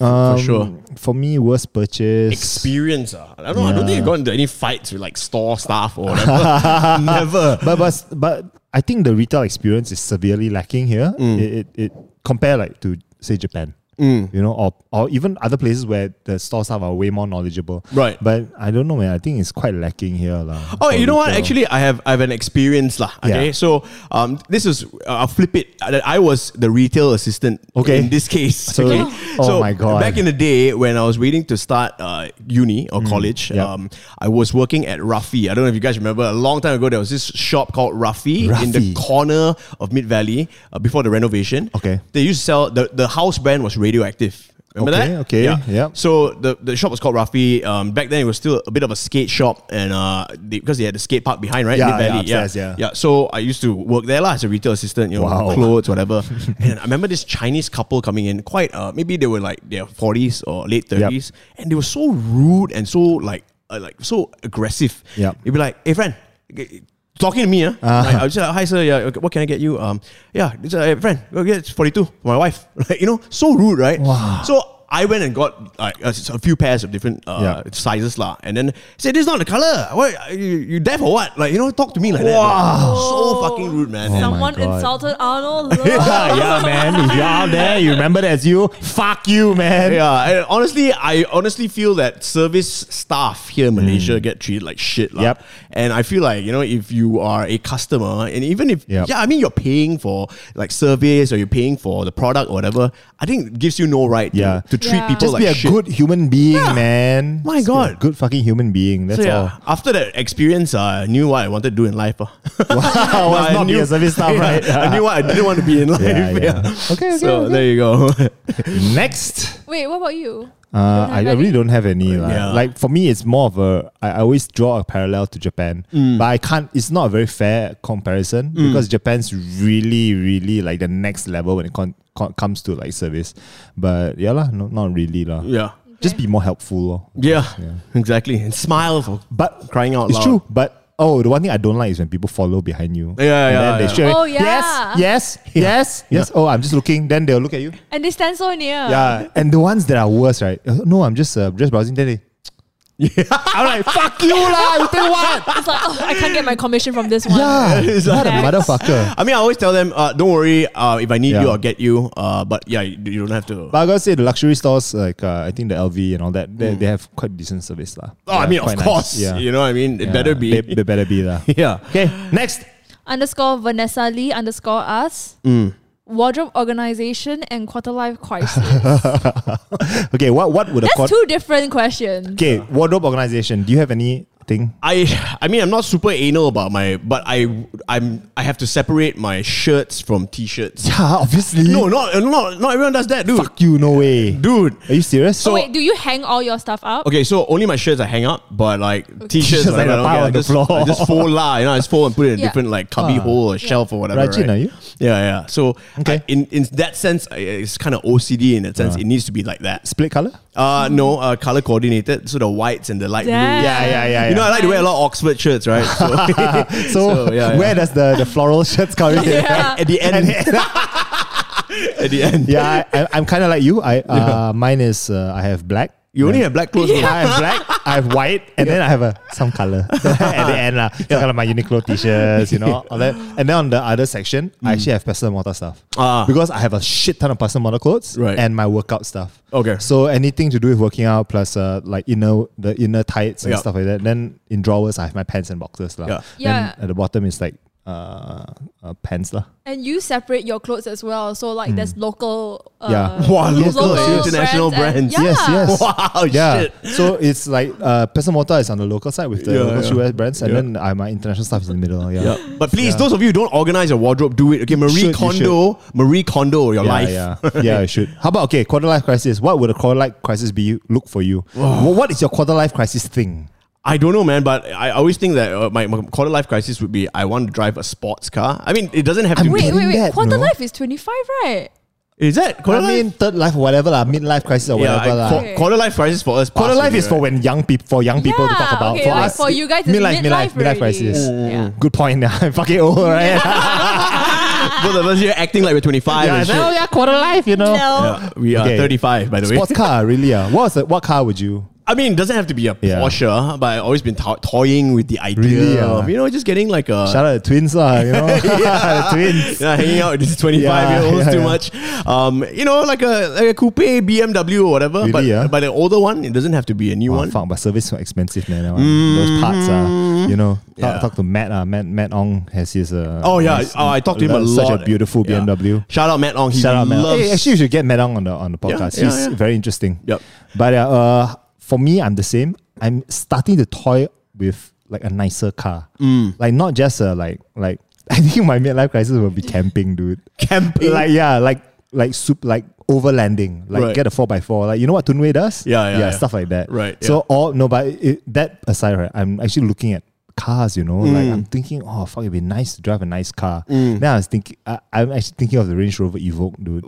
[SPEAKER 3] Um,
[SPEAKER 2] for sure.
[SPEAKER 3] For me, worst purchase.
[SPEAKER 2] Experience. Uh. I don't know. I don't think I
[SPEAKER 3] Yeah.
[SPEAKER 2] got into any fights with like store staff or whatever. <laughs> Never.
[SPEAKER 3] but but but I think the retail experience is severely lacking here.
[SPEAKER 2] Mm.
[SPEAKER 3] It, it it compare like to say Japan. You know, or or even other places where the store staff are way more knowledgeable.
[SPEAKER 2] Right.
[SPEAKER 3] But I don't know, man. I think it's quite lacking here. lah.
[SPEAKER 2] Oh,
[SPEAKER 3] for
[SPEAKER 2] you know what?
[SPEAKER 3] retail.
[SPEAKER 2] Actually, I have I have an experience lah. Okay,
[SPEAKER 3] Yeah.
[SPEAKER 2] so um, this is uh, I'll flip it. Uh, I was the retail assistant.
[SPEAKER 3] Okay.
[SPEAKER 2] in this case.
[SPEAKER 3] So-
[SPEAKER 2] okay,
[SPEAKER 3] Oh
[SPEAKER 2] so
[SPEAKER 3] my God.
[SPEAKER 2] Back in the day when I was waiting to start uh, uni or college,
[SPEAKER 3] Mm. yeah.
[SPEAKER 2] um, I was working at Rafi. I don't know if you guys remember. A long time ago, there was this shop called Rafi, in the
[SPEAKER 3] Ruffy.
[SPEAKER 2] corner of Mid Valley uh, before the renovation.
[SPEAKER 3] Okay.
[SPEAKER 2] they used to sell the the house brand was Radioactive. Remember
[SPEAKER 3] Okay,
[SPEAKER 2] that?
[SPEAKER 3] okay, yeah.
[SPEAKER 2] So the, the shop was called Rafi. Um, back then it was still a bit of a skate shop, and uh, they, because they had the skate park behind, right?
[SPEAKER 3] Yeah,
[SPEAKER 2] Mid Valley,
[SPEAKER 3] yeah, upstairs, yeah.
[SPEAKER 2] yeah. So I used to work there lah as a retail assistant, you know,
[SPEAKER 3] Wow. <laughs>
[SPEAKER 2] clothes, whatever. and I remember this Chinese couple coming in, quite uh, maybe they were like their forties or late thirties, and they were so rude and so like uh, like so aggressive.
[SPEAKER 3] Yep. Uh-huh.
[SPEAKER 2] they'd be like, "Hey, friend." g- Talking to me, huh? Like, I was just like, "Hi, sir. Yeah, okay, what can I get you?" Um, yeah, it's, uh, hey, friend, go get forty-two. for My wife, <laughs> like, you know, so rude, right? Wow. So I went and got like a, s- a few pairs of different uh,
[SPEAKER 3] Yeah.
[SPEAKER 2] sizes, lah. And then said, "This is not the color. What you, you deaf or what? Like, you know, talk to me like that. So fucking rude, man.
[SPEAKER 3] Oh my
[SPEAKER 4] Someone
[SPEAKER 3] God.
[SPEAKER 4] insulted
[SPEAKER 3] <laughs>
[SPEAKER 4] Arnold.
[SPEAKER 3] yeah, yeah, man. If you're out there, you remember that as you. Fuck you, man.
[SPEAKER 2] Yeah, I, honestly, I honestly feel that service staff here in Malaysia get treated like shit. lah.
[SPEAKER 3] Mm. Yep.
[SPEAKER 2] And I feel like, you know, if you are a customer, and even if,
[SPEAKER 3] Yep.
[SPEAKER 2] yeah, I mean, you're paying for like service or you're paying for the product or whatever, I think it gives you no right to-
[SPEAKER 3] Yeah.
[SPEAKER 2] to, treat
[SPEAKER 4] Yeah.
[SPEAKER 2] people
[SPEAKER 3] Just be
[SPEAKER 2] like
[SPEAKER 3] a
[SPEAKER 2] shit.
[SPEAKER 3] good human being,
[SPEAKER 2] Yeah.
[SPEAKER 3] man.
[SPEAKER 2] My
[SPEAKER 3] Just be a
[SPEAKER 2] God.
[SPEAKER 3] good fucking human being. That's
[SPEAKER 2] so yeah, after that experience, uh, I knew what I wanted to do in life. ah.
[SPEAKER 3] all. <laughs> Wow,
[SPEAKER 2] <laughs> I
[SPEAKER 3] was not be a
[SPEAKER 2] knew-
[SPEAKER 3] service staff,
[SPEAKER 2] Yeah,
[SPEAKER 3] right?
[SPEAKER 2] I knew what I didn't want to be in
[SPEAKER 3] <laughs>
[SPEAKER 2] life.
[SPEAKER 3] Yeah, yeah.
[SPEAKER 2] yeah.
[SPEAKER 3] Okay, okay,
[SPEAKER 2] So
[SPEAKER 3] okay.
[SPEAKER 2] there you go. <laughs>
[SPEAKER 3] Next.
[SPEAKER 4] Wait, what about you?
[SPEAKER 3] Uh, I,
[SPEAKER 4] have
[SPEAKER 3] I
[SPEAKER 4] any?
[SPEAKER 3] really don't have any. lah.
[SPEAKER 2] Yeah.
[SPEAKER 3] Like for me, it's more of a. I I always draw a parallel to Japan,
[SPEAKER 2] Mm.
[SPEAKER 3] but I can't. It's not a very fair comparison because Japan's really, really like the next level when it con- con- comes to like service. But yeah lah, no, not really lah.
[SPEAKER 2] yeah.
[SPEAKER 3] Just be more helpful. lor.
[SPEAKER 2] Yeah, exactly. And smile for
[SPEAKER 3] But
[SPEAKER 2] crying out
[SPEAKER 3] it's
[SPEAKER 2] loud.
[SPEAKER 3] true. But oh, the one thing I don't like is when people follow behind you. And
[SPEAKER 2] Yeah, yeah,
[SPEAKER 3] then they
[SPEAKER 2] yeah.
[SPEAKER 3] straight away,
[SPEAKER 4] Oh, yeah.
[SPEAKER 3] Yes, yes, yes, yes. Oh, I'm just looking. Then they'll look at you.
[SPEAKER 4] And they stand so near.
[SPEAKER 3] Yeah, and the ones that are worse, right? Uh, No, I'm just uh, just browsing. Then they. <laughs> I'm like, fuck you lah. You think what?
[SPEAKER 4] It's like, oh, I can't get my commission from this one.
[SPEAKER 3] <laughs> Yeah,
[SPEAKER 2] It's
[SPEAKER 3] what a
[SPEAKER 4] like-
[SPEAKER 3] motherfucker.
[SPEAKER 2] I mean, I always tell them, uh, don't worry, uh, if I need you,
[SPEAKER 3] Yeah.
[SPEAKER 2] I'll get you. Uh, but yeah, you you don't have to.
[SPEAKER 3] But I gotta say, the luxury stores like uh, I think the LV and all that, they, they have quite decent service lah.
[SPEAKER 2] oh, I
[SPEAKER 3] Yeah,
[SPEAKER 2] mean, of
[SPEAKER 3] quite nice.
[SPEAKER 2] course. You know what I mean? It
[SPEAKER 3] Yeah,
[SPEAKER 2] better be.
[SPEAKER 3] They, they better be <laughs> lah.
[SPEAKER 2] <laughs> yeah.
[SPEAKER 3] Okay, next. <laughs>
[SPEAKER 4] Underscore Vanessa Lee underscore us.
[SPEAKER 3] Mm.
[SPEAKER 4] Wardrobe organization and quarter life
[SPEAKER 3] <laughs>
[SPEAKER 4] crisis.
[SPEAKER 3] Okay, what what would a quad-
[SPEAKER 4] That's two different questions.
[SPEAKER 3] okay wardrobe organization? Do you have anything?
[SPEAKER 2] I I mean I'm not super anal about my but I I'm I have to separate my shirts from t-shirts. <laughs>
[SPEAKER 3] Yeah, obviously.
[SPEAKER 2] No, not uh, not not everyone does that, dude.
[SPEAKER 3] fuck you. No way,
[SPEAKER 2] Dude.
[SPEAKER 3] Are you serious?
[SPEAKER 4] oh, wait, do you hang all your stuff up?
[SPEAKER 2] Okay, so only my shirts I hang up, but like t-shirts,
[SPEAKER 3] T-shirts like a
[SPEAKER 2] whatever, I
[SPEAKER 3] pile on
[SPEAKER 2] don't care. I
[SPEAKER 3] the
[SPEAKER 2] just,
[SPEAKER 3] floor. Ah.
[SPEAKER 2] I just fold lah, you know, I just fold and put it in a
[SPEAKER 4] Yeah.
[SPEAKER 2] different like cubby hole or shelf or whatever.
[SPEAKER 3] Rajin,
[SPEAKER 2] right?
[SPEAKER 3] are you?
[SPEAKER 2] Yeah, yeah. So
[SPEAKER 3] Okay. Uh.
[SPEAKER 2] I- in in that sense, I- it's kind of OCD in that sense. It needs to be like that.
[SPEAKER 3] split color.
[SPEAKER 2] Uh, no, uh, color coordinated. So the whites and the light blue.
[SPEAKER 4] Damn.
[SPEAKER 3] Yeah, yeah, yeah.
[SPEAKER 2] You know, I like to wear a
[SPEAKER 4] Nice.
[SPEAKER 2] lot of Oxford shirts, right?
[SPEAKER 3] <laughs> so,
[SPEAKER 2] So, So, yeah, yeah.
[SPEAKER 3] where does the, the floral <laughs> shirts come in?
[SPEAKER 4] Yeah.
[SPEAKER 2] at the end, <laughs> at the end,
[SPEAKER 3] yeah, I, I'm kind of like you. I uh, mine is uh, I have black.
[SPEAKER 2] you only have black clothes.
[SPEAKER 3] I have black, I have white, and then I have a some color <laughs> at the end uh, lah. So Kind of my Uniqlo t-shirts, you know, all that. And then on the other section, I actually have pastel mortar stuff
[SPEAKER 2] Mm. Ah.
[SPEAKER 3] because I have a shit ton of pastel mortar clothes
[SPEAKER 2] Right.
[SPEAKER 3] and my workout stuff.
[SPEAKER 2] Okay.
[SPEAKER 3] so anything to do with working out plus uh, like inner the inner tights and
[SPEAKER 2] Yeah.
[SPEAKER 3] stuff like that. Then in drawers, I have my pants and boxers lah.
[SPEAKER 2] Yeah.
[SPEAKER 4] Yeah.
[SPEAKER 3] Then at the bottom is like uh, uh pants lah.
[SPEAKER 4] And you separate your clothes as well. So like there's local uh,
[SPEAKER 3] Mm. Yeah.
[SPEAKER 2] Wow, local,
[SPEAKER 4] brands
[SPEAKER 2] international brands.
[SPEAKER 4] and-
[SPEAKER 3] Yes,
[SPEAKER 4] yeah.
[SPEAKER 3] yes.
[SPEAKER 2] <laughs> Wow,
[SPEAKER 3] Yeah.
[SPEAKER 2] shit.
[SPEAKER 3] So it's like uh Peso Mortar is on the local side with the
[SPEAKER 2] Yeah,
[SPEAKER 3] local
[SPEAKER 2] yeah.
[SPEAKER 3] shoe brands and
[SPEAKER 2] Yeah.
[SPEAKER 3] then uh, my international stuff is in the middle. Yeah.
[SPEAKER 2] Yeah. But please, those of you who don't organize your wardrobe, do it. Okay, Marie
[SPEAKER 3] should, you
[SPEAKER 2] Kondo, Marie Kondo, your
[SPEAKER 3] Yeah,
[SPEAKER 2] life.
[SPEAKER 3] yeah, yeah. I should. How about okay? Quarter life crisis. What would a quarter life crisis be? You look for you. Wh- what is your quarter life crisis thing?
[SPEAKER 2] I don't know, man, but I always think that uh, my, my quarter life crisis would be I want to drive a sports car. I mean, it doesn't have to
[SPEAKER 3] I'm
[SPEAKER 2] be.
[SPEAKER 4] Wait, wait, wait.
[SPEAKER 3] That,
[SPEAKER 4] Quarter
[SPEAKER 3] no?
[SPEAKER 4] life is 25, right?
[SPEAKER 2] Is that quarter
[SPEAKER 3] I mean,
[SPEAKER 2] life?
[SPEAKER 3] third life, whatever lah, midlife crisis or
[SPEAKER 2] Yeah,
[SPEAKER 3] whatever
[SPEAKER 2] I-
[SPEAKER 3] lah.
[SPEAKER 2] qu-
[SPEAKER 4] Okay.
[SPEAKER 2] quarter life crisis for us.
[SPEAKER 3] Quarter life
[SPEAKER 2] passed already,
[SPEAKER 3] is for
[SPEAKER 2] right?
[SPEAKER 3] when young people for young people to
[SPEAKER 4] Yeah,
[SPEAKER 3] talk about.
[SPEAKER 4] okay,
[SPEAKER 3] for
[SPEAKER 4] like
[SPEAKER 3] us,
[SPEAKER 4] for you guys, it's midlife
[SPEAKER 3] midlife
[SPEAKER 4] already.
[SPEAKER 3] crisis.
[SPEAKER 4] Yeah.
[SPEAKER 2] Mm-hmm.
[SPEAKER 3] Good point. yeah. <laughs> I'm fucking old, right? <laughs>
[SPEAKER 2] both of us here acting like we're 25.
[SPEAKER 3] Yeah,
[SPEAKER 2] and shit.
[SPEAKER 3] no, yeah, quarter life, you know.
[SPEAKER 2] Yeah, we are
[SPEAKER 3] Okay.
[SPEAKER 2] 35, by the way.
[SPEAKER 3] Sports car, really? Uh. What, was the, what car would you?
[SPEAKER 2] I mean, it doesn't have to be a
[SPEAKER 3] Yeah.
[SPEAKER 2] Porsche, but I've always been to- toying with the idea
[SPEAKER 3] Really, ah.
[SPEAKER 2] of, you know, just getting like a.
[SPEAKER 3] Shout out to twins, lah. You know, The twins.
[SPEAKER 2] <laughs> Yeah, hanging out with these 25
[SPEAKER 3] Yeah,
[SPEAKER 2] year olds
[SPEAKER 3] yeah,
[SPEAKER 2] too
[SPEAKER 3] yeah.
[SPEAKER 2] much. Um, you know, like a like a coupe, BMW or whatever. but
[SPEAKER 3] Really, yeah?
[SPEAKER 2] but the older one, it doesn't have to be a
[SPEAKER 3] <laughs>
[SPEAKER 2] new
[SPEAKER 3] Oh,
[SPEAKER 2] one.
[SPEAKER 3] fuck, but service so expensive, man. that one. Those parts are, you know. Talk,
[SPEAKER 2] Mm-hmm. Yeah.
[SPEAKER 3] talk to Matt. Uh, Matt Matt Ong has his. Uh,
[SPEAKER 2] Oh yeah,
[SPEAKER 3] his-
[SPEAKER 2] oh, I talked to him a
[SPEAKER 3] such
[SPEAKER 2] lot.
[SPEAKER 3] a beautiful
[SPEAKER 2] Yeah.
[SPEAKER 3] BMW.
[SPEAKER 2] Shout out Matt Ong. He
[SPEAKER 3] Shout out, Matt. Ong.
[SPEAKER 2] loves.
[SPEAKER 3] Hey, actually,
[SPEAKER 2] <laughs>
[SPEAKER 3] you should get Matt Ong on the on the podcast.
[SPEAKER 2] yeah,
[SPEAKER 3] He's
[SPEAKER 2] yeah.
[SPEAKER 3] very interesting.
[SPEAKER 2] Yup.
[SPEAKER 3] But uh, uh, for me, I'm the same. I'm starting to toy with like a nicer car,
[SPEAKER 2] Mm.
[SPEAKER 3] like not just a like like. <laughs> I think my midlife crisis will be camping, dude. <laughs>
[SPEAKER 2] Camping?
[SPEAKER 3] like yeah, like like soup, like overlanding, like
[SPEAKER 2] Right.
[SPEAKER 3] get a four x four, like you know what Tunway does,
[SPEAKER 2] Yeah, yeah,
[SPEAKER 3] yeah,
[SPEAKER 2] yeah.
[SPEAKER 3] stuff like that,
[SPEAKER 2] Right,
[SPEAKER 3] So all no, but it, that aside, right, I'm actually looking at cars. You know,
[SPEAKER 2] Mm.
[SPEAKER 3] like I'm thinking, oh fuck, it'd be nice to drive a nice car. Now I was thinking, I, I'm actually thinking of the Range Rover Evoque,
[SPEAKER 2] <laughs>
[SPEAKER 3] dude.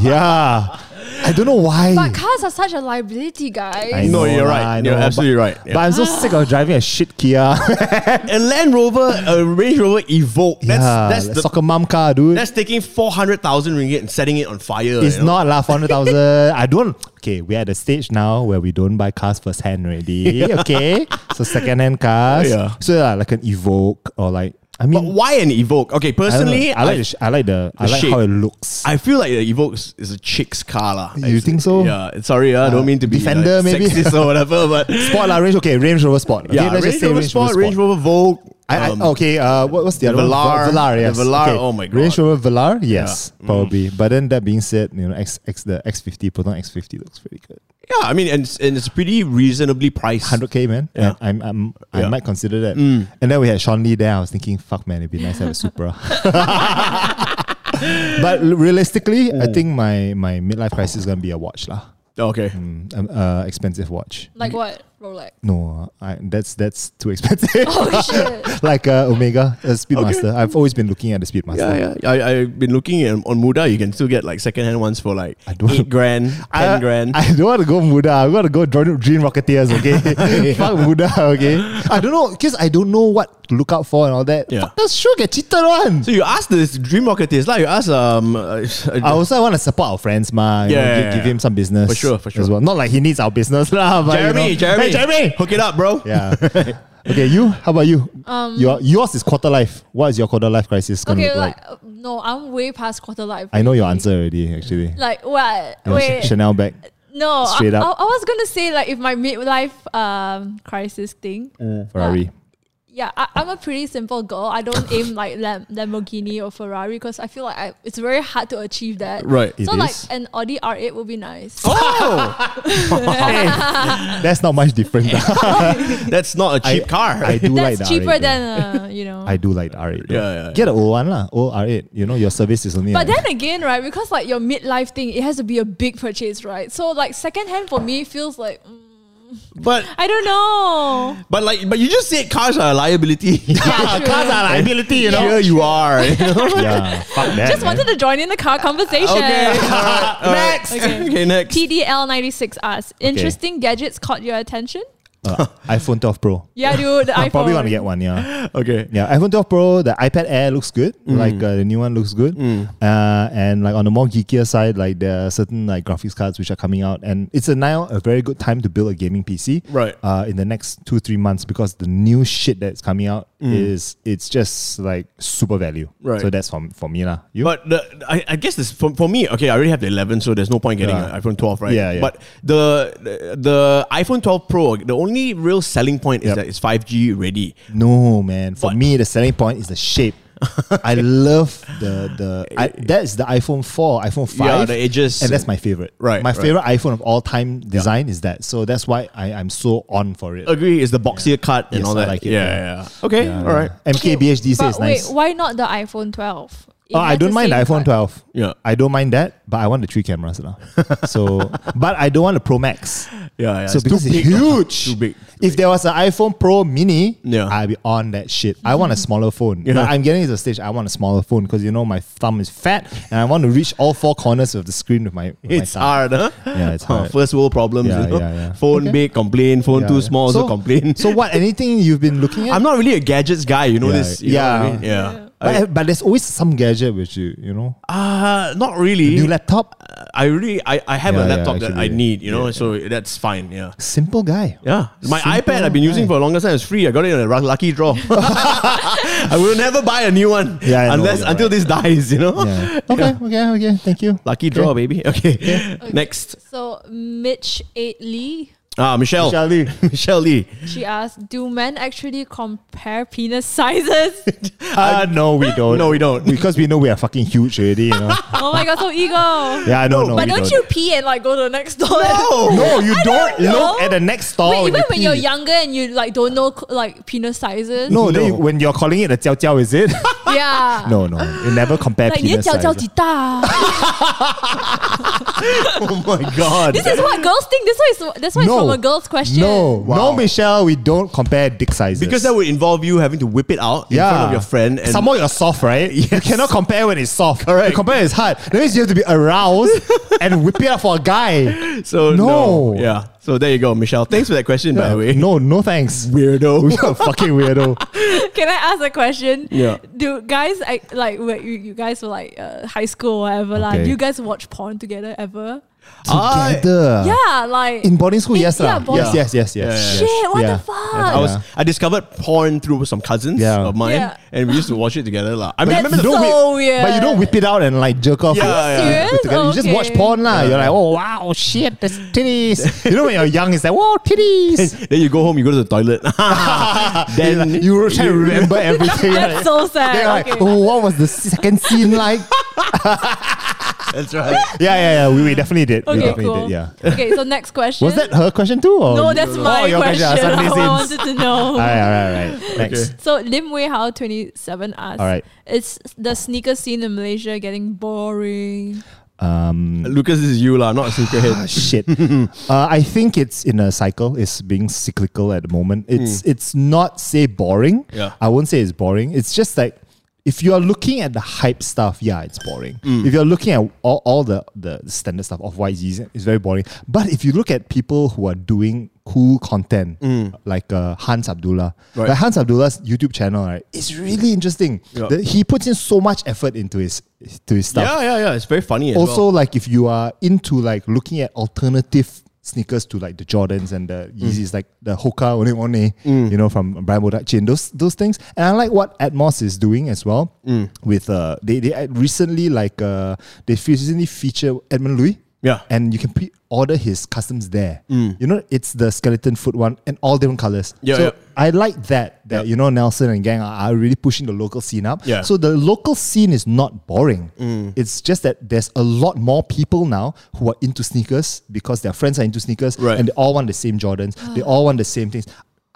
[SPEAKER 3] yeah, I don't know why.
[SPEAKER 4] But cars are such a liability,
[SPEAKER 3] I
[SPEAKER 4] guys.
[SPEAKER 2] No, you're
[SPEAKER 3] lah,
[SPEAKER 2] right.
[SPEAKER 3] I
[SPEAKER 2] You're
[SPEAKER 3] know,
[SPEAKER 2] absolutely
[SPEAKER 3] but-
[SPEAKER 2] right. Yeah.
[SPEAKER 3] But I'm so sick of driving a shit Kia.
[SPEAKER 2] a Land Rover,
[SPEAKER 3] uh,
[SPEAKER 2] a Range Rover Evoque. <laughs> That's
[SPEAKER 3] yeah,
[SPEAKER 2] that's
[SPEAKER 3] like
[SPEAKER 2] the,
[SPEAKER 3] soccer mom car, dude.
[SPEAKER 2] that's taking four hundred thousand ringgit and setting it on fire.
[SPEAKER 3] It's
[SPEAKER 2] you know?
[SPEAKER 3] not lah, 400,000. I don't. Okay, we're at the stage now where we don't buy cars first hand already. Okay. So second hand cars.
[SPEAKER 2] Yeah.
[SPEAKER 3] So yeah, like an Evoque or like, I
[SPEAKER 2] But
[SPEAKER 3] mean,
[SPEAKER 2] why an Evoque? Okay,
[SPEAKER 3] I, don't know.
[SPEAKER 2] personally,
[SPEAKER 3] I like, the, sh- I like the, I
[SPEAKER 2] the
[SPEAKER 3] like
[SPEAKER 2] shape.
[SPEAKER 3] how it looks.
[SPEAKER 2] I feel like the Evoque is a chick's car, lah.
[SPEAKER 3] You think so? Uh,
[SPEAKER 2] Yeah. it's- Sorry, I don't mean to be
[SPEAKER 3] Defender,
[SPEAKER 2] like,
[SPEAKER 3] maybe?
[SPEAKER 2] sexist
[SPEAKER 3] <laughs>
[SPEAKER 2] or whatever, but
[SPEAKER 3] Sport lah, Range, okay, Range Rover Sport. Okay,
[SPEAKER 2] yeah,
[SPEAKER 3] let's
[SPEAKER 2] Range
[SPEAKER 3] just say
[SPEAKER 2] Rover
[SPEAKER 3] Range Rover
[SPEAKER 2] Sport,
[SPEAKER 3] Sport.
[SPEAKER 2] Range Rover Vogue.
[SPEAKER 3] I, I,
[SPEAKER 2] um,
[SPEAKER 3] okay, uh, what, what's the other
[SPEAKER 2] Velar,
[SPEAKER 3] one? Velar,
[SPEAKER 2] the
[SPEAKER 3] yes.
[SPEAKER 2] Velar,
[SPEAKER 3] okay.
[SPEAKER 2] oh my
[SPEAKER 3] Range
[SPEAKER 2] God.
[SPEAKER 3] Rover Velar, yes,
[SPEAKER 2] Yeah. Mm.
[SPEAKER 3] probably. But then that being said, you know, X, X the X50, Proton X50 looks pretty good.
[SPEAKER 2] Yeah, I mean, and, it's- and it's pretty reasonably priced.
[SPEAKER 3] 100k man
[SPEAKER 2] Yeah.
[SPEAKER 3] And I'm, I'm, i
[SPEAKER 2] Yeah. Mm.
[SPEAKER 3] might consider that and then we had Sean Lee there I was thinking fuck man it'd be nice to have a
[SPEAKER 2] <laughs>
[SPEAKER 3] Supra <laughs> but l- realistically
[SPEAKER 2] Mm.
[SPEAKER 3] I think my my midlife crisis is gonna be a watch lah
[SPEAKER 2] Okay.
[SPEAKER 3] Mm, um, uh, expensive watch
[SPEAKER 4] Like what? Rolex. <laughs>
[SPEAKER 3] no I, that's that's too
[SPEAKER 2] <laughs>
[SPEAKER 3] expensive
[SPEAKER 4] Oh
[SPEAKER 3] <laughs>
[SPEAKER 4] shit.
[SPEAKER 3] like uh, Omega a Speedmaster I've always been looking at the Speedmaster
[SPEAKER 2] Yeah, yeah. I, I've been looking at, on Muda. You can still get like secondhand ones for like
[SPEAKER 3] I don't-
[SPEAKER 2] eight
[SPEAKER 3] <laughs>
[SPEAKER 2] grand, ten
[SPEAKER 3] I,
[SPEAKER 2] grand.
[SPEAKER 3] I don't want to go Muda. I want to go Dream, Dream Rocketeers,
[SPEAKER 2] <laughs>
[SPEAKER 3] okay? <laughs> Fuck Muda, okay? I don't know, because I don't know what to look out for and all that.
[SPEAKER 2] Yeah.
[SPEAKER 3] Fuckers sure get cheated on.
[SPEAKER 2] so you ask this Dream Rocketeers, like you ask um, uh,
[SPEAKER 3] I also want to support our friends, ma. you know,
[SPEAKER 2] Yeah,
[SPEAKER 3] give,
[SPEAKER 2] yeah,
[SPEAKER 3] give
[SPEAKER 2] yeah.
[SPEAKER 3] him some business.
[SPEAKER 2] For sure, for sure.
[SPEAKER 3] As well. Not like he needs our business, <laughs> lah. but, you
[SPEAKER 2] Jeremy,
[SPEAKER 3] know.
[SPEAKER 2] Jeremy,
[SPEAKER 3] Hey,
[SPEAKER 2] <laughs>
[SPEAKER 3] Jeremy!
[SPEAKER 2] hook it up, bro.
[SPEAKER 3] yeah. Okay, you? How about you? Um, Your, yours is quarter life. What is your quarter life crisis going to
[SPEAKER 4] Okay,
[SPEAKER 3] look like?
[SPEAKER 4] like uh, no, I'm way past quarter life.
[SPEAKER 3] I know your
[SPEAKER 4] already.
[SPEAKER 3] answer already, actually.
[SPEAKER 4] Like what?
[SPEAKER 3] You know, Ch-
[SPEAKER 4] Wait,
[SPEAKER 3] Chanel
[SPEAKER 4] <laughs>
[SPEAKER 3] bag.
[SPEAKER 4] no. I,
[SPEAKER 3] Straight up.
[SPEAKER 4] I, I was gonna say like if my midlife um crisis thing.
[SPEAKER 3] Ferrari.
[SPEAKER 4] Yeah, I, I'm a pretty simple girl.
[SPEAKER 3] <laughs>
[SPEAKER 4] I don't aim like Lam- Lamborghini or Ferrari because I feel like I, it's very hard to achieve that.
[SPEAKER 2] Right.
[SPEAKER 3] It
[SPEAKER 4] So like
[SPEAKER 3] is.
[SPEAKER 4] an Audi R8 would be nice.
[SPEAKER 3] <laughs>
[SPEAKER 2] Oh,
[SPEAKER 3] That's not much
[SPEAKER 4] <laughs>
[SPEAKER 3] different. <laughs>
[SPEAKER 2] that's not a cheap
[SPEAKER 3] I-
[SPEAKER 2] car.
[SPEAKER 3] I do like
[SPEAKER 4] That's
[SPEAKER 3] the
[SPEAKER 4] cheaper
[SPEAKER 3] R8, though.
[SPEAKER 4] than uh,
[SPEAKER 3] <laughs>
[SPEAKER 4] you know.
[SPEAKER 3] I do like the R8. though.
[SPEAKER 2] Yeah, yeah, yeah.
[SPEAKER 3] Get an old one lah. Old R8. You know your service is only.
[SPEAKER 4] But
[SPEAKER 3] like-
[SPEAKER 4] then again, right, because like your midlife thing, it has to be a big purchase, right? So like secondhand for me feels like mm,
[SPEAKER 2] But
[SPEAKER 4] I don't know.
[SPEAKER 2] but like but you just said cars are a
[SPEAKER 3] <laughs>
[SPEAKER 2] liability. <laughs>
[SPEAKER 4] Yeah, true.
[SPEAKER 5] cars are liability, you know.
[SPEAKER 2] Here you are. you know?
[SPEAKER 3] <laughs> yeah, fuck that.
[SPEAKER 4] <laughs> Just wanted to join in the car conversation. <laughs>
[SPEAKER 2] next. <laughs> Okay,
[SPEAKER 4] Okay.
[SPEAKER 2] next.
[SPEAKER 4] TDL96 asks, interesting gadgets caught your attention?
[SPEAKER 3] Uh, iPhone 12 Pro.
[SPEAKER 4] Yeah, dude, the
[SPEAKER 3] I
[SPEAKER 4] <laughs> iPhone.
[SPEAKER 3] probably want to get one. Yeah,
[SPEAKER 2] okay.
[SPEAKER 3] yeah. iPhone 12 Pro. The iPad Air looks good.
[SPEAKER 2] Mm.
[SPEAKER 3] Like uh, the new one looks good. Uh, and like on the more geekier side, like there are certain like graphics cards which are coming out, and it's a now a very good time to build a gaming PC.
[SPEAKER 2] Right.
[SPEAKER 3] Uh, in the next two three months because the new shit that's coming out is it's just like super value.
[SPEAKER 2] Mm. Right.
[SPEAKER 3] So that's for for me lah. You.
[SPEAKER 2] But the, I, I guess this for, for me, okay, I already have the 11, so there's no point getting
[SPEAKER 3] Yeah.
[SPEAKER 2] an iPhone 12, right?
[SPEAKER 3] Yeah, yeah.
[SPEAKER 2] But the, the the iPhone 12 Pro, the only real selling point is
[SPEAKER 3] Yep.
[SPEAKER 2] that it's 5G ready.
[SPEAKER 3] No man, for
[SPEAKER 2] What?
[SPEAKER 3] me the selling point is the
[SPEAKER 2] <laughs>
[SPEAKER 3] shape. I love the the I, that's the iPhone four, iPhone five.
[SPEAKER 2] Yeah, the edges.
[SPEAKER 3] and that's my favorite.
[SPEAKER 2] Right,
[SPEAKER 3] my
[SPEAKER 2] right.
[SPEAKER 3] favorite iPhone of all time design is that. So that's why I am so on for it.
[SPEAKER 2] Agree, it's the boxier cut and
[SPEAKER 3] Yes,
[SPEAKER 2] all
[SPEAKER 3] I
[SPEAKER 2] that.
[SPEAKER 3] like it,
[SPEAKER 2] yeah,
[SPEAKER 3] yeah.
[SPEAKER 2] yeah, yeah. Okay,
[SPEAKER 3] Yeah.
[SPEAKER 2] all right.
[SPEAKER 3] MKBHD
[SPEAKER 4] But
[SPEAKER 3] says nice.
[SPEAKER 4] wait, why not the iPhone 12? It
[SPEAKER 3] Oh, I
[SPEAKER 4] has
[SPEAKER 3] don't
[SPEAKER 4] the
[SPEAKER 3] mind the
[SPEAKER 4] same
[SPEAKER 3] iPhone
[SPEAKER 4] cut.
[SPEAKER 3] 12.
[SPEAKER 2] Yeah.
[SPEAKER 3] I don't mind that, but I want the three cameras
[SPEAKER 2] <laughs>
[SPEAKER 3] lah. So, but I don't want the Pro Max.
[SPEAKER 2] Yeah, yeah.
[SPEAKER 3] So
[SPEAKER 2] it's too
[SPEAKER 3] because it's
[SPEAKER 2] big.
[SPEAKER 3] huge.
[SPEAKER 2] Too big.
[SPEAKER 3] If there was an iPhone Pro Mini,
[SPEAKER 2] Yeah.
[SPEAKER 3] I'd be on that shit. I want a smaller phone.
[SPEAKER 2] Yeah.
[SPEAKER 3] Like, I'm getting to the stage. I want a smaller phone because you know my thumb is fat, and I want to reach all four corners of the screen with my. With
[SPEAKER 2] It's
[SPEAKER 3] my thumb.
[SPEAKER 2] hard, huh?
[SPEAKER 3] Yeah,
[SPEAKER 2] <laughs>
[SPEAKER 3] it's
[SPEAKER 2] Huh,
[SPEAKER 3] hard.
[SPEAKER 2] First world problems.
[SPEAKER 3] Yeah,
[SPEAKER 2] you know?
[SPEAKER 3] yeah, yeah.
[SPEAKER 2] Phone
[SPEAKER 3] Okay.
[SPEAKER 2] big, complain. Phone
[SPEAKER 3] Yeah,
[SPEAKER 2] too
[SPEAKER 3] yeah.
[SPEAKER 2] small, also complain. <laughs>
[SPEAKER 3] So what? Anything you've been looking at?
[SPEAKER 2] I'm not really a gadgets guy. You know
[SPEAKER 3] Yeah,
[SPEAKER 2] this. you know what I
[SPEAKER 3] yeah.
[SPEAKER 2] mean? yeah.
[SPEAKER 3] But, but there's always some gadget which you you know
[SPEAKER 2] Uh, not really. Uh,
[SPEAKER 3] new laptop.
[SPEAKER 2] I really, I, I have
[SPEAKER 3] Yeah,
[SPEAKER 2] a
[SPEAKER 3] yeah,
[SPEAKER 2] laptop that
[SPEAKER 3] actually,
[SPEAKER 2] I
[SPEAKER 3] yeah.
[SPEAKER 2] need, you know, so that's fine. Yeah.
[SPEAKER 3] Simple
[SPEAKER 2] <laughs>
[SPEAKER 3] guy.
[SPEAKER 2] Yeah. My
[SPEAKER 3] Simple
[SPEAKER 2] iPad I've been using
[SPEAKER 3] guy.
[SPEAKER 2] for a longer time. It's free. I got it in a ru- lucky
[SPEAKER 3] <laughs>
[SPEAKER 2] draw. <laughs> I will never buy a new one
[SPEAKER 3] Yeah, I know,
[SPEAKER 2] unless
[SPEAKER 3] you're
[SPEAKER 2] until this dies, you know?
[SPEAKER 3] Yeah. Okay. Okay. Okay. Thank you.
[SPEAKER 2] <laughs> Lucky draw, baby. Okay. Next.
[SPEAKER 4] So Mitch 8 Lee,
[SPEAKER 2] Ah, Michelle. <laughs> Michelle,
[SPEAKER 3] Charlie.
[SPEAKER 2] Lee.
[SPEAKER 3] <laughs>
[SPEAKER 4] she asked, do men actually compare penis
[SPEAKER 3] <laughs>
[SPEAKER 4] sizes?
[SPEAKER 3] Uh, no, we don't.
[SPEAKER 2] No, we don't.
[SPEAKER 3] because we know we are fucking huge already. You know.
[SPEAKER 4] oh my god, so ego.
[SPEAKER 3] Yeah, I don't know.
[SPEAKER 4] But
[SPEAKER 3] Oh, we
[SPEAKER 4] don't you pee and like go to the next door? <laughs>
[SPEAKER 3] No, you don't,
[SPEAKER 4] know.
[SPEAKER 3] look at the next stall.
[SPEAKER 4] Wait, even when you're
[SPEAKER 3] Oh, pee.
[SPEAKER 4] younger and you like don't know like penis sizes.
[SPEAKER 3] No, Then
[SPEAKER 2] No.
[SPEAKER 3] you, when you're calling it a jiao jiao, is it?
[SPEAKER 4] Yeah.
[SPEAKER 3] <laughs> no, no. You never compare
[SPEAKER 4] Like
[SPEAKER 3] penis size.
[SPEAKER 4] 你的脚脚几大啊？
[SPEAKER 3] <laughs> Oh my god.
[SPEAKER 4] This is what girls think. This one is this one is
[SPEAKER 3] no.
[SPEAKER 4] from a girl's question.
[SPEAKER 3] No,
[SPEAKER 2] Wow.
[SPEAKER 3] no, Michelle, we don't compare dick sizes.
[SPEAKER 2] Because that would involve you having to whip it out in
[SPEAKER 3] yeah.
[SPEAKER 2] front of your friend. And
[SPEAKER 3] Some more you're soft, right? You cannot compare when it's soft. Correct. You compare when it's hard. That means you have to be aroused and whip it up for a guy.
[SPEAKER 2] so, no.
[SPEAKER 3] No.
[SPEAKER 2] Yeah. So there you go, Michelle. Thanks for that question, by the way.
[SPEAKER 3] No, no thanks. <laughs> Weirdo. You're a fucking weirdo.
[SPEAKER 4] <laughs> Can I ask a question?
[SPEAKER 2] Yeah.
[SPEAKER 4] Do guys I, like when you, you guys were like uh, high school or whatever lah?
[SPEAKER 3] Okay.
[SPEAKER 4] Do you guys watch porn together ever?
[SPEAKER 2] I-
[SPEAKER 3] Together.
[SPEAKER 4] yeah, like
[SPEAKER 3] Uh, In boarding school,
[SPEAKER 4] In-
[SPEAKER 3] yes,
[SPEAKER 4] yeah,
[SPEAKER 3] lah.
[SPEAKER 4] boarding-
[SPEAKER 3] Yes, yes, yes, yes.
[SPEAKER 4] shit. What
[SPEAKER 3] Yeah.
[SPEAKER 4] the
[SPEAKER 2] <laughs>
[SPEAKER 4] fuck?
[SPEAKER 2] I was
[SPEAKER 3] Yeah.
[SPEAKER 2] I discovered porn through some cousins
[SPEAKER 3] Yeah.
[SPEAKER 2] of mine,
[SPEAKER 4] Yeah.
[SPEAKER 2] and we used to watch it together. lah. I mean, I
[SPEAKER 4] That's
[SPEAKER 2] remember the
[SPEAKER 4] so
[SPEAKER 3] whip-
[SPEAKER 4] weird.
[SPEAKER 3] But you don't whip it out and like jerk off.
[SPEAKER 2] Yeah, Are you yeah.
[SPEAKER 4] serious?
[SPEAKER 3] Put together. You just watch
[SPEAKER 4] Okay.
[SPEAKER 3] porn lah. You're like, oh wow, shit, there's titties. you know when you're young, it's like, wow, <laughs> titties.
[SPEAKER 2] then you go home, you go to the
[SPEAKER 3] <laughs>
[SPEAKER 2] toilet. then
[SPEAKER 3] you were trying to <laughs> remember everything.
[SPEAKER 4] That's so sad.
[SPEAKER 3] Then you're like,
[SPEAKER 4] okay.
[SPEAKER 3] oh, what was the second scene like?
[SPEAKER 2] That's right.
[SPEAKER 3] <laughs> yeah, yeah, yeah. We, we definitely did. we
[SPEAKER 4] Okay,
[SPEAKER 3] definitely
[SPEAKER 4] cool.
[SPEAKER 3] did. Yeah.
[SPEAKER 4] Okay, so next
[SPEAKER 3] <laughs>
[SPEAKER 4] question.
[SPEAKER 3] Was that her question too? Or
[SPEAKER 4] No, that's my
[SPEAKER 3] oh, your
[SPEAKER 4] question.
[SPEAKER 3] question.
[SPEAKER 4] <laughs> I
[SPEAKER 3] Sunday scenes.
[SPEAKER 4] wanted to know.
[SPEAKER 3] All right, all right, all right. Next.
[SPEAKER 4] So Lim Wei Hao twenty seven asks,
[SPEAKER 3] Alright.
[SPEAKER 4] "Is the sneaker scene in Malaysia getting boring?"
[SPEAKER 3] Um,
[SPEAKER 2] Lucas, this is you, lah, not a
[SPEAKER 3] ah,
[SPEAKER 2] sneakerhead. <laughs>
[SPEAKER 3] shit. uh, I think it's in a cycle. It's being cyclical at the moment. It's it's not say boring.
[SPEAKER 2] Hmm. Yeah.
[SPEAKER 3] I won't say it's boring. It's just like if you're looking at the hype stuff, yeah, it's boring.
[SPEAKER 2] Hmm.
[SPEAKER 3] If you're looking at all, all the, the standard stuff of YGs, it's very boring. But if you look at people who are doing cool content, like uh, Hans Abdullah,
[SPEAKER 2] Hmm. Right.
[SPEAKER 3] like Hans Abdullah's YouTube channel, right, it's really interesting.
[SPEAKER 2] Yeah.
[SPEAKER 3] The- he puts in so much effort into his to his stuff
[SPEAKER 2] yeah, yeah, yeah. It's very funny. as
[SPEAKER 3] also
[SPEAKER 2] well.
[SPEAKER 3] like if you are into like looking at alternative sneakers to like the Jordans and the
[SPEAKER 2] Mm.
[SPEAKER 3] Yeezys, like the Hoka One One, you know, from Brian Bodak Chin, those those things. And I like what Atmos is doing as well.
[SPEAKER 2] Mm.
[SPEAKER 3] With uh, they they had recently like uh, they recently feature Edmund Louis.
[SPEAKER 2] Yeah. Mm.
[SPEAKER 3] and you can pre-order his customs there. You know, it's the skeleton foot one and all different colors.
[SPEAKER 2] Yeah,
[SPEAKER 3] so
[SPEAKER 2] yeah.
[SPEAKER 3] I like that. That
[SPEAKER 2] Yeah.
[SPEAKER 3] you know, Nelson and gang are, are really pushing the local scene up.
[SPEAKER 2] Yeah.
[SPEAKER 3] So the local scene is not boring.
[SPEAKER 2] Mm.
[SPEAKER 3] It's just that there's a lot more people now who are into sneakers because their friends are into sneakers
[SPEAKER 2] Right.
[SPEAKER 3] and they all want the same Jordans. They all want the same things.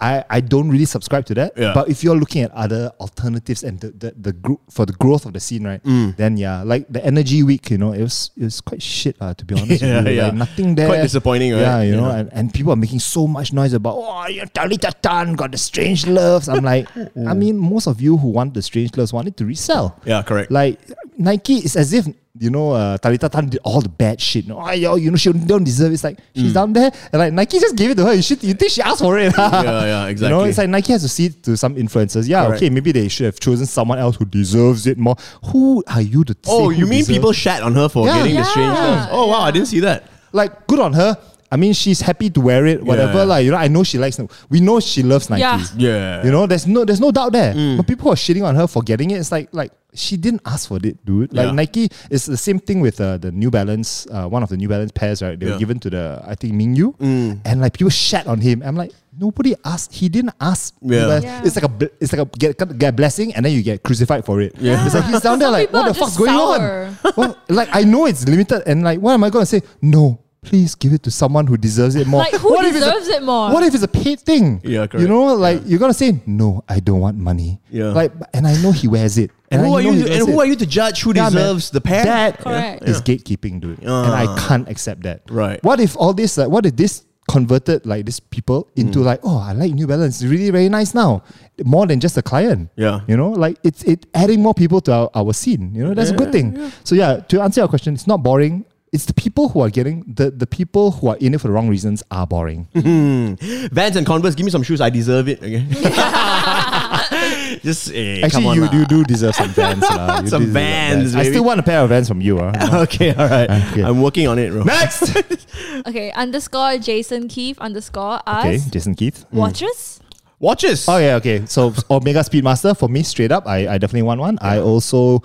[SPEAKER 3] I, I don't really subscribe to that.
[SPEAKER 2] Yeah.
[SPEAKER 3] But if you're looking at other alternatives and the, the, the group for the growth of the scene, right?
[SPEAKER 2] Mm.
[SPEAKER 3] Then yeah, like the energy week, you know, it was it was quite shit, uh, to be honest.
[SPEAKER 2] <laughs> Yeah,
[SPEAKER 3] with you.
[SPEAKER 2] yeah.
[SPEAKER 3] Like, nothing there.
[SPEAKER 2] Quite disappointing, right?
[SPEAKER 3] Yeah, you know,
[SPEAKER 2] Yeah.
[SPEAKER 3] And, and people are making so much noise about oh you know, Talita Tan got the strange loves. I'm like, I mean, most of you who want the strange loves wanted to resell.
[SPEAKER 2] Yeah, correct.
[SPEAKER 3] Like Nike is as if you know uh, Talita Tan did all the bad shit. No, ah, yo, you know she don't deserve. It. It's like
[SPEAKER 2] Mm.
[SPEAKER 3] she's down there and like Nike just gave it to her. You should. You think she asked for it? <laughs>
[SPEAKER 2] yeah,
[SPEAKER 3] You know,
[SPEAKER 2] exactly.
[SPEAKER 3] it's like Nike has to see it to some influencers. Yeah,
[SPEAKER 2] Correct.
[SPEAKER 3] okay, maybe they should have chosen someone else who deserves it more. Who are you to?
[SPEAKER 2] oh,
[SPEAKER 3] say who
[SPEAKER 2] you mean
[SPEAKER 3] deserves-
[SPEAKER 2] people shat on her for
[SPEAKER 3] Yeah.
[SPEAKER 2] getting the
[SPEAKER 4] Yeah.
[SPEAKER 2] strange loves? Oh wow, I didn't see that.
[SPEAKER 3] like good on her? I mean, she's happy to wear it, whatever.
[SPEAKER 2] Yeah.
[SPEAKER 3] Like you know, I know she likes. We know she loves Nike.
[SPEAKER 4] Yeah.
[SPEAKER 2] Yeah. Mm.
[SPEAKER 3] You know, there's no there's no doubt there. But people are shitting on her for getting it. It's like like she didn't ask for it, dude. Like
[SPEAKER 2] Yeah.
[SPEAKER 3] Nike is the same thing with uh, the New Balance, uh, one of the New Balance pairs, right? They
[SPEAKER 2] Yeah. Mm.
[SPEAKER 3] were given to the I think Mingyu, and like people shat on him. I'm like nobody asked. He didn't ask. New
[SPEAKER 2] Yeah.
[SPEAKER 3] Balance.
[SPEAKER 4] Yeah.
[SPEAKER 3] It's like a bl- it's like a get get a blessing, and then you get crucified for it.
[SPEAKER 2] Yeah.
[SPEAKER 3] It's like he's down there like
[SPEAKER 4] Some people
[SPEAKER 3] what the
[SPEAKER 4] are
[SPEAKER 3] fuck's
[SPEAKER 4] just
[SPEAKER 3] going
[SPEAKER 4] sour.
[SPEAKER 3] on? <laughs> well, like I know it's limited, and like what am I gonna say? No. Please give it to someone who deserves it more.
[SPEAKER 4] Like, who
[SPEAKER 3] if it's a-
[SPEAKER 4] deserves it more?
[SPEAKER 3] What if it's a paid thing?
[SPEAKER 2] Yeah,
[SPEAKER 3] You
[SPEAKER 2] correct.
[SPEAKER 3] know, like you're gonna say no, I don't want money.
[SPEAKER 2] Yeah.
[SPEAKER 3] like and I know he wears it.
[SPEAKER 2] And, who are you? And who are
[SPEAKER 3] you?
[SPEAKER 2] you to judge who
[SPEAKER 3] Yeah, man.
[SPEAKER 2] deserves the pair?
[SPEAKER 3] That
[SPEAKER 4] Correct.
[SPEAKER 3] is gatekeeping, dude, and I can't accept that.
[SPEAKER 2] Right.
[SPEAKER 3] What if all this? Like, what if this converted like these people into
[SPEAKER 2] Mm.
[SPEAKER 3] like, oh, I like New Balance. It's really very nice now. More than just a client.
[SPEAKER 2] Yeah.
[SPEAKER 3] You know, like it's it adding more people to our, our scene. You know, that's a good thing. So yeah, to answer your question, it's not boring. It's the people who are getting the, the people who are in it for the wrong reasons are
[SPEAKER 2] <laughs>
[SPEAKER 3] boring.
[SPEAKER 2] Vans and Converse, give me some shoes. I deserve it.
[SPEAKER 3] <laughs>
[SPEAKER 2] Okay. Just eh, come
[SPEAKER 3] Actually,
[SPEAKER 2] on
[SPEAKER 3] you,
[SPEAKER 2] lah.
[SPEAKER 3] you do <laughs> deserve some Vans. lah.
[SPEAKER 2] <laughs>
[SPEAKER 3] You
[SPEAKER 2] Some
[SPEAKER 3] deserve
[SPEAKER 2] Vans,
[SPEAKER 3] I
[SPEAKER 2] baby.
[SPEAKER 3] still want a pair of Vans from you.
[SPEAKER 2] <laughs>
[SPEAKER 3] Uh.
[SPEAKER 2] Okay, all right.
[SPEAKER 3] Okay.
[SPEAKER 2] I'm working on it, bro.
[SPEAKER 3] Next!
[SPEAKER 4] Okay, underscore Jason Keefe underscore us.
[SPEAKER 3] okay, Mm. Jason Keith.
[SPEAKER 4] Watches?
[SPEAKER 2] <laughs> Watches.
[SPEAKER 3] Oh, yeah, okay. So, <laughs> Omega Speedmaster, for me, straight up, I, I definitely want one. I also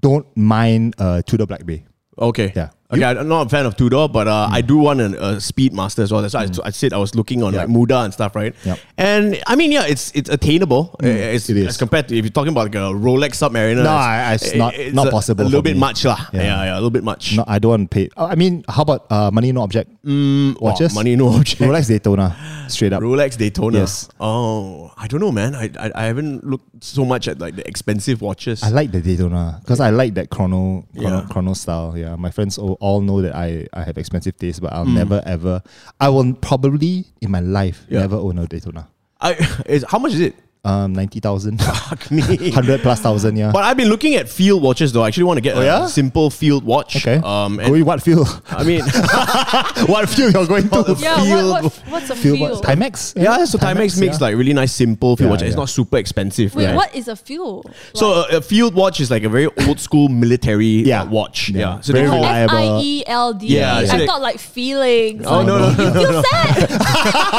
[SPEAKER 3] don't mind uh, Tudor Black Bay.
[SPEAKER 2] Okay.
[SPEAKER 3] Yeah. Mm.
[SPEAKER 2] Okay, I- I'm not a fan of Tudor, but uh, I do want an, a Speedmaster as well. That's why I, I said I was looking on
[SPEAKER 3] Yeah.
[SPEAKER 2] like Muda and stuff, right?
[SPEAKER 3] Yep.
[SPEAKER 2] And I mean, yeah, it's it's attainable. Uh, it's,
[SPEAKER 3] Mm. it is.
[SPEAKER 2] As compared to if you're talking about like a Rolex Submariner,
[SPEAKER 3] No,
[SPEAKER 2] it's,
[SPEAKER 3] I- I- it's
[SPEAKER 2] it-
[SPEAKER 3] not- not
[SPEAKER 2] a-
[SPEAKER 3] possible
[SPEAKER 2] A little
[SPEAKER 3] for
[SPEAKER 2] bit
[SPEAKER 3] me.
[SPEAKER 2] much, lah. Yeah.
[SPEAKER 3] Yeah.
[SPEAKER 2] yeah, a little bit much.
[SPEAKER 3] No, I don't want to pay. uh, I mean, how about uh, Money No Object?
[SPEAKER 2] Oh,
[SPEAKER 3] Watches?
[SPEAKER 2] money, no <laughs> object.
[SPEAKER 3] Rolex Daytona, straight up.
[SPEAKER 2] Rolex Daytona.
[SPEAKER 3] Yes.
[SPEAKER 2] Oh, I don't know, man. I, I I haven't looked so much at like the expensive watches.
[SPEAKER 3] I like the Daytona because I like that chrono chrono,
[SPEAKER 2] Yeah.
[SPEAKER 3] chrono style. Yeah, my friends all, all know that I, I have expensive taste, but I'll
[SPEAKER 2] Mm.
[SPEAKER 3] never ever. I will probably in my life
[SPEAKER 2] Yeah.
[SPEAKER 3] never own a Daytona.
[SPEAKER 2] I <laughs> is, how much is it? <laughs>
[SPEAKER 3] Um, ninety thousand,
[SPEAKER 2] Fuck me.
[SPEAKER 3] <laughs> hundred plus thousand. Yeah.
[SPEAKER 2] But I've been looking at field watches though. I actually want to get a
[SPEAKER 3] yeah?
[SPEAKER 2] simple field watch.
[SPEAKER 3] okay.
[SPEAKER 2] Um,
[SPEAKER 3] Go
[SPEAKER 2] and
[SPEAKER 3] with what fuel?
[SPEAKER 2] I mean,
[SPEAKER 3] <laughs> what fuel <laughs> you're going
[SPEAKER 2] <laughs>
[SPEAKER 3] to?
[SPEAKER 4] Yeah, what, what, what's a
[SPEAKER 3] Fuel,
[SPEAKER 4] feel?
[SPEAKER 3] what? Timex.
[SPEAKER 2] yeah. So Timex, makes
[SPEAKER 3] yeah.
[SPEAKER 2] like really nice simple field
[SPEAKER 3] Yeah,
[SPEAKER 2] watch. It's
[SPEAKER 3] yeah.
[SPEAKER 2] not super expensive.
[SPEAKER 4] Wait,
[SPEAKER 2] right?
[SPEAKER 4] what is a fuel?
[SPEAKER 2] So a, a field watch is like a very old school military
[SPEAKER 3] Yeah.
[SPEAKER 2] uh, watch. Yeah.
[SPEAKER 3] Yeah.
[SPEAKER 2] So they
[SPEAKER 3] Very
[SPEAKER 2] <laughs> call-
[SPEAKER 3] reliable.
[SPEAKER 4] F I E L D.
[SPEAKER 2] Yeah,
[SPEAKER 4] I
[SPEAKER 2] so they-
[SPEAKER 4] thought like feelings.
[SPEAKER 2] Oh
[SPEAKER 4] like,
[SPEAKER 2] no no no.
[SPEAKER 4] You feel sad.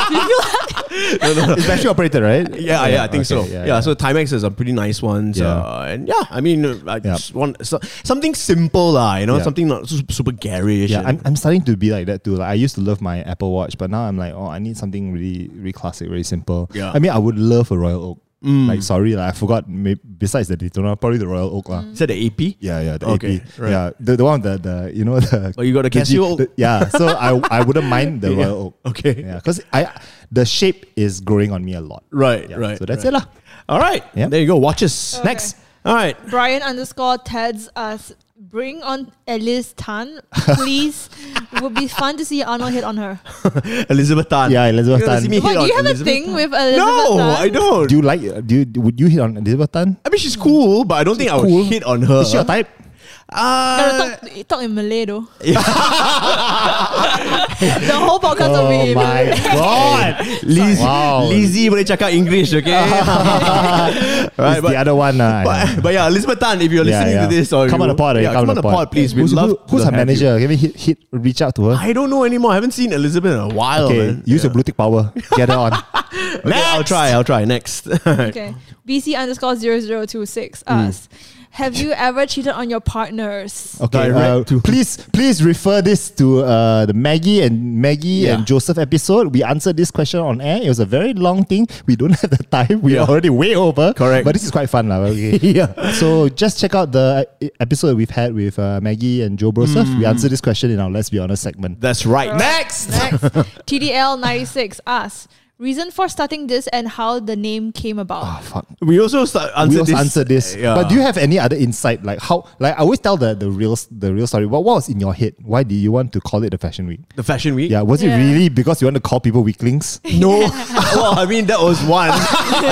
[SPEAKER 4] you feel
[SPEAKER 3] <laughs> it's battery operated, right?
[SPEAKER 2] <laughs> Yeah, yeah, I think so.
[SPEAKER 3] okay,
[SPEAKER 2] Yeah, so Timex is a pretty nice one.
[SPEAKER 3] Yeah.
[SPEAKER 2] Uh, and yeah, I mean, uh, I
[SPEAKER 3] Yeah.
[SPEAKER 2] just want so, something simple, lah. You know,
[SPEAKER 3] Yeah.
[SPEAKER 2] something not su- super garish.
[SPEAKER 3] Yeah,
[SPEAKER 2] and-
[SPEAKER 3] I'm, I'm starting to be like that too. Like I used to love my Apple Watch, but now I'm like, oh, I need something really, really classic, really simple.
[SPEAKER 2] Yeah. Mm.
[SPEAKER 3] I mean, I would love a Royal Oak. Like, sorry, like, I forgot. Maybe, besides the Daytona, probably the Royal Oak lah.
[SPEAKER 2] is that the AP?
[SPEAKER 3] Yeah, yeah, the
[SPEAKER 2] Okay,
[SPEAKER 3] AP.
[SPEAKER 2] right.
[SPEAKER 3] Yeah, the, the one that the you know the.
[SPEAKER 2] Oh, you got
[SPEAKER 3] the
[SPEAKER 2] a
[SPEAKER 3] G-
[SPEAKER 2] Casio Oak?
[SPEAKER 3] the- yeah, so I I wouldn't mind the
[SPEAKER 2] <laughs> Yeah.
[SPEAKER 3] Royal Oak.
[SPEAKER 2] Okay.
[SPEAKER 3] Yeah, because I the shape is growing on me a lot.
[SPEAKER 2] Right,
[SPEAKER 3] Yeah,
[SPEAKER 2] right.
[SPEAKER 3] So that's
[SPEAKER 2] right.
[SPEAKER 3] it lah.
[SPEAKER 2] All right.
[SPEAKER 3] Yeah.
[SPEAKER 2] There you go. Watches.
[SPEAKER 4] Okay.
[SPEAKER 2] Next. All right. <laughs>
[SPEAKER 4] Brian underscore Ted's us. Bring on Alice Tan,
[SPEAKER 3] <laughs>
[SPEAKER 4] please. Would be fun to see Arnold hit on her.
[SPEAKER 2] Elizabeth Tan.
[SPEAKER 3] Yeah, Elizabeth
[SPEAKER 2] You wanna
[SPEAKER 3] Tan.
[SPEAKER 2] see me
[SPEAKER 4] What,
[SPEAKER 2] hit
[SPEAKER 4] do
[SPEAKER 2] on
[SPEAKER 4] you have
[SPEAKER 2] Elizabeth
[SPEAKER 4] a thing
[SPEAKER 2] Tan?
[SPEAKER 4] with Elizabeth
[SPEAKER 2] No,
[SPEAKER 4] Tan?
[SPEAKER 2] I don't.
[SPEAKER 3] Do you like? Do you, would you hit on Elizabeth Tan?
[SPEAKER 2] I mean, she's cool, but I don't think I would
[SPEAKER 3] Cool.
[SPEAKER 2] hit on her.
[SPEAKER 3] Is she your type?
[SPEAKER 2] Uh,
[SPEAKER 4] Gotta talk, talk in
[SPEAKER 2] <laughs>
[SPEAKER 4] Malay though. <laughs> the whole podcast will
[SPEAKER 3] Oh
[SPEAKER 4] be in <laughs>
[SPEAKER 3] my
[SPEAKER 4] Malay.
[SPEAKER 3] god!
[SPEAKER 2] Liz,
[SPEAKER 3] Wow.
[SPEAKER 2] Lizzie boleh cakap English, okay?
[SPEAKER 3] <laughs>
[SPEAKER 2] <laughs>
[SPEAKER 3] It's the other one. Uh,
[SPEAKER 2] But, but yeah, Elizabeth Tan, if you're listening to this, or
[SPEAKER 3] come on
[SPEAKER 2] you-
[SPEAKER 3] the pod, eh,
[SPEAKER 2] yeah, come, on the pod, please. We
[SPEAKER 3] who's,
[SPEAKER 2] love.
[SPEAKER 3] who- who's her
[SPEAKER 2] to have you.
[SPEAKER 3] manager? Can we hit, hit reach out to her?
[SPEAKER 2] I don't know anymore. I haven't seen Elizabeth in a while.
[SPEAKER 3] okay,
[SPEAKER 2] man.
[SPEAKER 3] use your blue tick power. Get her
[SPEAKER 2] <laughs>
[SPEAKER 3] on.
[SPEAKER 2] Okay, I'll try. I'll
[SPEAKER 3] <laughs>
[SPEAKER 2] try next.
[SPEAKER 4] Okay. BC underscore 0026
[SPEAKER 2] Hmm.
[SPEAKER 4] us. Have you ever cheated on
[SPEAKER 2] <laughs>
[SPEAKER 4] your partners?
[SPEAKER 3] Okay, uh,
[SPEAKER 2] Direct to-
[SPEAKER 3] please please refer this to uh, the Maggie and Maggie
[SPEAKER 2] Yeah.
[SPEAKER 3] and Joseph episode. We answered this question on air. It was a very long thing. We don't <laughs> have the time. We
[SPEAKER 2] Yeah.
[SPEAKER 3] are already way over.
[SPEAKER 2] Correct.
[SPEAKER 3] But this is quite fun, lah. Okay.
[SPEAKER 2] <laughs> Yeah.
[SPEAKER 3] So just check out the uh, episode we've had with uh, Maggie and Joe Broseph. We
[SPEAKER 2] Hmm.
[SPEAKER 3] answered this question in our Let's Be Honest segment.
[SPEAKER 2] That's right. Next.
[SPEAKER 4] Next. TDL 96 us. reason for starting this and how the name came about.
[SPEAKER 3] Ah, fuck.
[SPEAKER 2] We also start
[SPEAKER 3] we
[SPEAKER 2] answer
[SPEAKER 3] also
[SPEAKER 2] this.
[SPEAKER 3] answer this.
[SPEAKER 2] Yeah.
[SPEAKER 3] But do you have any other insight? Like how? Like I always tell the the real the real story. What, what was in your head? Why did you want to call it the fashion week?
[SPEAKER 2] the fashion week?
[SPEAKER 3] Yeah, was
[SPEAKER 4] Yeah.
[SPEAKER 3] it really because you want to call people weaklings?
[SPEAKER 2] <laughs> No. <laughs> well, I mean, that was one. I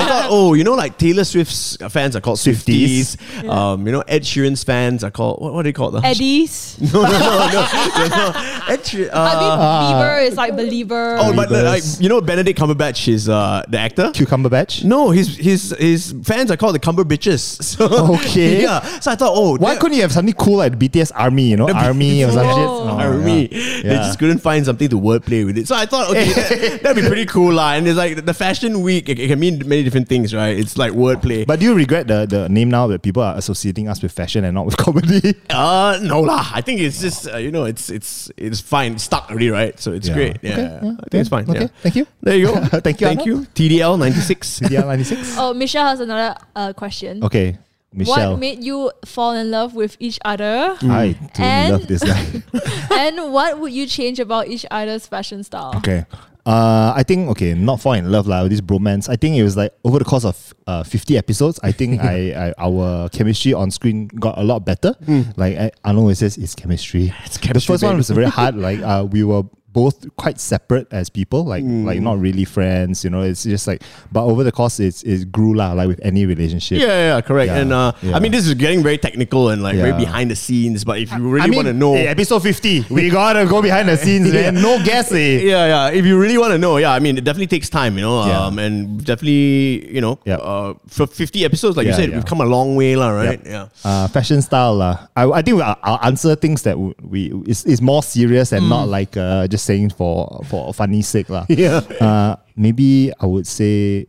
[SPEAKER 2] thought, oh, you know, like Taylor Swift's fans are called Swifties.
[SPEAKER 3] Swifties.
[SPEAKER 2] Um, you know, Ed Sheeran's fans are called, what, what do you call them?
[SPEAKER 4] Eddie's.
[SPEAKER 2] No, no, no, <laughs> no. They're not- Ed Sheer-
[SPEAKER 4] I
[SPEAKER 2] uh,
[SPEAKER 4] mean, Believer is like Believer.
[SPEAKER 2] oh, but
[SPEAKER 3] Believers.
[SPEAKER 2] like, you know, Benedict Cumberbatch is uh, the actor?
[SPEAKER 3] Cucumber batch.
[SPEAKER 2] No, his his his fans are called the Cumber Bitches. <laughs> So,
[SPEAKER 3] Okay.
[SPEAKER 2] <laughs> Yeah. So I thought, oh,
[SPEAKER 3] Why
[SPEAKER 2] that-
[SPEAKER 3] couldn't you have something cool like BTS Army? You know, Army or some shit.
[SPEAKER 4] Whoa.
[SPEAKER 3] Oh,
[SPEAKER 2] <laughs> Army.
[SPEAKER 3] yeah.
[SPEAKER 2] They
[SPEAKER 3] Yeah.
[SPEAKER 2] just couldn't find something to wordplay with it. So I thought, okay,
[SPEAKER 3] <laughs>
[SPEAKER 2] that, that'd be pretty cool, lah. And it's like the fashion week. It, it can mean many different things, right? It's like wordplay.
[SPEAKER 3] But do you regret the, the name now that people are associating us with fashion and not with <laughs> comedy?
[SPEAKER 2] uh, no lah. I think it's just uh, you know, it's it's it's fine. It's stuck already, right? So it's
[SPEAKER 3] Yeah.
[SPEAKER 2] great.
[SPEAKER 3] Okay,
[SPEAKER 2] Yeah,
[SPEAKER 3] yeah,
[SPEAKER 2] I think it's fine.
[SPEAKER 3] okay,
[SPEAKER 2] yeah.
[SPEAKER 3] thank you.
[SPEAKER 2] There you go.
[SPEAKER 3] <laughs> Thank you,
[SPEAKER 2] Thank
[SPEAKER 3] Arnold.
[SPEAKER 2] you. TDL ninety
[SPEAKER 3] <laughs>
[SPEAKER 2] six.
[SPEAKER 3] Yeah, 96.
[SPEAKER 4] Oh, Michelle has another uh, question.
[SPEAKER 3] Okay, Michelle.
[SPEAKER 4] What made you fall in love with each other?
[SPEAKER 3] I do
[SPEAKER 4] And-
[SPEAKER 3] love this guy.
[SPEAKER 4] and what would you change about each other's fashion style?
[SPEAKER 3] Okay. Uh, I think okay, not fall in love lah with this bromance. I think it was like over the course of uh, fifty episodes. I think
[SPEAKER 2] <laughs>
[SPEAKER 3] I, I our chemistry on screen got a lot better. Like I, Arnold always says, it's chemistry.
[SPEAKER 2] Hmm. <laughs> It's chemistry,
[SPEAKER 3] The first one
[SPEAKER 2] baby.
[SPEAKER 3] was very hard. Like uh, we were both quite separate as people. Like
[SPEAKER 2] Hmm.
[SPEAKER 3] like not really friends. You know, it's just like. But over the course, it's it grew lah. Like with any relationship.
[SPEAKER 2] <laughs> Yeah, yeah, yeah, correct.
[SPEAKER 3] Yeah,
[SPEAKER 2] and uh, I
[SPEAKER 3] yeah.
[SPEAKER 2] mean, this is getting very technical and like very
[SPEAKER 3] Yeah.
[SPEAKER 2] behind the scenes. But if you really
[SPEAKER 3] I mean,
[SPEAKER 2] want to know,
[SPEAKER 3] eh, episode fifty, we gotta go behind the scenes,
[SPEAKER 2] <laughs> Yeah.
[SPEAKER 3] man. No gas, eh.
[SPEAKER 2] yeah, yeah. If you really want to know, yeah, I mean, it definitely takes time, you know,
[SPEAKER 3] Yeah.
[SPEAKER 2] um, and definitely, you know,
[SPEAKER 3] Yeah.
[SPEAKER 2] uh, for 50 episodes, like you
[SPEAKER 3] Yeah,
[SPEAKER 2] said,
[SPEAKER 3] yeah.
[SPEAKER 2] we've come a long way, lah, right?
[SPEAKER 3] Yep.
[SPEAKER 2] Yeah.
[SPEAKER 3] uh, fashion style lah. I, I think I'll, I'll answer things that w- we is, is more serious and not like uh, just saying for for funny sake lah.
[SPEAKER 2] Mm. <laughs> Yeah.
[SPEAKER 3] Uh, maybe I would say,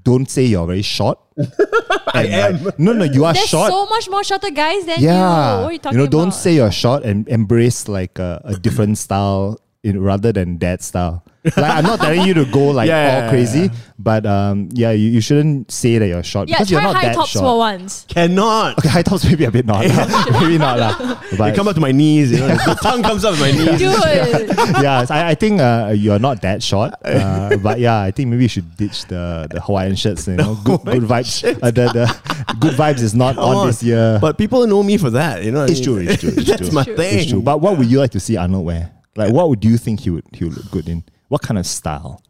[SPEAKER 3] don't say you're very
[SPEAKER 2] <laughs>
[SPEAKER 3] short. I am. no, no, you are
[SPEAKER 4] There's
[SPEAKER 3] short.
[SPEAKER 4] so much more shorter guys than you.
[SPEAKER 3] yeah,
[SPEAKER 4] What are you talking
[SPEAKER 3] know, don't
[SPEAKER 4] about?
[SPEAKER 3] say you're short and embrace like a, a
[SPEAKER 2] <clears throat>
[SPEAKER 3] different style in, rather than that style. Like I'm not telling you to go like
[SPEAKER 2] <laughs> Yeah, yeah,
[SPEAKER 3] all
[SPEAKER 2] yeah,
[SPEAKER 3] crazy, but um, yeah, you, you shouldn't say that you're short
[SPEAKER 4] Yeah,
[SPEAKER 3] because you're
[SPEAKER 4] try
[SPEAKER 3] not that
[SPEAKER 4] high tops
[SPEAKER 3] short.
[SPEAKER 4] for
[SPEAKER 3] <laughs>
[SPEAKER 4] once.
[SPEAKER 2] Cannot.
[SPEAKER 3] Okay, high tops maybe a bit not.
[SPEAKER 2] <laughs>
[SPEAKER 3] lah. maybe not lah.
[SPEAKER 2] They
[SPEAKER 3] But <laughs>
[SPEAKER 2] come up to my knees, you know, the tongue comes up to my knees.
[SPEAKER 4] Do it.
[SPEAKER 3] yeah, so I, I think uh, you're not that
[SPEAKER 2] <laughs>
[SPEAKER 3] short. Uh, but yeah, I think maybe you should ditch the, the Hawaiian
[SPEAKER 2] <laughs>
[SPEAKER 3] shirts. You know, good, good vibes. Uh, the, the <laughs> good vibes is not
[SPEAKER 2] Come
[SPEAKER 3] <laughs> on, this year.
[SPEAKER 2] But people know me for that, you know. what I
[SPEAKER 3] It's true,
[SPEAKER 2] mean?
[SPEAKER 3] it's
[SPEAKER 2] <laughs>
[SPEAKER 3] true, it's true.
[SPEAKER 2] That's my
[SPEAKER 4] It's true.
[SPEAKER 2] thing.
[SPEAKER 3] it's true. But what would you like to see Arnold wear? Like, what would you think he would he would look good in? What kind of style?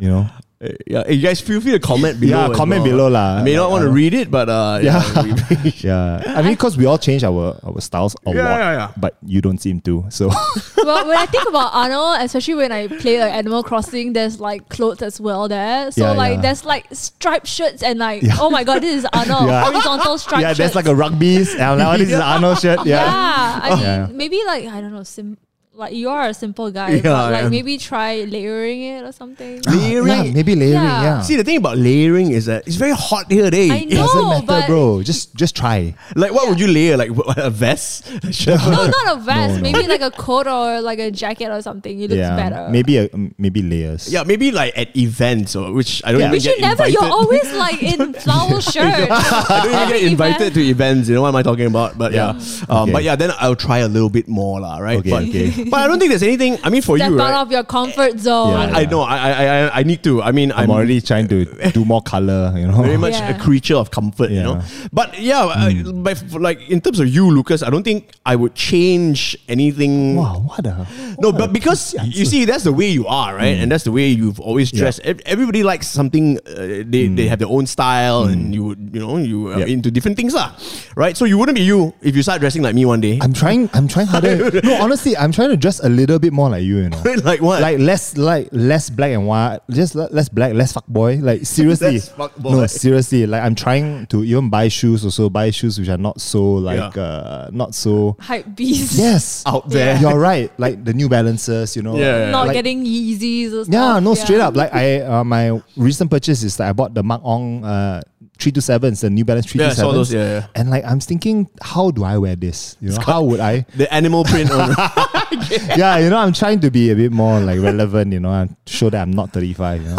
[SPEAKER 3] You
[SPEAKER 2] <laughs>
[SPEAKER 3] know,
[SPEAKER 2] Uh, Yeah, eh, you guys feel free to comment below.
[SPEAKER 3] Yeah,
[SPEAKER 2] as
[SPEAKER 3] comment
[SPEAKER 2] well.
[SPEAKER 3] below lah.
[SPEAKER 2] I may not
[SPEAKER 3] Like,
[SPEAKER 2] want to
[SPEAKER 3] uh,
[SPEAKER 2] read it, but uh, yeah, we-
[SPEAKER 3] <laughs>
[SPEAKER 2] <laughs>
[SPEAKER 3] yeah. I mean, because we all change our our styles a
[SPEAKER 2] Yeah,
[SPEAKER 3] lot,
[SPEAKER 2] yeah, yeah.
[SPEAKER 3] but you don't seem to. So
[SPEAKER 4] well, when I think about Arnold, especially when I play like Animal Crossing, there's like clothes as well there. So
[SPEAKER 3] Yeah,
[SPEAKER 4] like
[SPEAKER 3] yeah.
[SPEAKER 4] there's like striped shirts and like
[SPEAKER 3] Yeah.
[SPEAKER 4] oh my god, this
[SPEAKER 3] <laughs>
[SPEAKER 4] is Arnold
[SPEAKER 3] Yeah.
[SPEAKER 4] horizontal
[SPEAKER 3] <laughs>
[SPEAKER 4] striped.
[SPEAKER 3] yeah,
[SPEAKER 4] shirts.
[SPEAKER 3] there's like a rugby's. And I'm like,
[SPEAKER 2] <laughs>
[SPEAKER 3] oh, this is Arnold shirt.
[SPEAKER 4] yeah. I mean,
[SPEAKER 3] Yeah.
[SPEAKER 4] maybe like I don't know, sim- like you are a simple
[SPEAKER 3] <laughs>
[SPEAKER 4] guy,
[SPEAKER 2] Yeah, I
[SPEAKER 4] but like
[SPEAKER 2] am.
[SPEAKER 4] maybe try layering it or something.
[SPEAKER 3] Yeah,
[SPEAKER 2] layering.
[SPEAKER 3] maybe layering.
[SPEAKER 4] Yeah.
[SPEAKER 3] Yeah.
[SPEAKER 2] See, the thing about layering is that it's very hot here today.
[SPEAKER 4] I
[SPEAKER 3] It doesn't
[SPEAKER 4] No, but-
[SPEAKER 3] matter, bro. Just just try.
[SPEAKER 2] <laughs> Like, what would you layer? Like <laughs> wh- a vest?
[SPEAKER 3] <laughs>
[SPEAKER 4] No, not a vest.
[SPEAKER 3] no.
[SPEAKER 4] Maybe like a coat or like a jacket or something. You look better.
[SPEAKER 3] Maybe a, um, maybe layers.
[SPEAKER 2] Yeah, maybe like at events or which I don't
[SPEAKER 3] Yeah.
[SPEAKER 2] even
[SPEAKER 4] But
[SPEAKER 2] get
[SPEAKER 4] you never.
[SPEAKER 2] invited.
[SPEAKER 4] You're always like
[SPEAKER 3] <laughs>
[SPEAKER 4] in flower shirt.
[SPEAKER 2] <laughs> I don't even get
[SPEAKER 4] Every
[SPEAKER 2] invited
[SPEAKER 4] event.
[SPEAKER 2] to events. You know what am I talking about? But yeah, um,
[SPEAKER 3] Okay.
[SPEAKER 2] but yeah, then I'll try a little bit more, lah. Right?
[SPEAKER 3] Okay,
[SPEAKER 2] but,
[SPEAKER 3] okay.
[SPEAKER 2] <laughs> but I don't think there's anything. I mean, for
[SPEAKER 4] <laughs> Step
[SPEAKER 2] you,
[SPEAKER 4] out
[SPEAKER 2] right?
[SPEAKER 4] of your comfort zone.
[SPEAKER 3] Yeah.
[SPEAKER 2] I know. I, I I I need to. I mean, I'm,
[SPEAKER 3] I'm already trying
[SPEAKER 2] <laughs>
[SPEAKER 3] to do more color. You know.
[SPEAKER 2] very much a
[SPEAKER 4] Yeah.
[SPEAKER 2] creature of comfort, you know. But yeah, Hmm. I- but f- like in terms of you, Lucas, I don't think I would change anything.
[SPEAKER 3] <laughs> Wow. What a what
[SPEAKER 2] No,
[SPEAKER 3] a
[SPEAKER 2] but because
[SPEAKER 3] crazy
[SPEAKER 2] you
[SPEAKER 3] answer.
[SPEAKER 2] see, that's the way you are, right?
[SPEAKER 3] Mm.
[SPEAKER 2] And that's the way you've always dressed. Ev- Everybody likes something. Uh, they,
[SPEAKER 3] Mm.
[SPEAKER 2] they have their own style, and you would you know you are
[SPEAKER 3] Yep.
[SPEAKER 2] into different things, lah. Right? So you wouldn't be you if you start dressing like me one day. <laughs>
[SPEAKER 3] I'm trying. I'm trying harder. no, honestly, I'm trying to dress a little bit more like you.
[SPEAKER 2] <laughs>
[SPEAKER 3] You know.
[SPEAKER 2] like what?
[SPEAKER 3] Like less, like less black and white, just le- less black, less fuckboy. Like seriously,
[SPEAKER 2] <laughs> Less fuckboy.
[SPEAKER 3] no, seriously. Like I'm trying to even buy shoes, also buy shoes which are not so like
[SPEAKER 2] Yeah.
[SPEAKER 3] uh, not so.
[SPEAKER 4] Hype beast.
[SPEAKER 3] Yes,
[SPEAKER 2] Out there.
[SPEAKER 3] You're right. Like the New Balances, you know.
[SPEAKER 2] Yeah, yeah,
[SPEAKER 4] <laughs> Not
[SPEAKER 3] like-
[SPEAKER 4] getting Yeezys or stuff.
[SPEAKER 3] Yeah, no, straight up. Like I, uh, my recent purchase is that I bought the Mark Ong uh, three two sevens, the New Balance three
[SPEAKER 2] Yeah, I
[SPEAKER 3] two
[SPEAKER 2] saw those,
[SPEAKER 3] sevens.
[SPEAKER 2] yeah, yeah.
[SPEAKER 3] And like I'm thinking, how do I wear this? You know, how would I?
[SPEAKER 2] The animal print on <laughs>
[SPEAKER 3] yeah, you know, I'm trying to be a bit more like relevant. You know, and show that I'm not 35.
[SPEAKER 2] <laughs>
[SPEAKER 3] You know,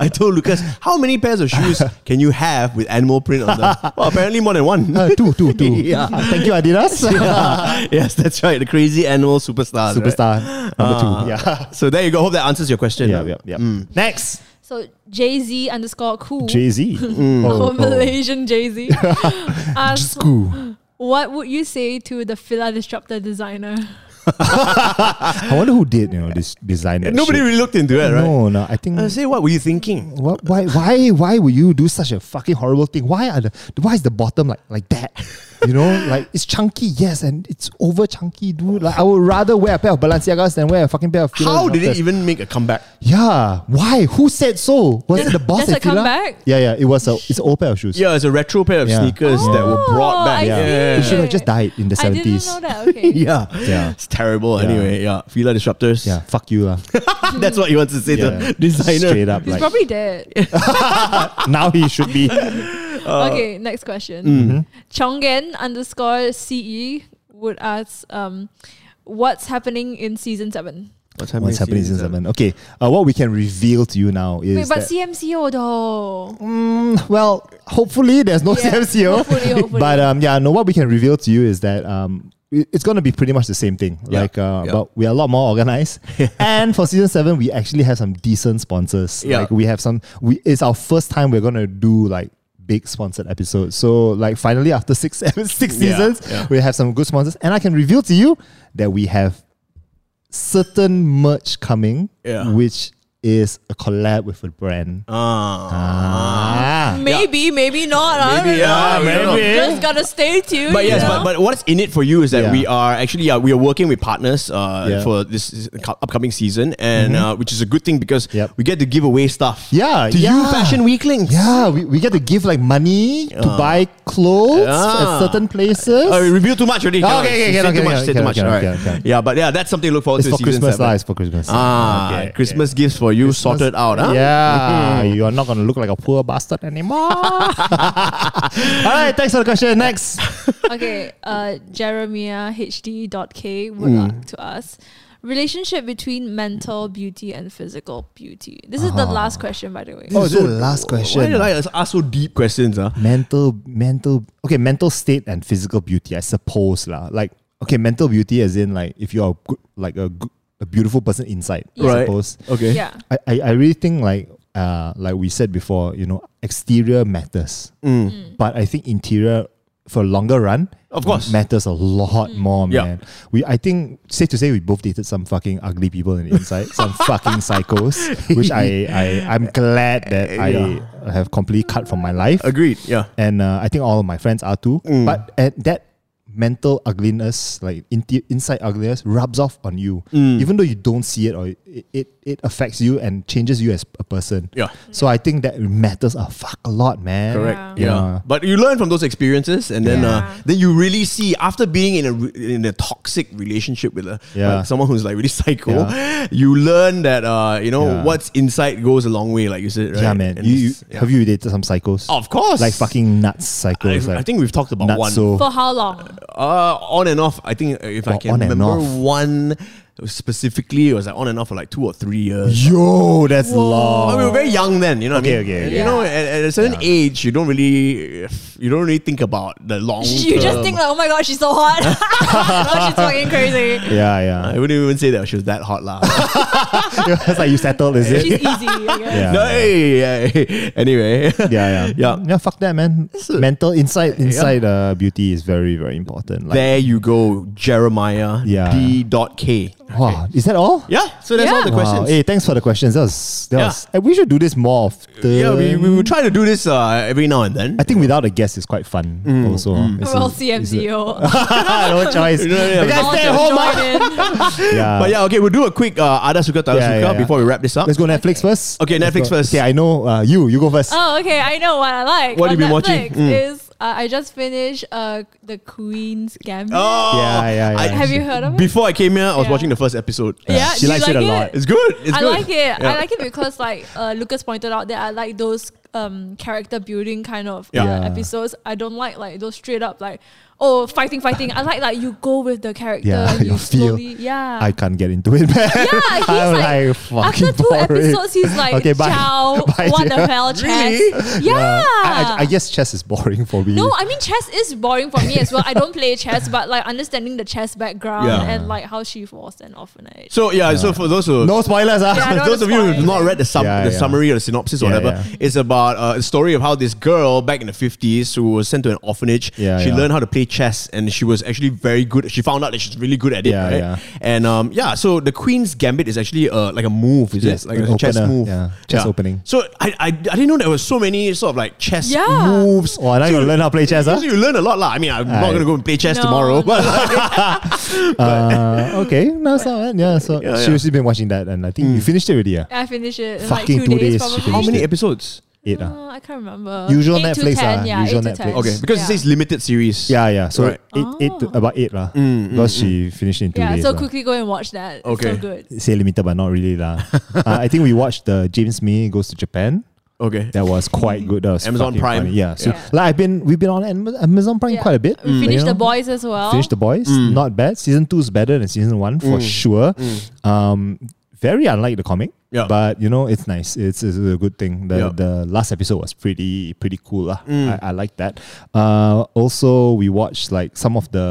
[SPEAKER 2] I told Lucas, how many pairs
[SPEAKER 3] <laughs>
[SPEAKER 2] of shoes can you have with animal print on them? Well, apparently more
[SPEAKER 3] <laughs>
[SPEAKER 2] than one.
[SPEAKER 3] Uh, two, two, two.
[SPEAKER 2] Yeah.
[SPEAKER 3] Thank you, Adidas.
[SPEAKER 2] <laughs> Yeah. yes, that's right. The crazy animal superstar.
[SPEAKER 3] Superstar number two. Yeah.
[SPEAKER 2] Ah. Yeah. mm. So there you go. Hope that answers your question.
[SPEAKER 3] Yeah, yeah, yeah. Next,
[SPEAKER 4] So Jay Z underscore cool. <laughs>
[SPEAKER 3] Jay
[SPEAKER 2] <laughs>
[SPEAKER 3] Z.
[SPEAKER 2] Mm.
[SPEAKER 4] Our Malaysian
[SPEAKER 3] <laughs>
[SPEAKER 4] Jay Z. <laughs> asks,
[SPEAKER 3] oh. Cool.
[SPEAKER 4] what would you say to the Fila Disruptor designer?
[SPEAKER 3] I wonder who did you know this design. that
[SPEAKER 2] Nobody
[SPEAKER 3] shit.
[SPEAKER 2] really looked into it, right?
[SPEAKER 3] No, no. I think.
[SPEAKER 2] I say, what were you thinking?
[SPEAKER 3] What, why, why, why would you do such a fucking horrible thing? Why are the why is the bottom like like that? <laughs> You know, like it's chunky, yes, and it's over chunky, dude. Like I would rather wear a pair of Balenciagas than wear a fucking pair of. Fila
[SPEAKER 2] How did it
[SPEAKER 3] Disruptors.
[SPEAKER 2] even make a comeback?
[SPEAKER 3] Yeah. Why? Who said so? Was it the boss?
[SPEAKER 4] that's a
[SPEAKER 3] at Fila?
[SPEAKER 4] comeback?
[SPEAKER 3] Yeah, yeah. It was a. It's an old pair of shoes.
[SPEAKER 2] Yeah, it's a retro pair of
[SPEAKER 3] Yeah.
[SPEAKER 2] sneakers that were brought
[SPEAKER 4] Oh,
[SPEAKER 2] back.
[SPEAKER 4] I
[SPEAKER 2] yeah.
[SPEAKER 4] see.
[SPEAKER 2] Yeah.
[SPEAKER 3] It should have just died in the
[SPEAKER 4] I didn't
[SPEAKER 3] seventies.
[SPEAKER 4] know that. Okay.
[SPEAKER 2] Yeah.
[SPEAKER 3] <laughs> Yeah.
[SPEAKER 2] It's terrible anyway. Yeah. Fila disruptors.
[SPEAKER 3] Yeah. Fuck you, lah.
[SPEAKER 2] <laughs> That's what he wants to say
[SPEAKER 3] Yeah.
[SPEAKER 2] to designer.
[SPEAKER 3] Straight up,
[SPEAKER 4] He's
[SPEAKER 3] like
[SPEAKER 4] probably dead.
[SPEAKER 3] now he should
[SPEAKER 2] <laughs>
[SPEAKER 3] be.
[SPEAKER 2] Uh,
[SPEAKER 4] okay, next question.
[SPEAKER 2] mm.
[SPEAKER 4] Chongen underscore CE would ask, um, what's happening in season seven?
[SPEAKER 2] What's happening,
[SPEAKER 3] What's happening in
[SPEAKER 2] season
[SPEAKER 3] season seven? Okay, uh, what we can reveal to you now is
[SPEAKER 4] Wait,
[SPEAKER 3] that-
[SPEAKER 4] but CMCO though.
[SPEAKER 3] <sighs> well, hopefully there's no <laughs>
[SPEAKER 4] Yeah,
[SPEAKER 3] CMCO.
[SPEAKER 4] hopefully, hopefully.
[SPEAKER 3] But um, yeah, no. What we can reveal to you is that um, it- it's going to be pretty much the same thing.
[SPEAKER 2] Yeah,
[SPEAKER 3] Like, uh,
[SPEAKER 2] yeah.
[SPEAKER 3] but we are a lot more
[SPEAKER 2] <laughs>
[SPEAKER 3] organized. and for season seven, we actually have some decent sponsors.
[SPEAKER 2] Yeah.
[SPEAKER 3] Like we have some. We it's our first time we're going to do like big sponsored episodes. So like finally after six <laughs> six
[SPEAKER 2] Yeah,
[SPEAKER 3] seasons,
[SPEAKER 2] yeah.
[SPEAKER 3] we have some good sponsors, and I can reveal to you that we have certain merch coming,
[SPEAKER 2] Yeah.
[SPEAKER 3] which is a collab with a brand. Ah.
[SPEAKER 4] Maybe, maybe not. I
[SPEAKER 2] Maybe,
[SPEAKER 4] don't know.
[SPEAKER 2] yeah,
[SPEAKER 4] You
[SPEAKER 2] maybe.
[SPEAKER 4] Just gotta stay tuned.
[SPEAKER 2] But
[SPEAKER 4] you
[SPEAKER 2] yes,
[SPEAKER 4] know?
[SPEAKER 2] but, but what's in it for you is that
[SPEAKER 3] Yeah.
[SPEAKER 2] we are actually uh, we are working with partners uh,
[SPEAKER 3] Yeah. Mm-hmm.
[SPEAKER 2] for this is- co- upcoming season, and uh, which is a good thing because
[SPEAKER 3] Yep.
[SPEAKER 2] we get to give away stuff.
[SPEAKER 3] Yeah,
[SPEAKER 2] to you,
[SPEAKER 3] yeah.
[SPEAKER 2] fashion Ah. weaklings.
[SPEAKER 3] Yeah, we, we get to give like money to buy clothes
[SPEAKER 2] Yeah.
[SPEAKER 3] at certain places.
[SPEAKER 2] Uh, we reveal too much already.
[SPEAKER 3] Okay,
[SPEAKER 2] Cannot.
[SPEAKER 3] okay,
[SPEAKER 2] Say
[SPEAKER 3] okay,
[SPEAKER 2] too
[SPEAKER 3] okay,
[SPEAKER 2] much.
[SPEAKER 3] okay,
[SPEAKER 2] say too
[SPEAKER 3] okay,
[SPEAKER 2] much.
[SPEAKER 3] okay,
[SPEAKER 2] All right.
[SPEAKER 3] okay, okay.
[SPEAKER 2] Yeah, but yeah, that's something to look forward
[SPEAKER 3] it's for
[SPEAKER 2] to. season
[SPEAKER 3] Christmas,
[SPEAKER 2] seven.
[SPEAKER 3] lah. It's for Christmas.
[SPEAKER 2] Ah,
[SPEAKER 3] Okay, okay.
[SPEAKER 2] Christmas gifts for you sorted out. Huh? Mm-hmm.
[SPEAKER 3] Yeah, you are not gonna look like a poor bastard anymore. <laughs> All right, thanks for the question. Next,
[SPEAKER 4] okay, uh, Jeremiah HD.K would like to us. Relationship between mental beauty and physical beauty. This is the last question, by the way.
[SPEAKER 3] Oh, this is the last question.
[SPEAKER 2] Why do you like ask so deep questions? Huh?
[SPEAKER 3] mental, mental. Okay, mental state and physical beauty. I suppose lah. Like, okay, mental beauty as in like if you are good, like a good, a beautiful person inside. I
[SPEAKER 2] Right.
[SPEAKER 3] suppose.
[SPEAKER 2] Okay.
[SPEAKER 4] Yeah.
[SPEAKER 3] I, I, I really think like uh like we said before, you know, exterior matters. But I think interior for longer run
[SPEAKER 2] Mm. Of course.
[SPEAKER 3] matters a lot more,
[SPEAKER 2] Yeah.
[SPEAKER 3] man. We I think safe to say we both dated some fucking ugly people in the inside, some fucking psychos. Which I, I I'm glad that I have completely cut from my life.
[SPEAKER 2] Agreed. Yeah.
[SPEAKER 3] And uh, I think all of my friends are too.
[SPEAKER 2] Mm.
[SPEAKER 3] But at that mental ugliness, like inte- inside ugliness, rubs off on you,
[SPEAKER 2] Mm.
[SPEAKER 3] even though you don't see it or it, it it affects you and changes you as a person.
[SPEAKER 2] Yeah.
[SPEAKER 3] So I think that matters a fuck a lot, man. Uh,
[SPEAKER 2] Correct. Yeah.
[SPEAKER 3] Yeah.
[SPEAKER 2] But you learn from those experiences, and then uh,
[SPEAKER 4] Yeah.
[SPEAKER 2] then you really see after being in a re- in a toxic relationship with a
[SPEAKER 3] Yeah.
[SPEAKER 2] like someone who's like really <laughs> psycho,
[SPEAKER 3] Yeah.
[SPEAKER 2] you learn that uh, you know
[SPEAKER 3] Yeah.
[SPEAKER 2] what's inside goes a long way, like you said. Right?
[SPEAKER 3] Yeah, man.
[SPEAKER 2] And
[SPEAKER 3] You, you-
[SPEAKER 2] it's- yeah.
[SPEAKER 3] have you dated some psychos?
[SPEAKER 2] Of course.
[SPEAKER 3] Like fucking nuts
[SPEAKER 2] I,
[SPEAKER 3] psychos. like
[SPEAKER 2] I think we've talked about
[SPEAKER 3] nuts
[SPEAKER 2] one.
[SPEAKER 3] so-
[SPEAKER 4] For how long?
[SPEAKER 2] Uh, on and off. I think uh, if I
[SPEAKER 3] Well,
[SPEAKER 2] can
[SPEAKER 3] Oh, on and
[SPEAKER 2] remember
[SPEAKER 3] off.
[SPEAKER 2] one specifically, it was like on and off for like two or three years.
[SPEAKER 3] Yo, that's
[SPEAKER 2] I mean, we
[SPEAKER 3] long.
[SPEAKER 2] were very young then, you know.
[SPEAKER 3] Okay,
[SPEAKER 2] what I mean?
[SPEAKER 3] okay, okay.
[SPEAKER 2] You know, at, at a certain age, you don't really, you don't really think about the long.
[SPEAKER 4] <laughs> <laughs> You just
[SPEAKER 2] term.
[SPEAKER 4] think like, oh my god, she's so hot. <laughs> oh, she's fucking crazy.
[SPEAKER 3] Yeah,
[SPEAKER 2] I <laughs>
[SPEAKER 3] yeah. <laughs>
[SPEAKER 2] wouldn't even say that she was that hot, lah.
[SPEAKER 3] it's like you settled, is
[SPEAKER 4] She's
[SPEAKER 3] it?
[SPEAKER 4] easy. I
[SPEAKER 3] <laughs>
[SPEAKER 4] guess.
[SPEAKER 3] Yeah.
[SPEAKER 2] <laughs> no, hey, yeah, hey. anyway.
[SPEAKER 3] <laughs> yeah, yeah,
[SPEAKER 2] Yeah.
[SPEAKER 3] yeah. Fuck that, man. Mental inside, inside uh, beauty is very, very important. Like,
[SPEAKER 2] <laughs> There you go, Jeremiah
[SPEAKER 3] Yeah.
[SPEAKER 2] D. Dot K.
[SPEAKER 3] wow, is that all?
[SPEAKER 2] Yeah, so that's
[SPEAKER 4] Yeah.
[SPEAKER 2] all the
[SPEAKER 4] Wow,
[SPEAKER 2] questions.
[SPEAKER 3] Wow. Hey, thanks for the questions. That was, that
[SPEAKER 2] Yeah.
[SPEAKER 3] was, and we should do this more often.
[SPEAKER 2] Yeah, we, we, we try to do this uh, every now and then.
[SPEAKER 3] I think without a guest is quite fun.
[SPEAKER 2] Mm.
[SPEAKER 3] Also, It's
[SPEAKER 4] Well,
[SPEAKER 3] a- <laughs> Ah,
[SPEAKER 4] CMCO. <laughs>
[SPEAKER 3] no choice.
[SPEAKER 2] <laughs> You know, yeah.
[SPEAKER 3] The guys
[SPEAKER 4] Also
[SPEAKER 3] stay at home. ah.
[SPEAKER 4] join in.
[SPEAKER 3] Yeah.
[SPEAKER 2] But yeah, okay, we'll do a quick uh, Ada Suka Tara
[SPEAKER 3] Yeah,
[SPEAKER 2] Suka
[SPEAKER 3] yeah, yeah.
[SPEAKER 2] before we wrap this up.
[SPEAKER 3] let's go Netflix first.
[SPEAKER 2] Okay,
[SPEAKER 3] Let's
[SPEAKER 2] Netflix
[SPEAKER 3] go.
[SPEAKER 2] first.
[SPEAKER 3] Okay, I know uh, you. You go first.
[SPEAKER 4] <laughs> Oh, okay. I know what I like.
[SPEAKER 2] What
[SPEAKER 4] on
[SPEAKER 2] have you been
[SPEAKER 4] Netflix
[SPEAKER 2] watching? Mm.
[SPEAKER 4] Is uh, I just finished uh, the Queen's Gambit.
[SPEAKER 2] Oh,
[SPEAKER 3] Yeah, yeah, yeah.
[SPEAKER 2] I-
[SPEAKER 4] Have you heard of it?
[SPEAKER 2] Before I came here, I was
[SPEAKER 4] Yeah.
[SPEAKER 2] watching the first episode.
[SPEAKER 4] Yeah,
[SPEAKER 3] She
[SPEAKER 4] do you
[SPEAKER 3] likes it
[SPEAKER 4] like
[SPEAKER 3] a lot.
[SPEAKER 2] It's good. It's
[SPEAKER 4] I
[SPEAKER 2] good.
[SPEAKER 4] like it.
[SPEAKER 2] Yeah.
[SPEAKER 4] I like it because like uh, Lucas pointed out that I like those um character building kind of
[SPEAKER 3] Yeah.
[SPEAKER 4] uh,
[SPEAKER 3] Yeah.
[SPEAKER 4] episodes. I don't like like those straight up like oh fighting fighting. I like like you go with the character.
[SPEAKER 3] Yeah,
[SPEAKER 2] <laughs>
[SPEAKER 4] and
[SPEAKER 3] you
[SPEAKER 4] you,
[SPEAKER 3] feel-
[SPEAKER 4] slowly, yeah.
[SPEAKER 3] I can't get into it, <laughs> man.
[SPEAKER 4] yeah, he's
[SPEAKER 3] I'm
[SPEAKER 4] like,
[SPEAKER 3] like, fucking
[SPEAKER 4] after two
[SPEAKER 3] boring.
[SPEAKER 4] episodes,
[SPEAKER 3] <laughs>
[SPEAKER 4] he's like,
[SPEAKER 3] Okay, bye.
[SPEAKER 4] "Ciao,
[SPEAKER 3] <laughs> Bye,
[SPEAKER 4] what
[SPEAKER 3] dear."
[SPEAKER 4] the hell, chess?"
[SPEAKER 3] Really?
[SPEAKER 4] Yeah,
[SPEAKER 3] I, I, I guess chess is boring for me.
[SPEAKER 4] no, I mean chess is boring for me as well. I don't play chess, but like understanding the chess background
[SPEAKER 2] Yeah.
[SPEAKER 4] and like how she was an orphanage.
[SPEAKER 2] So yeah, so for those who
[SPEAKER 3] no spoilers. ah.
[SPEAKER 4] Yeah, I
[SPEAKER 3] <laughs>
[SPEAKER 4] don't
[SPEAKER 2] those of you who have
[SPEAKER 4] spoil.
[SPEAKER 2] not read the, sum-
[SPEAKER 3] Yeah,
[SPEAKER 2] the
[SPEAKER 3] yeah.
[SPEAKER 2] summary or the synopsis or
[SPEAKER 3] Yeah,
[SPEAKER 2] whatever,
[SPEAKER 3] yeah.
[SPEAKER 2] it's about uh, a story of how this girl back in the 50s who was sent to an orphanage,
[SPEAKER 3] Yeah,
[SPEAKER 2] she
[SPEAKER 3] yeah.
[SPEAKER 2] learned how to play chess and she was actually very good. She found out that she's really good at it.
[SPEAKER 3] Yeah,
[SPEAKER 2] right?
[SPEAKER 3] yeah.
[SPEAKER 2] And um, yeah, so the Queen's Gambit is actually uh, like a move, is
[SPEAKER 3] Yes,
[SPEAKER 2] it? Like
[SPEAKER 3] an
[SPEAKER 2] a chess
[SPEAKER 3] opener,
[SPEAKER 2] move.
[SPEAKER 3] yeah, chess opening.
[SPEAKER 2] So I, I, I didn't know there were so many sort of like chess
[SPEAKER 4] Yeah.
[SPEAKER 2] moves.
[SPEAKER 3] Oh, and I'm
[SPEAKER 2] So
[SPEAKER 3] gonna learn how to play chess,
[SPEAKER 2] you-
[SPEAKER 3] huh?
[SPEAKER 2] You learn a lot, lah. I mean, I'm not
[SPEAKER 3] Aye.
[SPEAKER 2] going to go and play chess
[SPEAKER 4] No,
[SPEAKER 2] tomorrow,
[SPEAKER 4] no.
[SPEAKER 2] but
[SPEAKER 4] <laughs>
[SPEAKER 2] <laughs>
[SPEAKER 3] Uh, okay, no, it's not bad. Yeah, so
[SPEAKER 2] Yeah, Mm. yeah.
[SPEAKER 3] she she's been watching that, and I think you finished it already. Yeah,
[SPEAKER 4] I finished it in
[SPEAKER 3] Fucking
[SPEAKER 4] like
[SPEAKER 3] two
[SPEAKER 4] two,
[SPEAKER 3] days
[SPEAKER 4] days,
[SPEAKER 3] she
[SPEAKER 4] probably.
[SPEAKER 2] how
[SPEAKER 3] finished
[SPEAKER 2] many
[SPEAKER 3] it.
[SPEAKER 2] episodes?
[SPEAKER 3] eight. ah.
[SPEAKER 4] Uh, I can't remember.
[SPEAKER 3] Usual
[SPEAKER 4] eight
[SPEAKER 3] Netflix,
[SPEAKER 4] to 10,
[SPEAKER 3] ah,
[SPEAKER 4] yeah,
[SPEAKER 3] usual
[SPEAKER 4] eight to 10.
[SPEAKER 3] Netflix.
[SPEAKER 2] Okay, because
[SPEAKER 4] yeah.
[SPEAKER 2] it says limited series.
[SPEAKER 3] Yeah, yeah. So
[SPEAKER 2] Right. Mm,
[SPEAKER 3] eight, eight to,
[SPEAKER 4] Oh.
[SPEAKER 3] about eight lah. because she finished in two
[SPEAKER 4] Yeah,
[SPEAKER 3] days.
[SPEAKER 4] so
[SPEAKER 3] lah.
[SPEAKER 4] quickly go and watch that. It's
[SPEAKER 2] Okay.
[SPEAKER 4] so good.
[SPEAKER 3] Say limited, but not really
[SPEAKER 2] <laughs>
[SPEAKER 3] lah. uh, I think we watched the James May goes to Japan.
[SPEAKER 2] Okay.
[SPEAKER 3] That was quite good. That was
[SPEAKER 2] Amazon
[SPEAKER 3] fucking
[SPEAKER 2] Prime.
[SPEAKER 3] funny. Yeah. So
[SPEAKER 4] Yeah.
[SPEAKER 3] like I've been, we've been on Am- Amazon Prime
[SPEAKER 4] Yeah.
[SPEAKER 3] quite a bit. mm,
[SPEAKER 4] We
[SPEAKER 3] you
[SPEAKER 4] finished
[SPEAKER 3] know.
[SPEAKER 4] the boys as well.
[SPEAKER 3] Finish the boys.
[SPEAKER 2] Mm.
[SPEAKER 3] Not bad. Season two is better than season one for sure. Um, very unlike the comic.
[SPEAKER 2] Yeah.
[SPEAKER 3] But you know, it's nice. It's, it's a good thing. The
[SPEAKER 2] Yeah. Mm.
[SPEAKER 3] the last episode was pretty pretty cool. lah. I, I like that. Uh, also we watched like some of the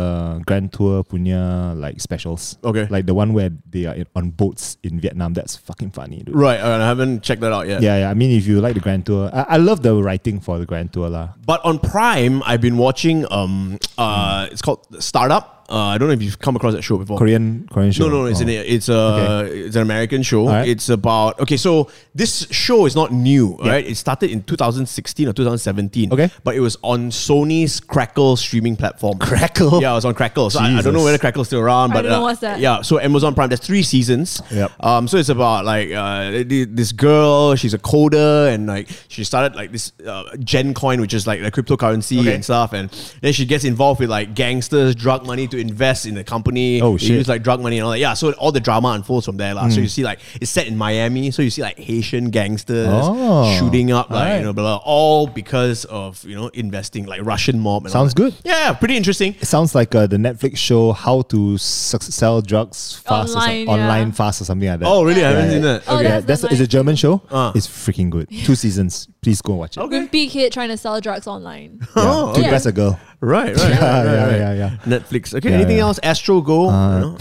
[SPEAKER 3] Grand Tour Punya like specials.
[SPEAKER 2] Okay.
[SPEAKER 3] Like the one where they are in, on boats in Vietnam. That's fucking funny, dude.
[SPEAKER 2] Right, and I haven't checked that out yet.
[SPEAKER 3] Yeah, yeah. I mean, if you like the Grand Tour, I, I love the writing for the Grand Tour, lah.
[SPEAKER 2] But on Prime, I've been watching. Um, uh, it's called Startup. Uh, I don't know if you've come across that show before.
[SPEAKER 3] Korean Korean show.
[SPEAKER 2] No, no,
[SPEAKER 3] Oh.
[SPEAKER 2] it's an it's a
[SPEAKER 3] Okay.
[SPEAKER 2] it's an American show.
[SPEAKER 3] Alright.
[SPEAKER 2] It's about okay. So this show is not new, right? It started in 2016 or 2017.
[SPEAKER 3] Okay.
[SPEAKER 2] but it was on Sony's Crackle streaming platform.
[SPEAKER 3] Crackle?
[SPEAKER 2] yeah, it was on Crackle. So I, I don't know
[SPEAKER 3] Jesus.
[SPEAKER 2] whether Crackle's still around,
[SPEAKER 4] I
[SPEAKER 2] but
[SPEAKER 4] don't know
[SPEAKER 2] uh,
[SPEAKER 4] what's that.
[SPEAKER 2] yeah. So Amazon Prime. There's three seasons.
[SPEAKER 3] Yep.
[SPEAKER 2] Um. So it's about like uh th- this girl. She's a coder and like she started like this uh, Gen Coin, which is like a cryptocurrency
[SPEAKER 3] Okay.
[SPEAKER 2] and stuff. And then she gets involved with like gangsters, drug money to invest in the company.
[SPEAKER 3] Oh,
[SPEAKER 2] They
[SPEAKER 3] shit. Hmm.
[SPEAKER 2] use, like drug money and all that. Yeah, so all the drama unfolds from there. lah. So you see like it's set in Miami, so you see like Haitian gangsters
[SPEAKER 3] Oh.
[SPEAKER 2] shooting up like
[SPEAKER 3] Alright.
[SPEAKER 2] you know blah, blah, all because of you know investing like Russian mob and all
[SPEAKER 3] Sounds
[SPEAKER 2] that.
[SPEAKER 3] good.
[SPEAKER 2] Yeah, pretty interesting.
[SPEAKER 3] It sounds like uh, the Netflix show How to Suc Sell Drugs Fast or
[SPEAKER 4] Online,
[SPEAKER 3] some- online
[SPEAKER 4] yeah.
[SPEAKER 3] fast or something like that.
[SPEAKER 2] Oh really? I
[SPEAKER 3] Yeah,
[SPEAKER 2] haven't seen
[SPEAKER 3] yeah.
[SPEAKER 2] that.
[SPEAKER 4] Oh,
[SPEAKER 2] Okay.
[SPEAKER 3] yeah,
[SPEAKER 4] that's
[SPEAKER 3] that's
[SPEAKER 4] the
[SPEAKER 3] it's a
[SPEAKER 4] nice
[SPEAKER 3] German show.
[SPEAKER 2] Ah.
[SPEAKER 3] It's freaking good. Two seasons. Please go watch it.
[SPEAKER 2] Okay.
[SPEAKER 4] Wimpy kid trying to sell drugs online.
[SPEAKER 3] Yeah.
[SPEAKER 2] Oh,
[SPEAKER 3] Two
[SPEAKER 2] okay.
[SPEAKER 3] guys, a girl.
[SPEAKER 2] Right, right, right,
[SPEAKER 3] Yeah,
[SPEAKER 2] right,
[SPEAKER 3] yeah,
[SPEAKER 2] right.
[SPEAKER 3] yeah, yeah.
[SPEAKER 2] Netflix. Okay,
[SPEAKER 3] Yeah,
[SPEAKER 2] anything
[SPEAKER 3] yeah. Uh,
[SPEAKER 2] else? Astro Go. you know?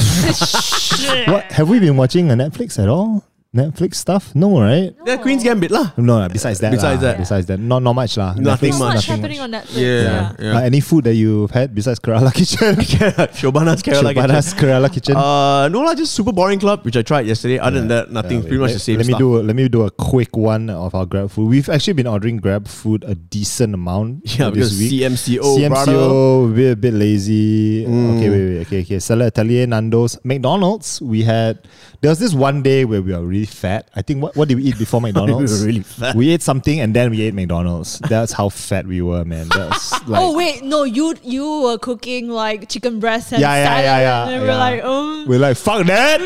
[SPEAKER 3] What have we been watching on Netflix at all? Netflix stuff? No, right?
[SPEAKER 2] Yeah, Queen's Gambit lah. <laughs>
[SPEAKER 3] No, no, besides that.
[SPEAKER 2] Besides
[SPEAKER 3] lah.
[SPEAKER 2] that.
[SPEAKER 3] Besides that. Not not much lah. Netflix,
[SPEAKER 2] Nothing
[SPEAKER 4] Not
[SPEAKER 2] much.
[SPEAKER 4] much
[SPEAKER 3] nothing
[SPEAKER 4] happening on Netflix.
[SPEAKER 2] Yeah, yeah.
[SPEAKER 3] Uh, any food that you've had besides Kerala <laughs> Kitchen?
[SPEAKER 2] Shobana's Kerala Kitchen.
[SPEAKER 3] Shobana's Kerala Kitchen.
[SPEAKER 2] Uh, no lah, just super boring club which I tried yesterday. Other than that, nothing.
[SPEAKER 3] Yeah,
[SPEAKER 2] pretty much
[SPEAKER 3] let,
[SPEAKER 2] the same.
[SPEAKER 3] Let
[SPEAKER 2] stuff.
[SPEAKER 3] me do a, let me do a quick one of our Grab food. We've actually been ordering Grab food a decent amount.
[SPEAKER 2] <laughs> Yeah,
[SPEAKER 3] uh,
[SPEAKER 2] because
[SPEAKER 3] this week.
[SPEAKER 2] CMCO,
[SPEAKER 3] CMCO, we're a bit lazy.
[SPEAKER 2] Mm.
[SPEAKER 3] Okay, wait, wait, okay, okay. Stella Atelier, Nando's, McDonald's. We had there was this one day where we were really fat. I think what what did we eat
[SPEAKER 2] <laughs>
[SPEAKER 3] before McDonald's?
[SPEAKER 2] were really fat.
[SPEAKER 3] We ate something and then we ate McDonald's. That's how fat we were, man. That
[SPEAKER 2] <laughs>
[SPEAKER 3] was like
[SPEAKER 4] oh wait, no, you you were cooking like chicken breast and
[SPEAKER 3] Yeah, yeah,
[SPEAKER 4] salad,
[SPEAKER 3] yeah, yeah,
[SPEAKER 4] and we
[SPEAKER 3] yeah.
[SPEAKER 4] we're
[SPEAKER 3] Oh,
[SPEAKER 4] like, um,
[SPEAKER 3] we're like fuck
[SPEAKER 2] <laughs>
[SPEAKER 3] that.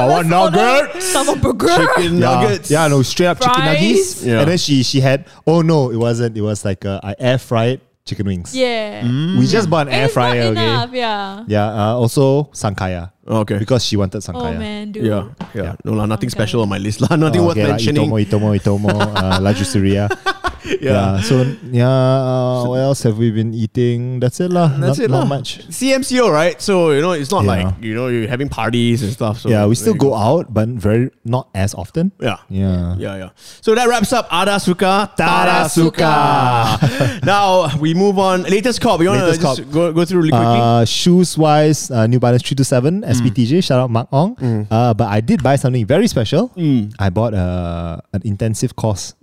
[SPEAKER 4] I
[SPEAKER 3] want nugget.
[SPEAKER 4] Some burger.
[SPEAKER 2] Chicken
[SPEAKER 3] Yeah,
[SPEAKER 2] nuggets.
[SPEAKER 3] Yeah, no, straight up chicken
[SPEAKER 4] Fries.
[SPEAKER 3] nuggets.
[SPEAKER 2] Yeah.
[SPEAKER 3] And then she she had oh no, it wasn't. It was like uh, I air fried chicken wings.
[SPEAKER 4] Yeah.
[SPEAKER 3] We just bought an
[SPEAKER 4] And
[SPEAKER 3] air
[SPEAKER 4] Mm.
[SPEAKER 3] fryer.
[SPEAKER 4] it's not enough,
[SPEAKER 3] Hmm? Okay.
[SPEAKER 4] yeah.
[SPEAKER 3] Yeah. Uh, also sankaya.
[SPEAKER 2] Okay.
[SPEAKER 3] Because she wanted
[SPEAKER 4] Oh
[SPEAKER 3] sankaya.
[SPEAKER 4] man, dude.
[SPEAKER 2] Yeah, yeah.
[SPEAKER 3] Yeah.
[SPEAKER 2] No, lah, nothing
[SPEAKER 4] Okay.
[SPEAKER 2] special on my list. lah. <laughs> nothing
[SPEAKER 3] Uh,
[SPEAKER 2] worth
[SPEAKER 3] okay, lah,
[SPEAKER 2] mentioning.
[SPEAKER 3] Itomo, Itomo, Itomo,
[SPEAKER 4] <laughs>
[SPEAKER 3] uh, La Justeria. yeah. So yeah, uh, what else have we been eating? That's it lah. not,
[SPEAKER 2] That's it.
[SPEAKER 3] Not
[SPEAKER 2] lah.
[SPEAKER 3] much.
[SPEAKER 2] CMCO, right? So, you know, it's not
[SPEAKER 3] Yeah.
[SPEAKER 2] like, you know, you're having parties and stuff. So
[SPEAKER 3] Yeah, we still
[SPEAKER 2] there you
[SPEAKER 3] go out, but very not as often.
[SPEAKER 2] Yeah.
[SPEAKER 3] Yeah.
[SPEAKER 2] Yeah, yeah. So that wraps up Adasuka, Tarasuka. <laughs> now we move on. Latest cop. You want to
[SPEAKER 3] Latest
[SPEAKER 2] just
[SPEAKER 3] cop.
[SPEAKER 2] go, go through really quickly?
[SPEAKER 3] Uh, shoes wise, uh, New Balance 327,
[SPEAKER 2] Mm.
[SPEAKER 3] SPTJ, shout out Mark Ong. Uh, but I did buy something very special.
[SPEAKER 2] Mm.
[SPEAKER 3] I bought uh, an intensive course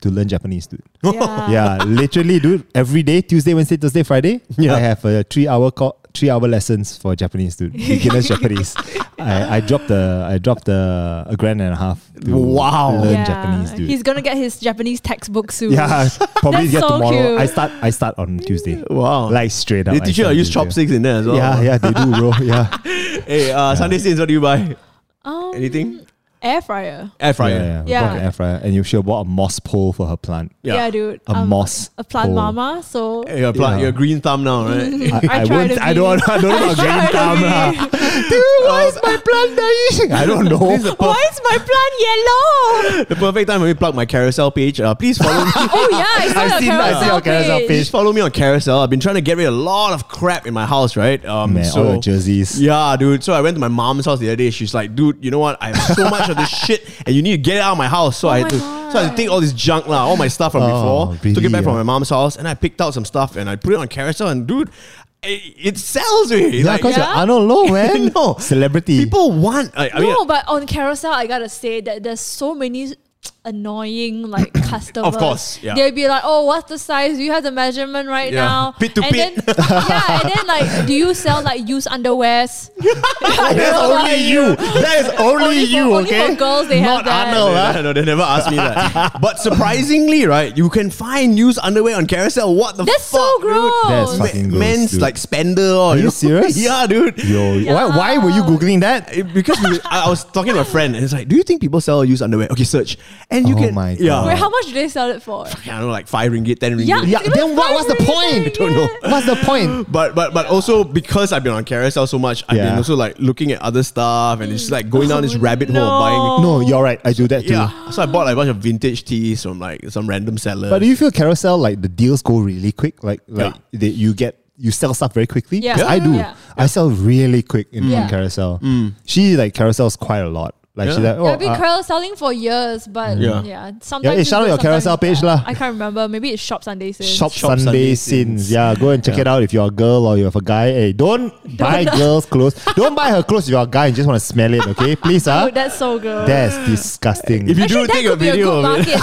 [SPEAKER 3] to learn Japanese, dude. <laughs>
[SPEAKER 4] Yeah.
[SPEAKER 3] yeah, literally, dude. Every day, Tuesday, Wednesday, Thursday, Friday,
[SPEAKER 2] Yeah.
[SPEAKER 3] I have a three hour co- three hour lessons for Japanese,
[SPEAKER 4] <laughs>
[SPEAKER 3] dude. Beginners Japanese. I, I dropped the I dropped the a grand and a half to
[SPEAKER 2] Wow.
[SPEAKER 3] learn
[SPEAKER 4] Yeah.
[SPEAKER 3] Japanese, dude.
[SPEAKER 4] He's gonna get his Japanese textbook soon.
[SPEAKER 3] yeah, <laughs> probably
[SPEAKER 4] That's
[SPEAKER 3] get
[SPEAKER 4] so
[SPEAKER 3] tomorrow.
[SPEAKER 4] cute.
[SPEAKER 3] I start I start on Tuesday.
[SPEAKER 2] Wow.
[SPEAKER 3] Like straight up.
[SPEAKER 2] the
[SPEAKER 3] I
[SPEAKER 2] teacher
[SPEAKER 3] start
[SPEAKER 2] I
[SPEAKER 3] on
[SPEAKER 2] use
[SPEAKER 3] Tuesday.
[SPEAKER 2] chopsticks in there as well.
[SPEAKER 3] Yeah, yeah, they do, bro. Yeah.
[SPEAKER 2] Hey, uh, Sunday Saints, what do you buy?
[SPEAKER 4] Um,
[SPEAKER 2] Anything?
[SPEAKER 4] air fryer.
[SPEAKER 2] Air <laughs> fryer.
[SPEAKER 3] Yeah, yeah. we
[SPEAKER 4] Yeah.
[SPEAKER 3] bought an air fryer, and you should have bought a moss pole for her plant.
[SPEAKER 2] Yeah.
[SPEAKER 4] dude. Um,
[SPEAKER 3] A moss
[SPEAKER 4] A plant
[SPEAKER 3] pole.
[SPEAKER 4] mama. So <laughs>
[SPEAKER 2] Hey, You're, a plant,
[SPEAKER 3] Yeah.
[SPEAKER 2] you're a green thumb now,
[SPEAKER 3] <laughs>
[SPEAKER 2] right?
[SPEAKER 3] I,
[SPEAKER 4] I
[SPEAKER 3] I,
[SPEAKER 4] try
[SPEAKER 3] won't.
[SPEAKER 4] to
[SPEAKER 3] I
[SPEAKER 4] <laughs>
[SPEAKER 3] don't.
[SPEAKER 4] be-
[SPEAKER 3] I don't know
[SPEAKER 4] I
[SPEAKER 3] about
[SPEAKER 4] try
[SPEAKER 3] green
[SPEAKER 4] to
[SPEAKER 3] thumb.
[SPEAKER 4] be.
[SPEAKER 3] <laughs> lah. Dude, why is my plant dying? I don't know.
[SPEAKER 4] why is my plant
[SPEAKER 3] <laughs>
[SPEAKER 4] yellow?
[SPEAKER 2] the perfect time when we plug my carousel page. Uh, please follow me.
[SPEAKER 4] Oh yeah, I saw
[SPEAKER 3] I've
[SPEAKER 4] your
[SPEAKER 3] seen that, I see
[SPEAKER 4] carousel
[SPEAKER 3] your carousel
[SPEAKER 4] page.
[SPEAKER 2] please follow me on carousel. I've been trying to get rid of a lot of crap in my house, right? Um,
[SPEAKER 3] Man, all your jerseys.
[SPEAKER 2] Yeah, dude. So I went to my mom's house the other day. She's like, dude, you know what? I have so much
[SPEAKER 3] <laughs>
[SPEAKER 2] of this shit, and you need to get it out of my house. So I had to,
[SPEAKER 4] Oh my God.
[SPEAKER 2] so I had to take all this junk lah, all my stuff from
[SPEAKER 3] Oh,
[SPEAKER 2] before, took it
[SPEAKER 3] really,
[SPEAKER 2] back from
[SPEAKER 3] ah?
[SPEAKER 2] my mom's house, and I picked out some stuff and I put it on carousel, and dude. It, it sells me.
[SPEAKER 3] Yeah,
[SPEAKER 2] Like, <laughs>
[SPEAKER 3] because
[SPEAKER 4] Yeah?
[SPEAKER 3] you're Arnold Low, man.
[SPEAKER 2] No.
[SPEAKER 3] celebrity.
[SPEAKER 2] people want. I, I mean, uh,
[SPEAKER 4] No, but on Carousel, I gotta say that there's so many
[SPEAKER 2] <coughs>
[SPEAKER 4] annoying like customers.
[SPEAKER 2] course, yeah.
[SPEAKER 4] They'll be like, "Oh, what's the size? Do you have the measurement right
[SPEAKER 2] Yeah.
[SPEAKER 4] now?"
[SPEAKER 2] Pit to
[SPEAKER 4] and
[SPEAKER 2] pit.
[SPEAKER 4] Then, <laughs> yeah, and then like, do you sell like used
[SPEAKER 2] <laughs>
[SPEAKER 4] underwears?
[SPEAKER 3] That's
[SPEAKER 4] <laughs>
[SPEAKER 3] only you. That is only,
[SPEAKER 4] Only for-
[SPEAKER 3] you.
[SPEAKER 4] only
[SPEAKER 3] okay.
[SPEAKER 4] for girls they
[SPEAKER 3] Not
[SPEAKER 4] have that.
[SPEAKER 3] Arnold. ah.
[SPEAKER 2] no, they never asked
[SPEAKER 3] <laughs>
[SPEAKER 2] me that. but surprisingly, right, you can find used underwear on Carousel. What the
[SPEAKER 4] That's
[SPEAKER 2] fuck?
[SPEAKER 4] so
[SPEAKER 2] dude?
[SPEAKER 4] gross.
[SPEAKER 3] That's
[SPEAKER 2] Ma-
[SPEAKER 3] Fucking gross,
[SPEAKER 2] men's
[SPEAKER 3] dude.
[SPEAKER 2] like spender. Or,
[SPEAKER 3] Are you serious?
[SPEAKER 2] <laughs> yeah, dude.
[SPEAKER 3] Yo, why, why were you googling that?
[SPEAKER 2] It- because we, I, I was talking to a friend and it's like, do you think people sell used underwear? Okay, search, and you
[SPEAKER 3] Oh
[SPEAKER 2] can.
[SPEAKER 3] my
[SPEAKER 2] yeah,
[SPEAKER 3] God.
[SPEAKER 4] Wait, how much do they sell it for?
[SPEAKER 2] I don't know, like five ringgit, ten ringgit.
[SPEAKER 4] Yeah.
[SPEAKER 3] Yeah.
[SPEAKER 4] Even
[SPEAKER 3] Then what? What's the
[SPEAKER 4] five
[SPEAKER 3] point?
[SPEAKER 4] ringgit.
[SPEAKER 2] Don't know.
[SPEAKER 3] What's the point?
[SPEAKER 2] But but but also because I've been on carousel so much, I've been
[SPEAKER 3] Yeah.
[SPEAKER 2] also like looking at other stuff and it's like going down this rabbit hole of buying
[SPEAKER 4] Oh.
[SPEAKER 3] No, you're right. I do that too.
[SPEAKER 2] Yeah. So I bought like a bunch of vintage teas from like some random seller.
[SPEAKER 3] But do you feel carousel like the deals go really quick? Like like
[SPEAKER 2] Yeah.
[SPEAKER 3] they, you get you sell stuff very quickly.
[SPEAKER 4] Yeah.
[SPEAKER 3] 'Cause I do.
[SPEAKER 4] Yeah.
[SPEAKER 3] I sell really quick in
[SPEAKER 4] Yeah.
[SPEAKER 3] on carousel. She like carousels quite a lot. Like she's
[SPEAKER 2] Mm. Yeah.
[SPEAKER 3] like, oh,
[SPEAKER 4] Yeah, I've been
[SPEAKER 3] uh,
[SPEAKER 4] carousel selling for years, but
[SPEAKER 2] Yeah.
[SPEAKER 4] yeah, sometimes
[SPEAKER 3] eh,
[SPEAKER 4] it's
[SPEAKER 3] shout out
[SPEAKER 4] good,
[SPEAKER 3] your
[SPEAKER 4] sometimes
[SPEAKER 3] Carousel
[SPEAKER 4] it's
[SPEAKER 3] page
[SPEAKER 4] bad.
[SPEAKER 3] lah.
[SPEAKER 4] I can't remember. Maybe it's Shop Sunday sales.
[SPEAKER 3] Shop,
[SPEAKER 2] Shop Sunday
[SPEAKER 3] Sunday, sins.
[SPEAKER 2] Sins.
[SPEAKER 3] Yeah, go and check it out if you're a girl or if a guy. Hey,
[SPEAKER 4] <laughs>
[SPEAKER 3] don't, buy girls' clothes. Don't buy her clothes if you're a guy and just want to smell it, okay? Please,
[SPEAKER 4] Oh, <laughs>
[SPEAKER 3] huh?
[SPEAKER 4] that's so good.
[SPEAKER 3] That's disgusting.
[SPEAKER 2] if you do
[SPEAKER 4] Actually, that
[SPEAKER 2] take a
[SPEAKER 4] could be
[SPEAKER 2] video
[SPEAKER 4] a good
[SPEAKER 2] of it,
[SPEAKER 4] market,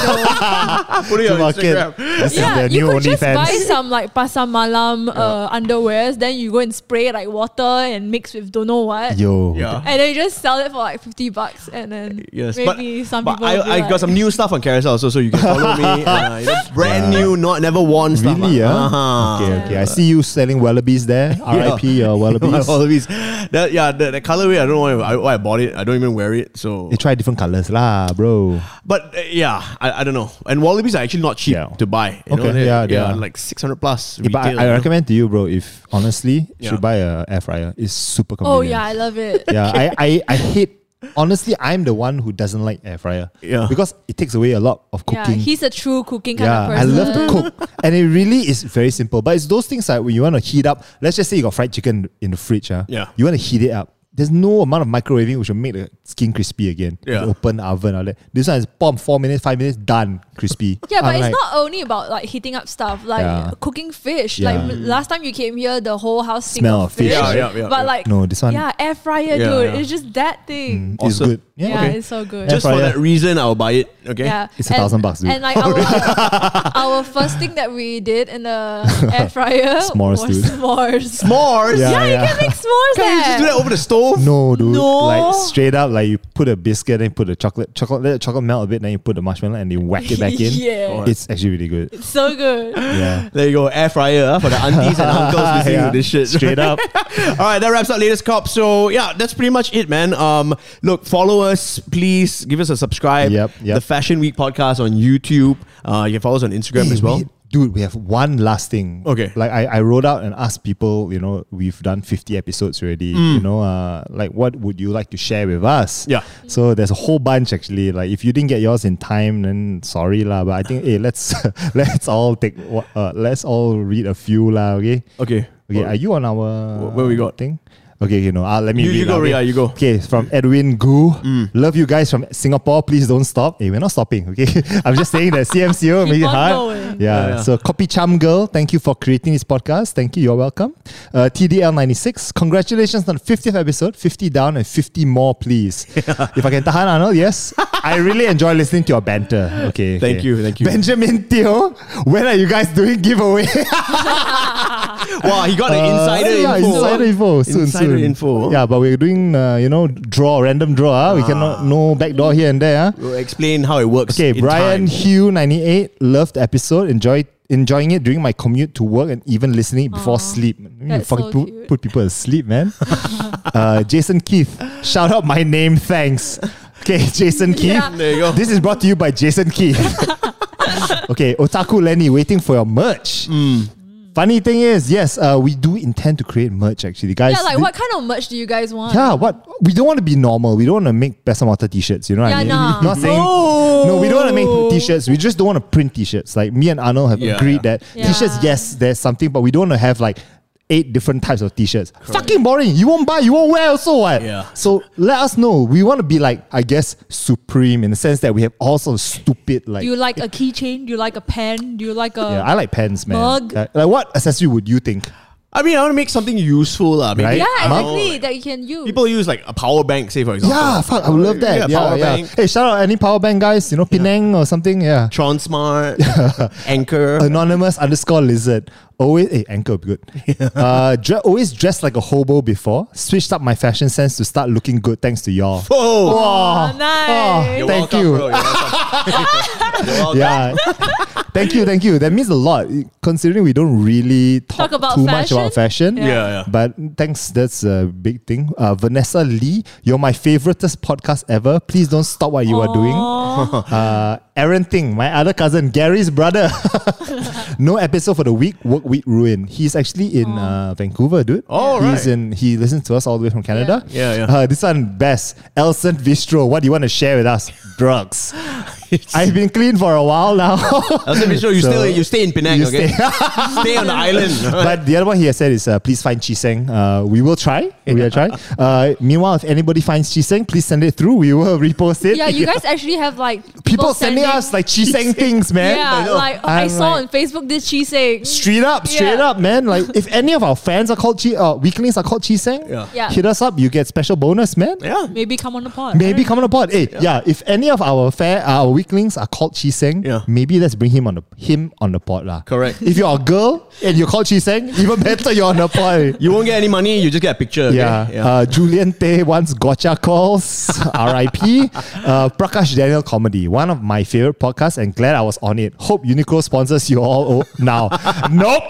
[SPEAKER 2] <laughs>
[SPEAKER 4] though.
[SPEAKER 2] put it on
[SPEAKER 3] market,
[SPEAKER 2] Instagram.
[SPEAKER 3] this
[SPEAKER 4] yeah,
[SPEAKER 3] is the
[SPEAKER 4] you
[SPEAKER 3] new
[SPEAKER 4] could just buy
[SPEAKER 3] OnlyFans.
[SPEAKER 4] some like pasar malam uh, underwears, then you go and spray like water and mix with don't know what,
[SPEAKER 3] Yo,
[SPEAKER 2] Yeah.
[SPEAKER 4] and then you just sell it for like fifty bucks, and then
[SPEAKER 2] Yes,
[SPEAKER 4] maybe
[SPEAKER 2] but,
[SPEAKER 4] some
[SPEAKER 2] but
[SPEAKER 4] people.
[SPEAKER 2] I,
[SPEAKER 4] will be
[SPEAKER 2] I
[SPEAKER 4] like,
[SPEAKER 2] got some new stuff on Carousel also, so you can follow me.
[SPEAKER 4] <laughs>
[SPEAKER 2] Uh, you know, brand new, not never worn stuff.
[SPEAKER 3] Really,
[SPEAKER 2] uh,
[SPEAKER 3] yeah?
[SPEAKER 2] Uh-huh.
[SPEAKER 3] Okay, okay. I see you selling wallabies
[SPEAKER 2] <laughs>
[SPEAKER 3] there. R.I.P. your uh, wallabies.
[SPEAKER 2] Wallabies. That yeah, the, the colorway. I don't know why I, why I bought it. I don't even wear it. So,
[SPEAKER 3] They try different colors lah, bro.
[SPEAKER 2] but uh, yeah, I, I don't know. And wallabies are actually not cheap
[SPEAKER 3] Yeah.
[SPEAKER 2] to buy. You know,
[SPEAKER 3] Okay,
[SPEAKER 2] They-
[SPEAKER 3] yeah, they
[SPEAKER 2] yeah,
[SPEAKER 3] are.
[SPEAKER 2] like six hundred plus.
[SPEAKER 3] Yeah, but
[SPEAKER 2] retail,
[SPEAKER 3] I, I
[SPEAKER 2] you know?
[SPEAKER 3] recommend to you, bro. If honestly, you
[SPEAKER 2] Yeah.
[SPEAKER 3] should buy a air fryer. It's super
[SPEAKER 4] oh
[SPEAKER 3] convenient.
[SPEAKER 4] yeah, I love it.
[SPEAKER 3] yeah. I, I, I hate. Honestly, I'm the one who doesn't like air fryer.
[SPEAKER 2] Yeah.
[SPEAKER 3] because it takes away a lot of
[SPEAKER 4] yeah,
[SPEAKER 3] cooking.
[SPEAKER 4] he's a true cooking kind
[SPEAKER 3] yeah,
[SPEAKER 4] of
[SPEAKER 3] I
[SPEAKER 4] person.
[SPEAKER 3] love to cook, and it really is very simple. But it's those things like when you want to heat up. Let's just say you got fried chicken in the fridge. ah.
[SPEAKER 2] Yeah.
[SPEAKER 3] you want to heat it up. There's no amount of microwaving which will make the skin crispy again.
[SPEAKER 2] Yeah.
[SPEAKER 3] You open the oven all that. This one is pop four minutes, five minutes, done crispy.
[SPEAKER 4] Yeah, but
[SPEAKER 3] I'm
[SPEAKER 4] it's
[SPEAKER 3] like,
[SPEAKER 4] not only about like heating up stuff, like
[SPEAKER 3] Yeah.
[SPEAKER 4] cooking fish.
[SPEAKER 3] Yeah.
[SPEAKER 4] Like m- last time you came here, the whole house stinks
[SPEAKER 3] Smell
[SPEAKER 4] of
[SPEAKER 3] of fish,
[SPEAKER 4] fish.
[SPEAKER 2] right? Yeah, yeah, yeah,
[SPEAKER 4] but
[SPEAKER 2] yeah.
[SPEAKER 4] like
[SPEAKER 3] No, this one- Mm.
[SPEAKER 4] Yeah, air fryer,
[SPEAKER 2] Yeah,
[SPEAKER 4] dude.
[SPEAKER 2] yeah.
[SPEAKER 4] It's just that thing.
[SPEAKER 3] It's
[SPEAKER 2] Awesome.
[SPEAKER 3] good. Yeah,
[SPEAKER 4] Yeah,
[SPEAKER 3] okay.
[SPEAKER 4] it's so good.
[SPEAKER 2] Just for
[SPEAKER 3] fryer.
[SPEAKER 2] that reason, I'll buy it. Okay.
[SPEAKER 4] Yeah,
[SPEAKER 3] <laughs> It's a thousand bucks, dude.
[SPEAKER 4] And like
[SPEAKER 3] <laughs>
[SPEAKER 4] our, our first thing that we did in
[SPEAKER 3] <laughs>
[SPEAKER 4] the air fryer
[SPEAKER 3] S'mores,
[SPEAKER 4] was
[SPEAKER 3] dude.
[SPEAKER 4] s'mores.
[SPEAKER 2] S'mores.
[SPEAKER 4] Yeah,
[SPEAKER 3] Yeah,
[SPEAKER 4] you
[SPEAKER 3] yeah.
[SPEAKER 4] can make s'mores.
[SPEAKER 2] Can you just
[SPEAKER 4] there.
[SPEAKER 2] do that over the stove?
[SPEAKER 3] No, dude.
[SPEAKER 4] No.
[SPEAKER 3] Like straight up, like you put a biscuit and put the chocolate, chocolate, let the chocolate melt a bit, then you put the marshmallow and you whack it back in.
[SPEAKER 4] <laughs> Yeah.
[SPEAKER 3] It's actually really good.
[SPEAKER 4] It's so good.
[SPEAKER 3] Yeah.
[SPEAKER 2] There you go, air fryer ah, for the
[SPEAKER 3] <laughs>
[SPEAKER 2] aunties and uncles listening
[SPEAKER 3] Yeah.
[SPEAKER 2] to this
[SPEAKER 3] <laughs>
[SPEAKER 2] shit.
[SPEAKER 3] Straight
[SPEAKER 2] <laughs>
[SPEAKER 3] up.
[SPEAKER 2] All right, that wraps up latest cop. So yeah, that's pretty much it, man. Um, look, follow us, please. Give us a subscribe.
[SPEAKER 3] Yep, yep.
[SPEAKER 2] The Fashion Week podcast on YouTube. Uh, you can follow us on Instagram
[SPEAKER 3] Hey,
[SPEAKER 2] as well.
[SPEAKER 3] we- dude, we have one last thing.
[SPEAKER 2] Okay.
[SPEAKER 3] Like I, I wrote out and asked people, you know, we've done 50 episodes already. You know, uh, like what would you like to share with us?
[SPEAKER 2] Mm. Yeah.
[SPEAKER 3] So there's a whole bunch actually. Like if you didn't get yours in time, then sorry lah. But I think hey, let's <laughs> let's all take wha- uh, let's all read a few lah, okay?
[SPEAKER 2] Okay.
[SPEAKER 3] Okay, are you on our
[SPEAKER 2] wh- where we got?
[SPEAKER 3] thing? Okay, you know, uh, let me
[SPEAKER 2] You-
[SPEAKER 3] read
[SPEAKER 2] you go,
[SPEAKER 3] out, okay?
[SPEAKER 2] Ria, you go. Mm.
[SPEAKER 3] Okay, from Edwin Gu. Love you guys from Singapore. Please don't stop. Hey, we're not stopping, okay? <laughs> I'm just saying that
[SPEAKER 4] <laughs>
[SPEAKER 3] CMCO make it
[SPEAKER 4] on
[SPEAKER 3] hard.
[SPEAKER 4] going.
[SPEAKER 3] Yeah,
[SPEAKER 2] Yeah, yeah.
[SPEAKER 3] So Copy Cham Girl, thank you for creating this podcast. Thank you. You're welcome. Uh, TDL96, congratulations on 50th episode. 50 down and 50 more,
[SPEAKER 2] <laughs>
[SPEAKER 3] please. if I can tahan Arnold, yes. I really enjoy listening to your banter. Okay.
[SPEAKER 2] Thank
[SPEAKER 3] okay.
[SPEAKER 2] you, thank you.
[SPEAKER 3] Benjamin Teo, when are you guys doing giveaway?
[SPEAKER 2] Wow, he got an insider
[SPEAKER 3] Uh, yeah,
[SPEAKER 2] info.
[SPEAKER 3] Insider info. Soon,
[SPEAKER 2] Insider
[SPEAKER 3] soon.
[SPEAKER 2] info.
[SPEAKER 3] Yeah, but we're doing uh, you know draw random draw. ah. We cannot no backdoor here and there. ah.
[SPEAKER 2] We'll explain how it works.
[SPEAKER 3] Okay,
[SPEAKER 2] in
[SPEAKER 3] Brian
[SPEAKER 2] time.
[SPEAKER 3] Hugh ninety eight loved the episode. Enjoy enjoying it during my commute to work and even listening before sleep. You
[SPEAKER 4] that's
[SPEAKER 3] fucking
[SPEAKER 4] so
[SPEAKER 3] put,
[SPEAKER 4] cute. <laughs>
[SPEAKER 3] put people asleep, man. uh, Jason Keith, shout out my name. Thanks. Okay, Jason Key.
[SPEAKER 4] Yeah.
[SPEAKER 2] There you go.
[SPEAKER 3] This is brought to you by Jason
[SPEAKER 2] <laughs>
[SPEAKER 3] Key. okay, Otaku Lenny, waiting for your merch.
[SPEAKER 2] Mm.
[SPEAKER 3] Funny thing is, yes, uh, we do intend to create merch actually, guys.
[SPEAKER 4] Yeah, like
[SPEAKER 3] Th-
[SPEAKER 4] what kind of merch do you guys want?
[SPEAKER 3] Yeah, what we don't want to be normal. We don't want to make best of water t-shirts. You know what I
[SPEAKER 4] Yeah,
[SPEAKER 3] mean? <laughs>
[SPEAKER 4] nah.
[SPEAKER 3] Not saying no. We don't want to make t-shirts. We just don't want to print t-shirts. Like me and Arnold have
[SPEAKER 2] Yeah.
[SPEAKER 3] agreed that
[SPEAKER 4] Yeah.
[SPEAKER 3] t-shirts. Yes, there's something, but we don't want to have like eight different types of t-shirts. Fucking boring. You won't buy. You won't wear. Also what?
[SPEAKER 2] Yeah.
[SPEAKER 3] So let us know. We want to be like I guess supreme in the sense that we have all sorts of stupid like.
[SPEAKER 4] Do you like a keychain? Do you like a pen? Do you like a
[SPEAKER 3] yeah, I like pens, man.
[SPEAKER 4] Mug.
[SPEAKER 3] Like, like what accessory would you think?
[SPEAKER 2] I mean, I want to make something useful, lah. Maybe
[SPEAKER 3] Right?
[SPEAKER 4] Yeah,
[SPEAKER 2] I don't know,
[SPEAKER 4] exactly.
[SPEAKER 2] like,
[SPEAKER 4] That you can use.
[SPEAKER 2] people use like a power bank, say for example.
[SPEAKER 3] Yeah, fuck, I would love that.
[SPEAKER 2] Yeah,
[SPEAKER 3] Yeah,
[SPEAKER 2] power
[SPEAKER 3] yeah.
[SPEAKER 2] bank.
[SPEAKER 3] Hey, shout out any power bank guys, you know, Penang or something. Yeah.
[SPEAKER 2] Transmart,
[SPEAKER 3] <laughs>
[SPEAKER 2] Anchor.
[SPEAKER 3] anonymous underscore lizard. Always, hey, anchor would be good. Uh, dre- always dressed like a hobo before. Switched up my fashion sense to start looking good thanks to y'all.
[SPEAKER 2] Oh,
[SPEAKER 4] Oh, nice.
[SPEAKER 2] You're
[SPEAKER 3] Thank
[SPEAKER 2] welcome,
[SPEAKER 3] you.
[SPEAKER 2] bro. You're welcome. You're welcome.
[SPEAKER 3] Yeah. <laughs> thank you, thank you. That means a lot considering we don't really talk,
[SPEAKER 4] Talk about
[SPEAKER 3] too much
[SPEAKER 4] fashion?
[SPEAKER 3] about fashion.
[SPEAKER 4] Yeah.
[SPEAKER 2] Yeah, yeah.
[SPEAKER 3] But thanks, that's a big thing. Uh, Vanessa Lee, you're my favoriteest podcast ever. Please don't stop what you are doing.
[SPEAKER 4] Aw.
[SPEAKER 3] Uh, Aaron Ting, my other cousin, Gary's brother. <laughs> no episode for the week, work week ruin. He's actually in uh, Vancouver, dude.
[SPEAKER 2] Oh,
[SPEAKER 3] He's
[SPEAKER 2] right.
[SPEAKER 3] in, he listens to us all the way from Canada.
[SPEAKER 2] Yeah. Yeah, yeah.
[SPEAKER 3] Uh, this one, best. Elson Vistro, what do you want to share with us? Drugs. I've been clean for a while now. <laughs>
[SPEAKER 2] Elton Mitchell, you
[SPEAKER 3] So-
[SPEAKER 2] stay you stay in Penang,
[SPEAKER 3] You
[SPEAKER 2] okay? <laughs> Stay, on the island.
[SPEAKER 3] <laughs> but the other one he has said is uh, please find Chiseng. Uh, we will try. We will try. Uh, meanwhile, if anybody finds Chiseng, please send it through. We will repost it. <laughs>
[SPEAKER 4] yeah, you guys actually have like
[SPEAKER 3] People sending us like Chiseng things, man.
[SPEAKER 4] Yeah, like oh, I
[SPEAKER 3] I'm
[SPEAKER 4] saw
[SPEAKER 3] like-
[SPEAKER 4] on Facebook this cheese egg.
[SPEAKER 3] Straight up, straight
[SPEAKER 4] Yeah.
[SPEAKER 3] up, man. Like if any of our fans are called Chi, uh, weaklings are called Chiseng,
[SPEAKER 2] Yeah.
[SPEAKER 4] Yeah.
[SPEAKER 3] hit us up. You get special bonus, man.
[SPEAKER 2] yeah.
[SPEAKER 4] Maybe come on the pod.
[SPEAKER 3] Maybe come on the pod. Hey, yeah. If any of our fair our weaklings are called Chiseng,
[SPEAKER 2] Yeah.
[SPEAKER 3] maybe let's bring him on the him on the pod lah.
[SPEAKER 2] Correct.
[SPEAKER 3] If you're a girl and you're called Chiseng, even better. You're on the
[SPEAKER 2] <laughs>
[SPEAKER 3] pod.
[SPEAKER 2] You won't get any money, you just get a picture. okay?
[SPEAKER 3] Yeah.
[SPEAKER 2] yeah.
[SPEAKER 3] Uh, Julian Tay wants gotcha calls. <laughs> R.I.P. Uh, Prakash Daniel comedy, one of my favorite podcasts, and glad I was on it. Hope Uniqlo sponsors you all o-
[SPEAKER 2] <laughs>
[SPEAKER 3] now. nope.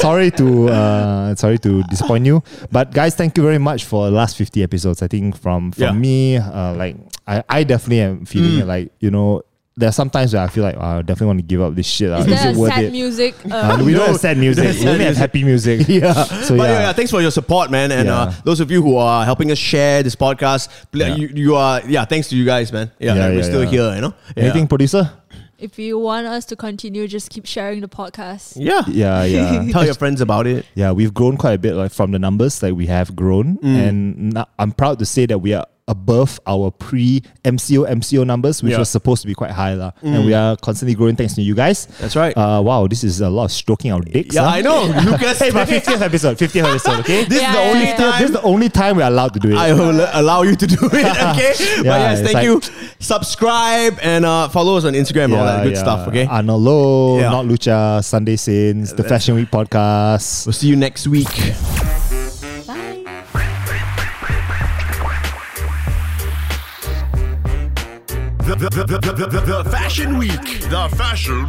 [SPEAKER 3] sorry to uh, sorry to disappoint you, but guys, thank you very much for the last fifty episodes. I think from from
[SPEAKER 2] Yeah. Mm.
[SPEAKER 3] me, uh, like I, I definitely am feeling it. Like you know, there are some times where I feel like "Wow, I definitely want to give up this shit. uh,
[SPEAKER 4] Is
[SPEAKER 3] Is,
[SPEAKER 4] there
[SPEAKER 3] it
[SPEAKER 4] a
[SPEAKER 3] worth
[SPEAKER 4] sad
[SPEAKER 3] it?
[SPEAKER 4] music?
[SPEAKER 3] Uh,
[SPEAKER 4] Uh,
[SPEAKER 3] we
[SPEAKER 2] No,
[SPEAKER 3] don't have sad music.
[SPEAKER 2] there's
[SPEAKER 3] We only
[SPEAKER 2] sad
[SPEAKER 3] have happy music. yeah. So
[SPEAKER 2] But <laughs> yeah.
[SPEAKER 3] yeah.
[SPEAKER 2] thanks for your support, man, and uh,
[SPEAKER 3] Yeah.
[SPEAKER 2] those of you who are helping us share this podcast, pl-
[SPEAKER 3] Yeah.
[SPEAKER 2] you, you are yeah. Thanks to you guys, man. Yeah,
[SPEAKER 3] Yeah,
[SPEAKER 2] we're
[SPEAKER 3] yeah,
[SPEAKER 2] still
[SPEAKER 3] yeah.
[SPEAKER 2] here, you know. Yeah.
[SPEAKER 3] Anything, producer?
[SPEAKER 4] if you want us to continue, just keep sharing the podcast.
[SPEAKER 2] Yeah,
[SPEAKER 3] Yeah,
[SPEAKER 2] <laughs>
[SPEAKER 3] yeah.
[SPEAKER 2] Tell your friends about it.
[SPEAKER 3] yeah, we've grown quite a bit like from the numbers like we have grown.
[SPEAKER 2] Mm.
[SPEAKER 3] And now I'm proud to say that we are above our pre MCO MCO numbers, which
[SPEAKER 2] Yeah. Mm.
[SPEAKER 3] was supposed to be quite high. lah. And we are constantly growing thanks to you guys.
[SPEAKER 2] That's right.
[SPEAKER 3] Uh, wow, this is a lot of stroking our dicks.
[SPEAKER 2] Yeah,
[SPEAKER 3] huh?
[SPEAKER 2] I
[SPEAKER 3] <laughs>
[SPEAKER 2] know, Lucas.
[SPEAKER 3] Hey, but <laughs> 50th episode, 50th episode, okay? <laughs>
[SPEAKER 2] This is the
[SPEAKER 4] Yeah.
[SPEAKER 2] only
[SPEAKER 4] Yeah.
[SPEAKER 2] time
[SPEAKER 3] this is the only time we're allowed to do it.
[SPEAKER 2] I
[SPEAKER 3] <laughs>
[SPEAKER 2] will allow you to do it. Okay, but
[SPEAKER 3] Yeah,
[SPEAKER 2] yes,
[SPEAKER 3] it's
[SPEAKER 2] thank
[SPEAKER 3] like-
[SPEAKER 2] you. Subscribe and uh, follow us on Instagram and all that good stuff. Okay,
[SPEAKER 3] Uh, Anolo,
[SPEAKER 2] Yeah.
[SPEAKER 3] Not Lucha, Sunday Sins, the Fashion Week podcast.
[SPEAKER 2] we'll see you next week.
[SPEAKER 4] Bye.
[SPEAKER 1] The, the, the, the, the, the Fashion Week. The Fashion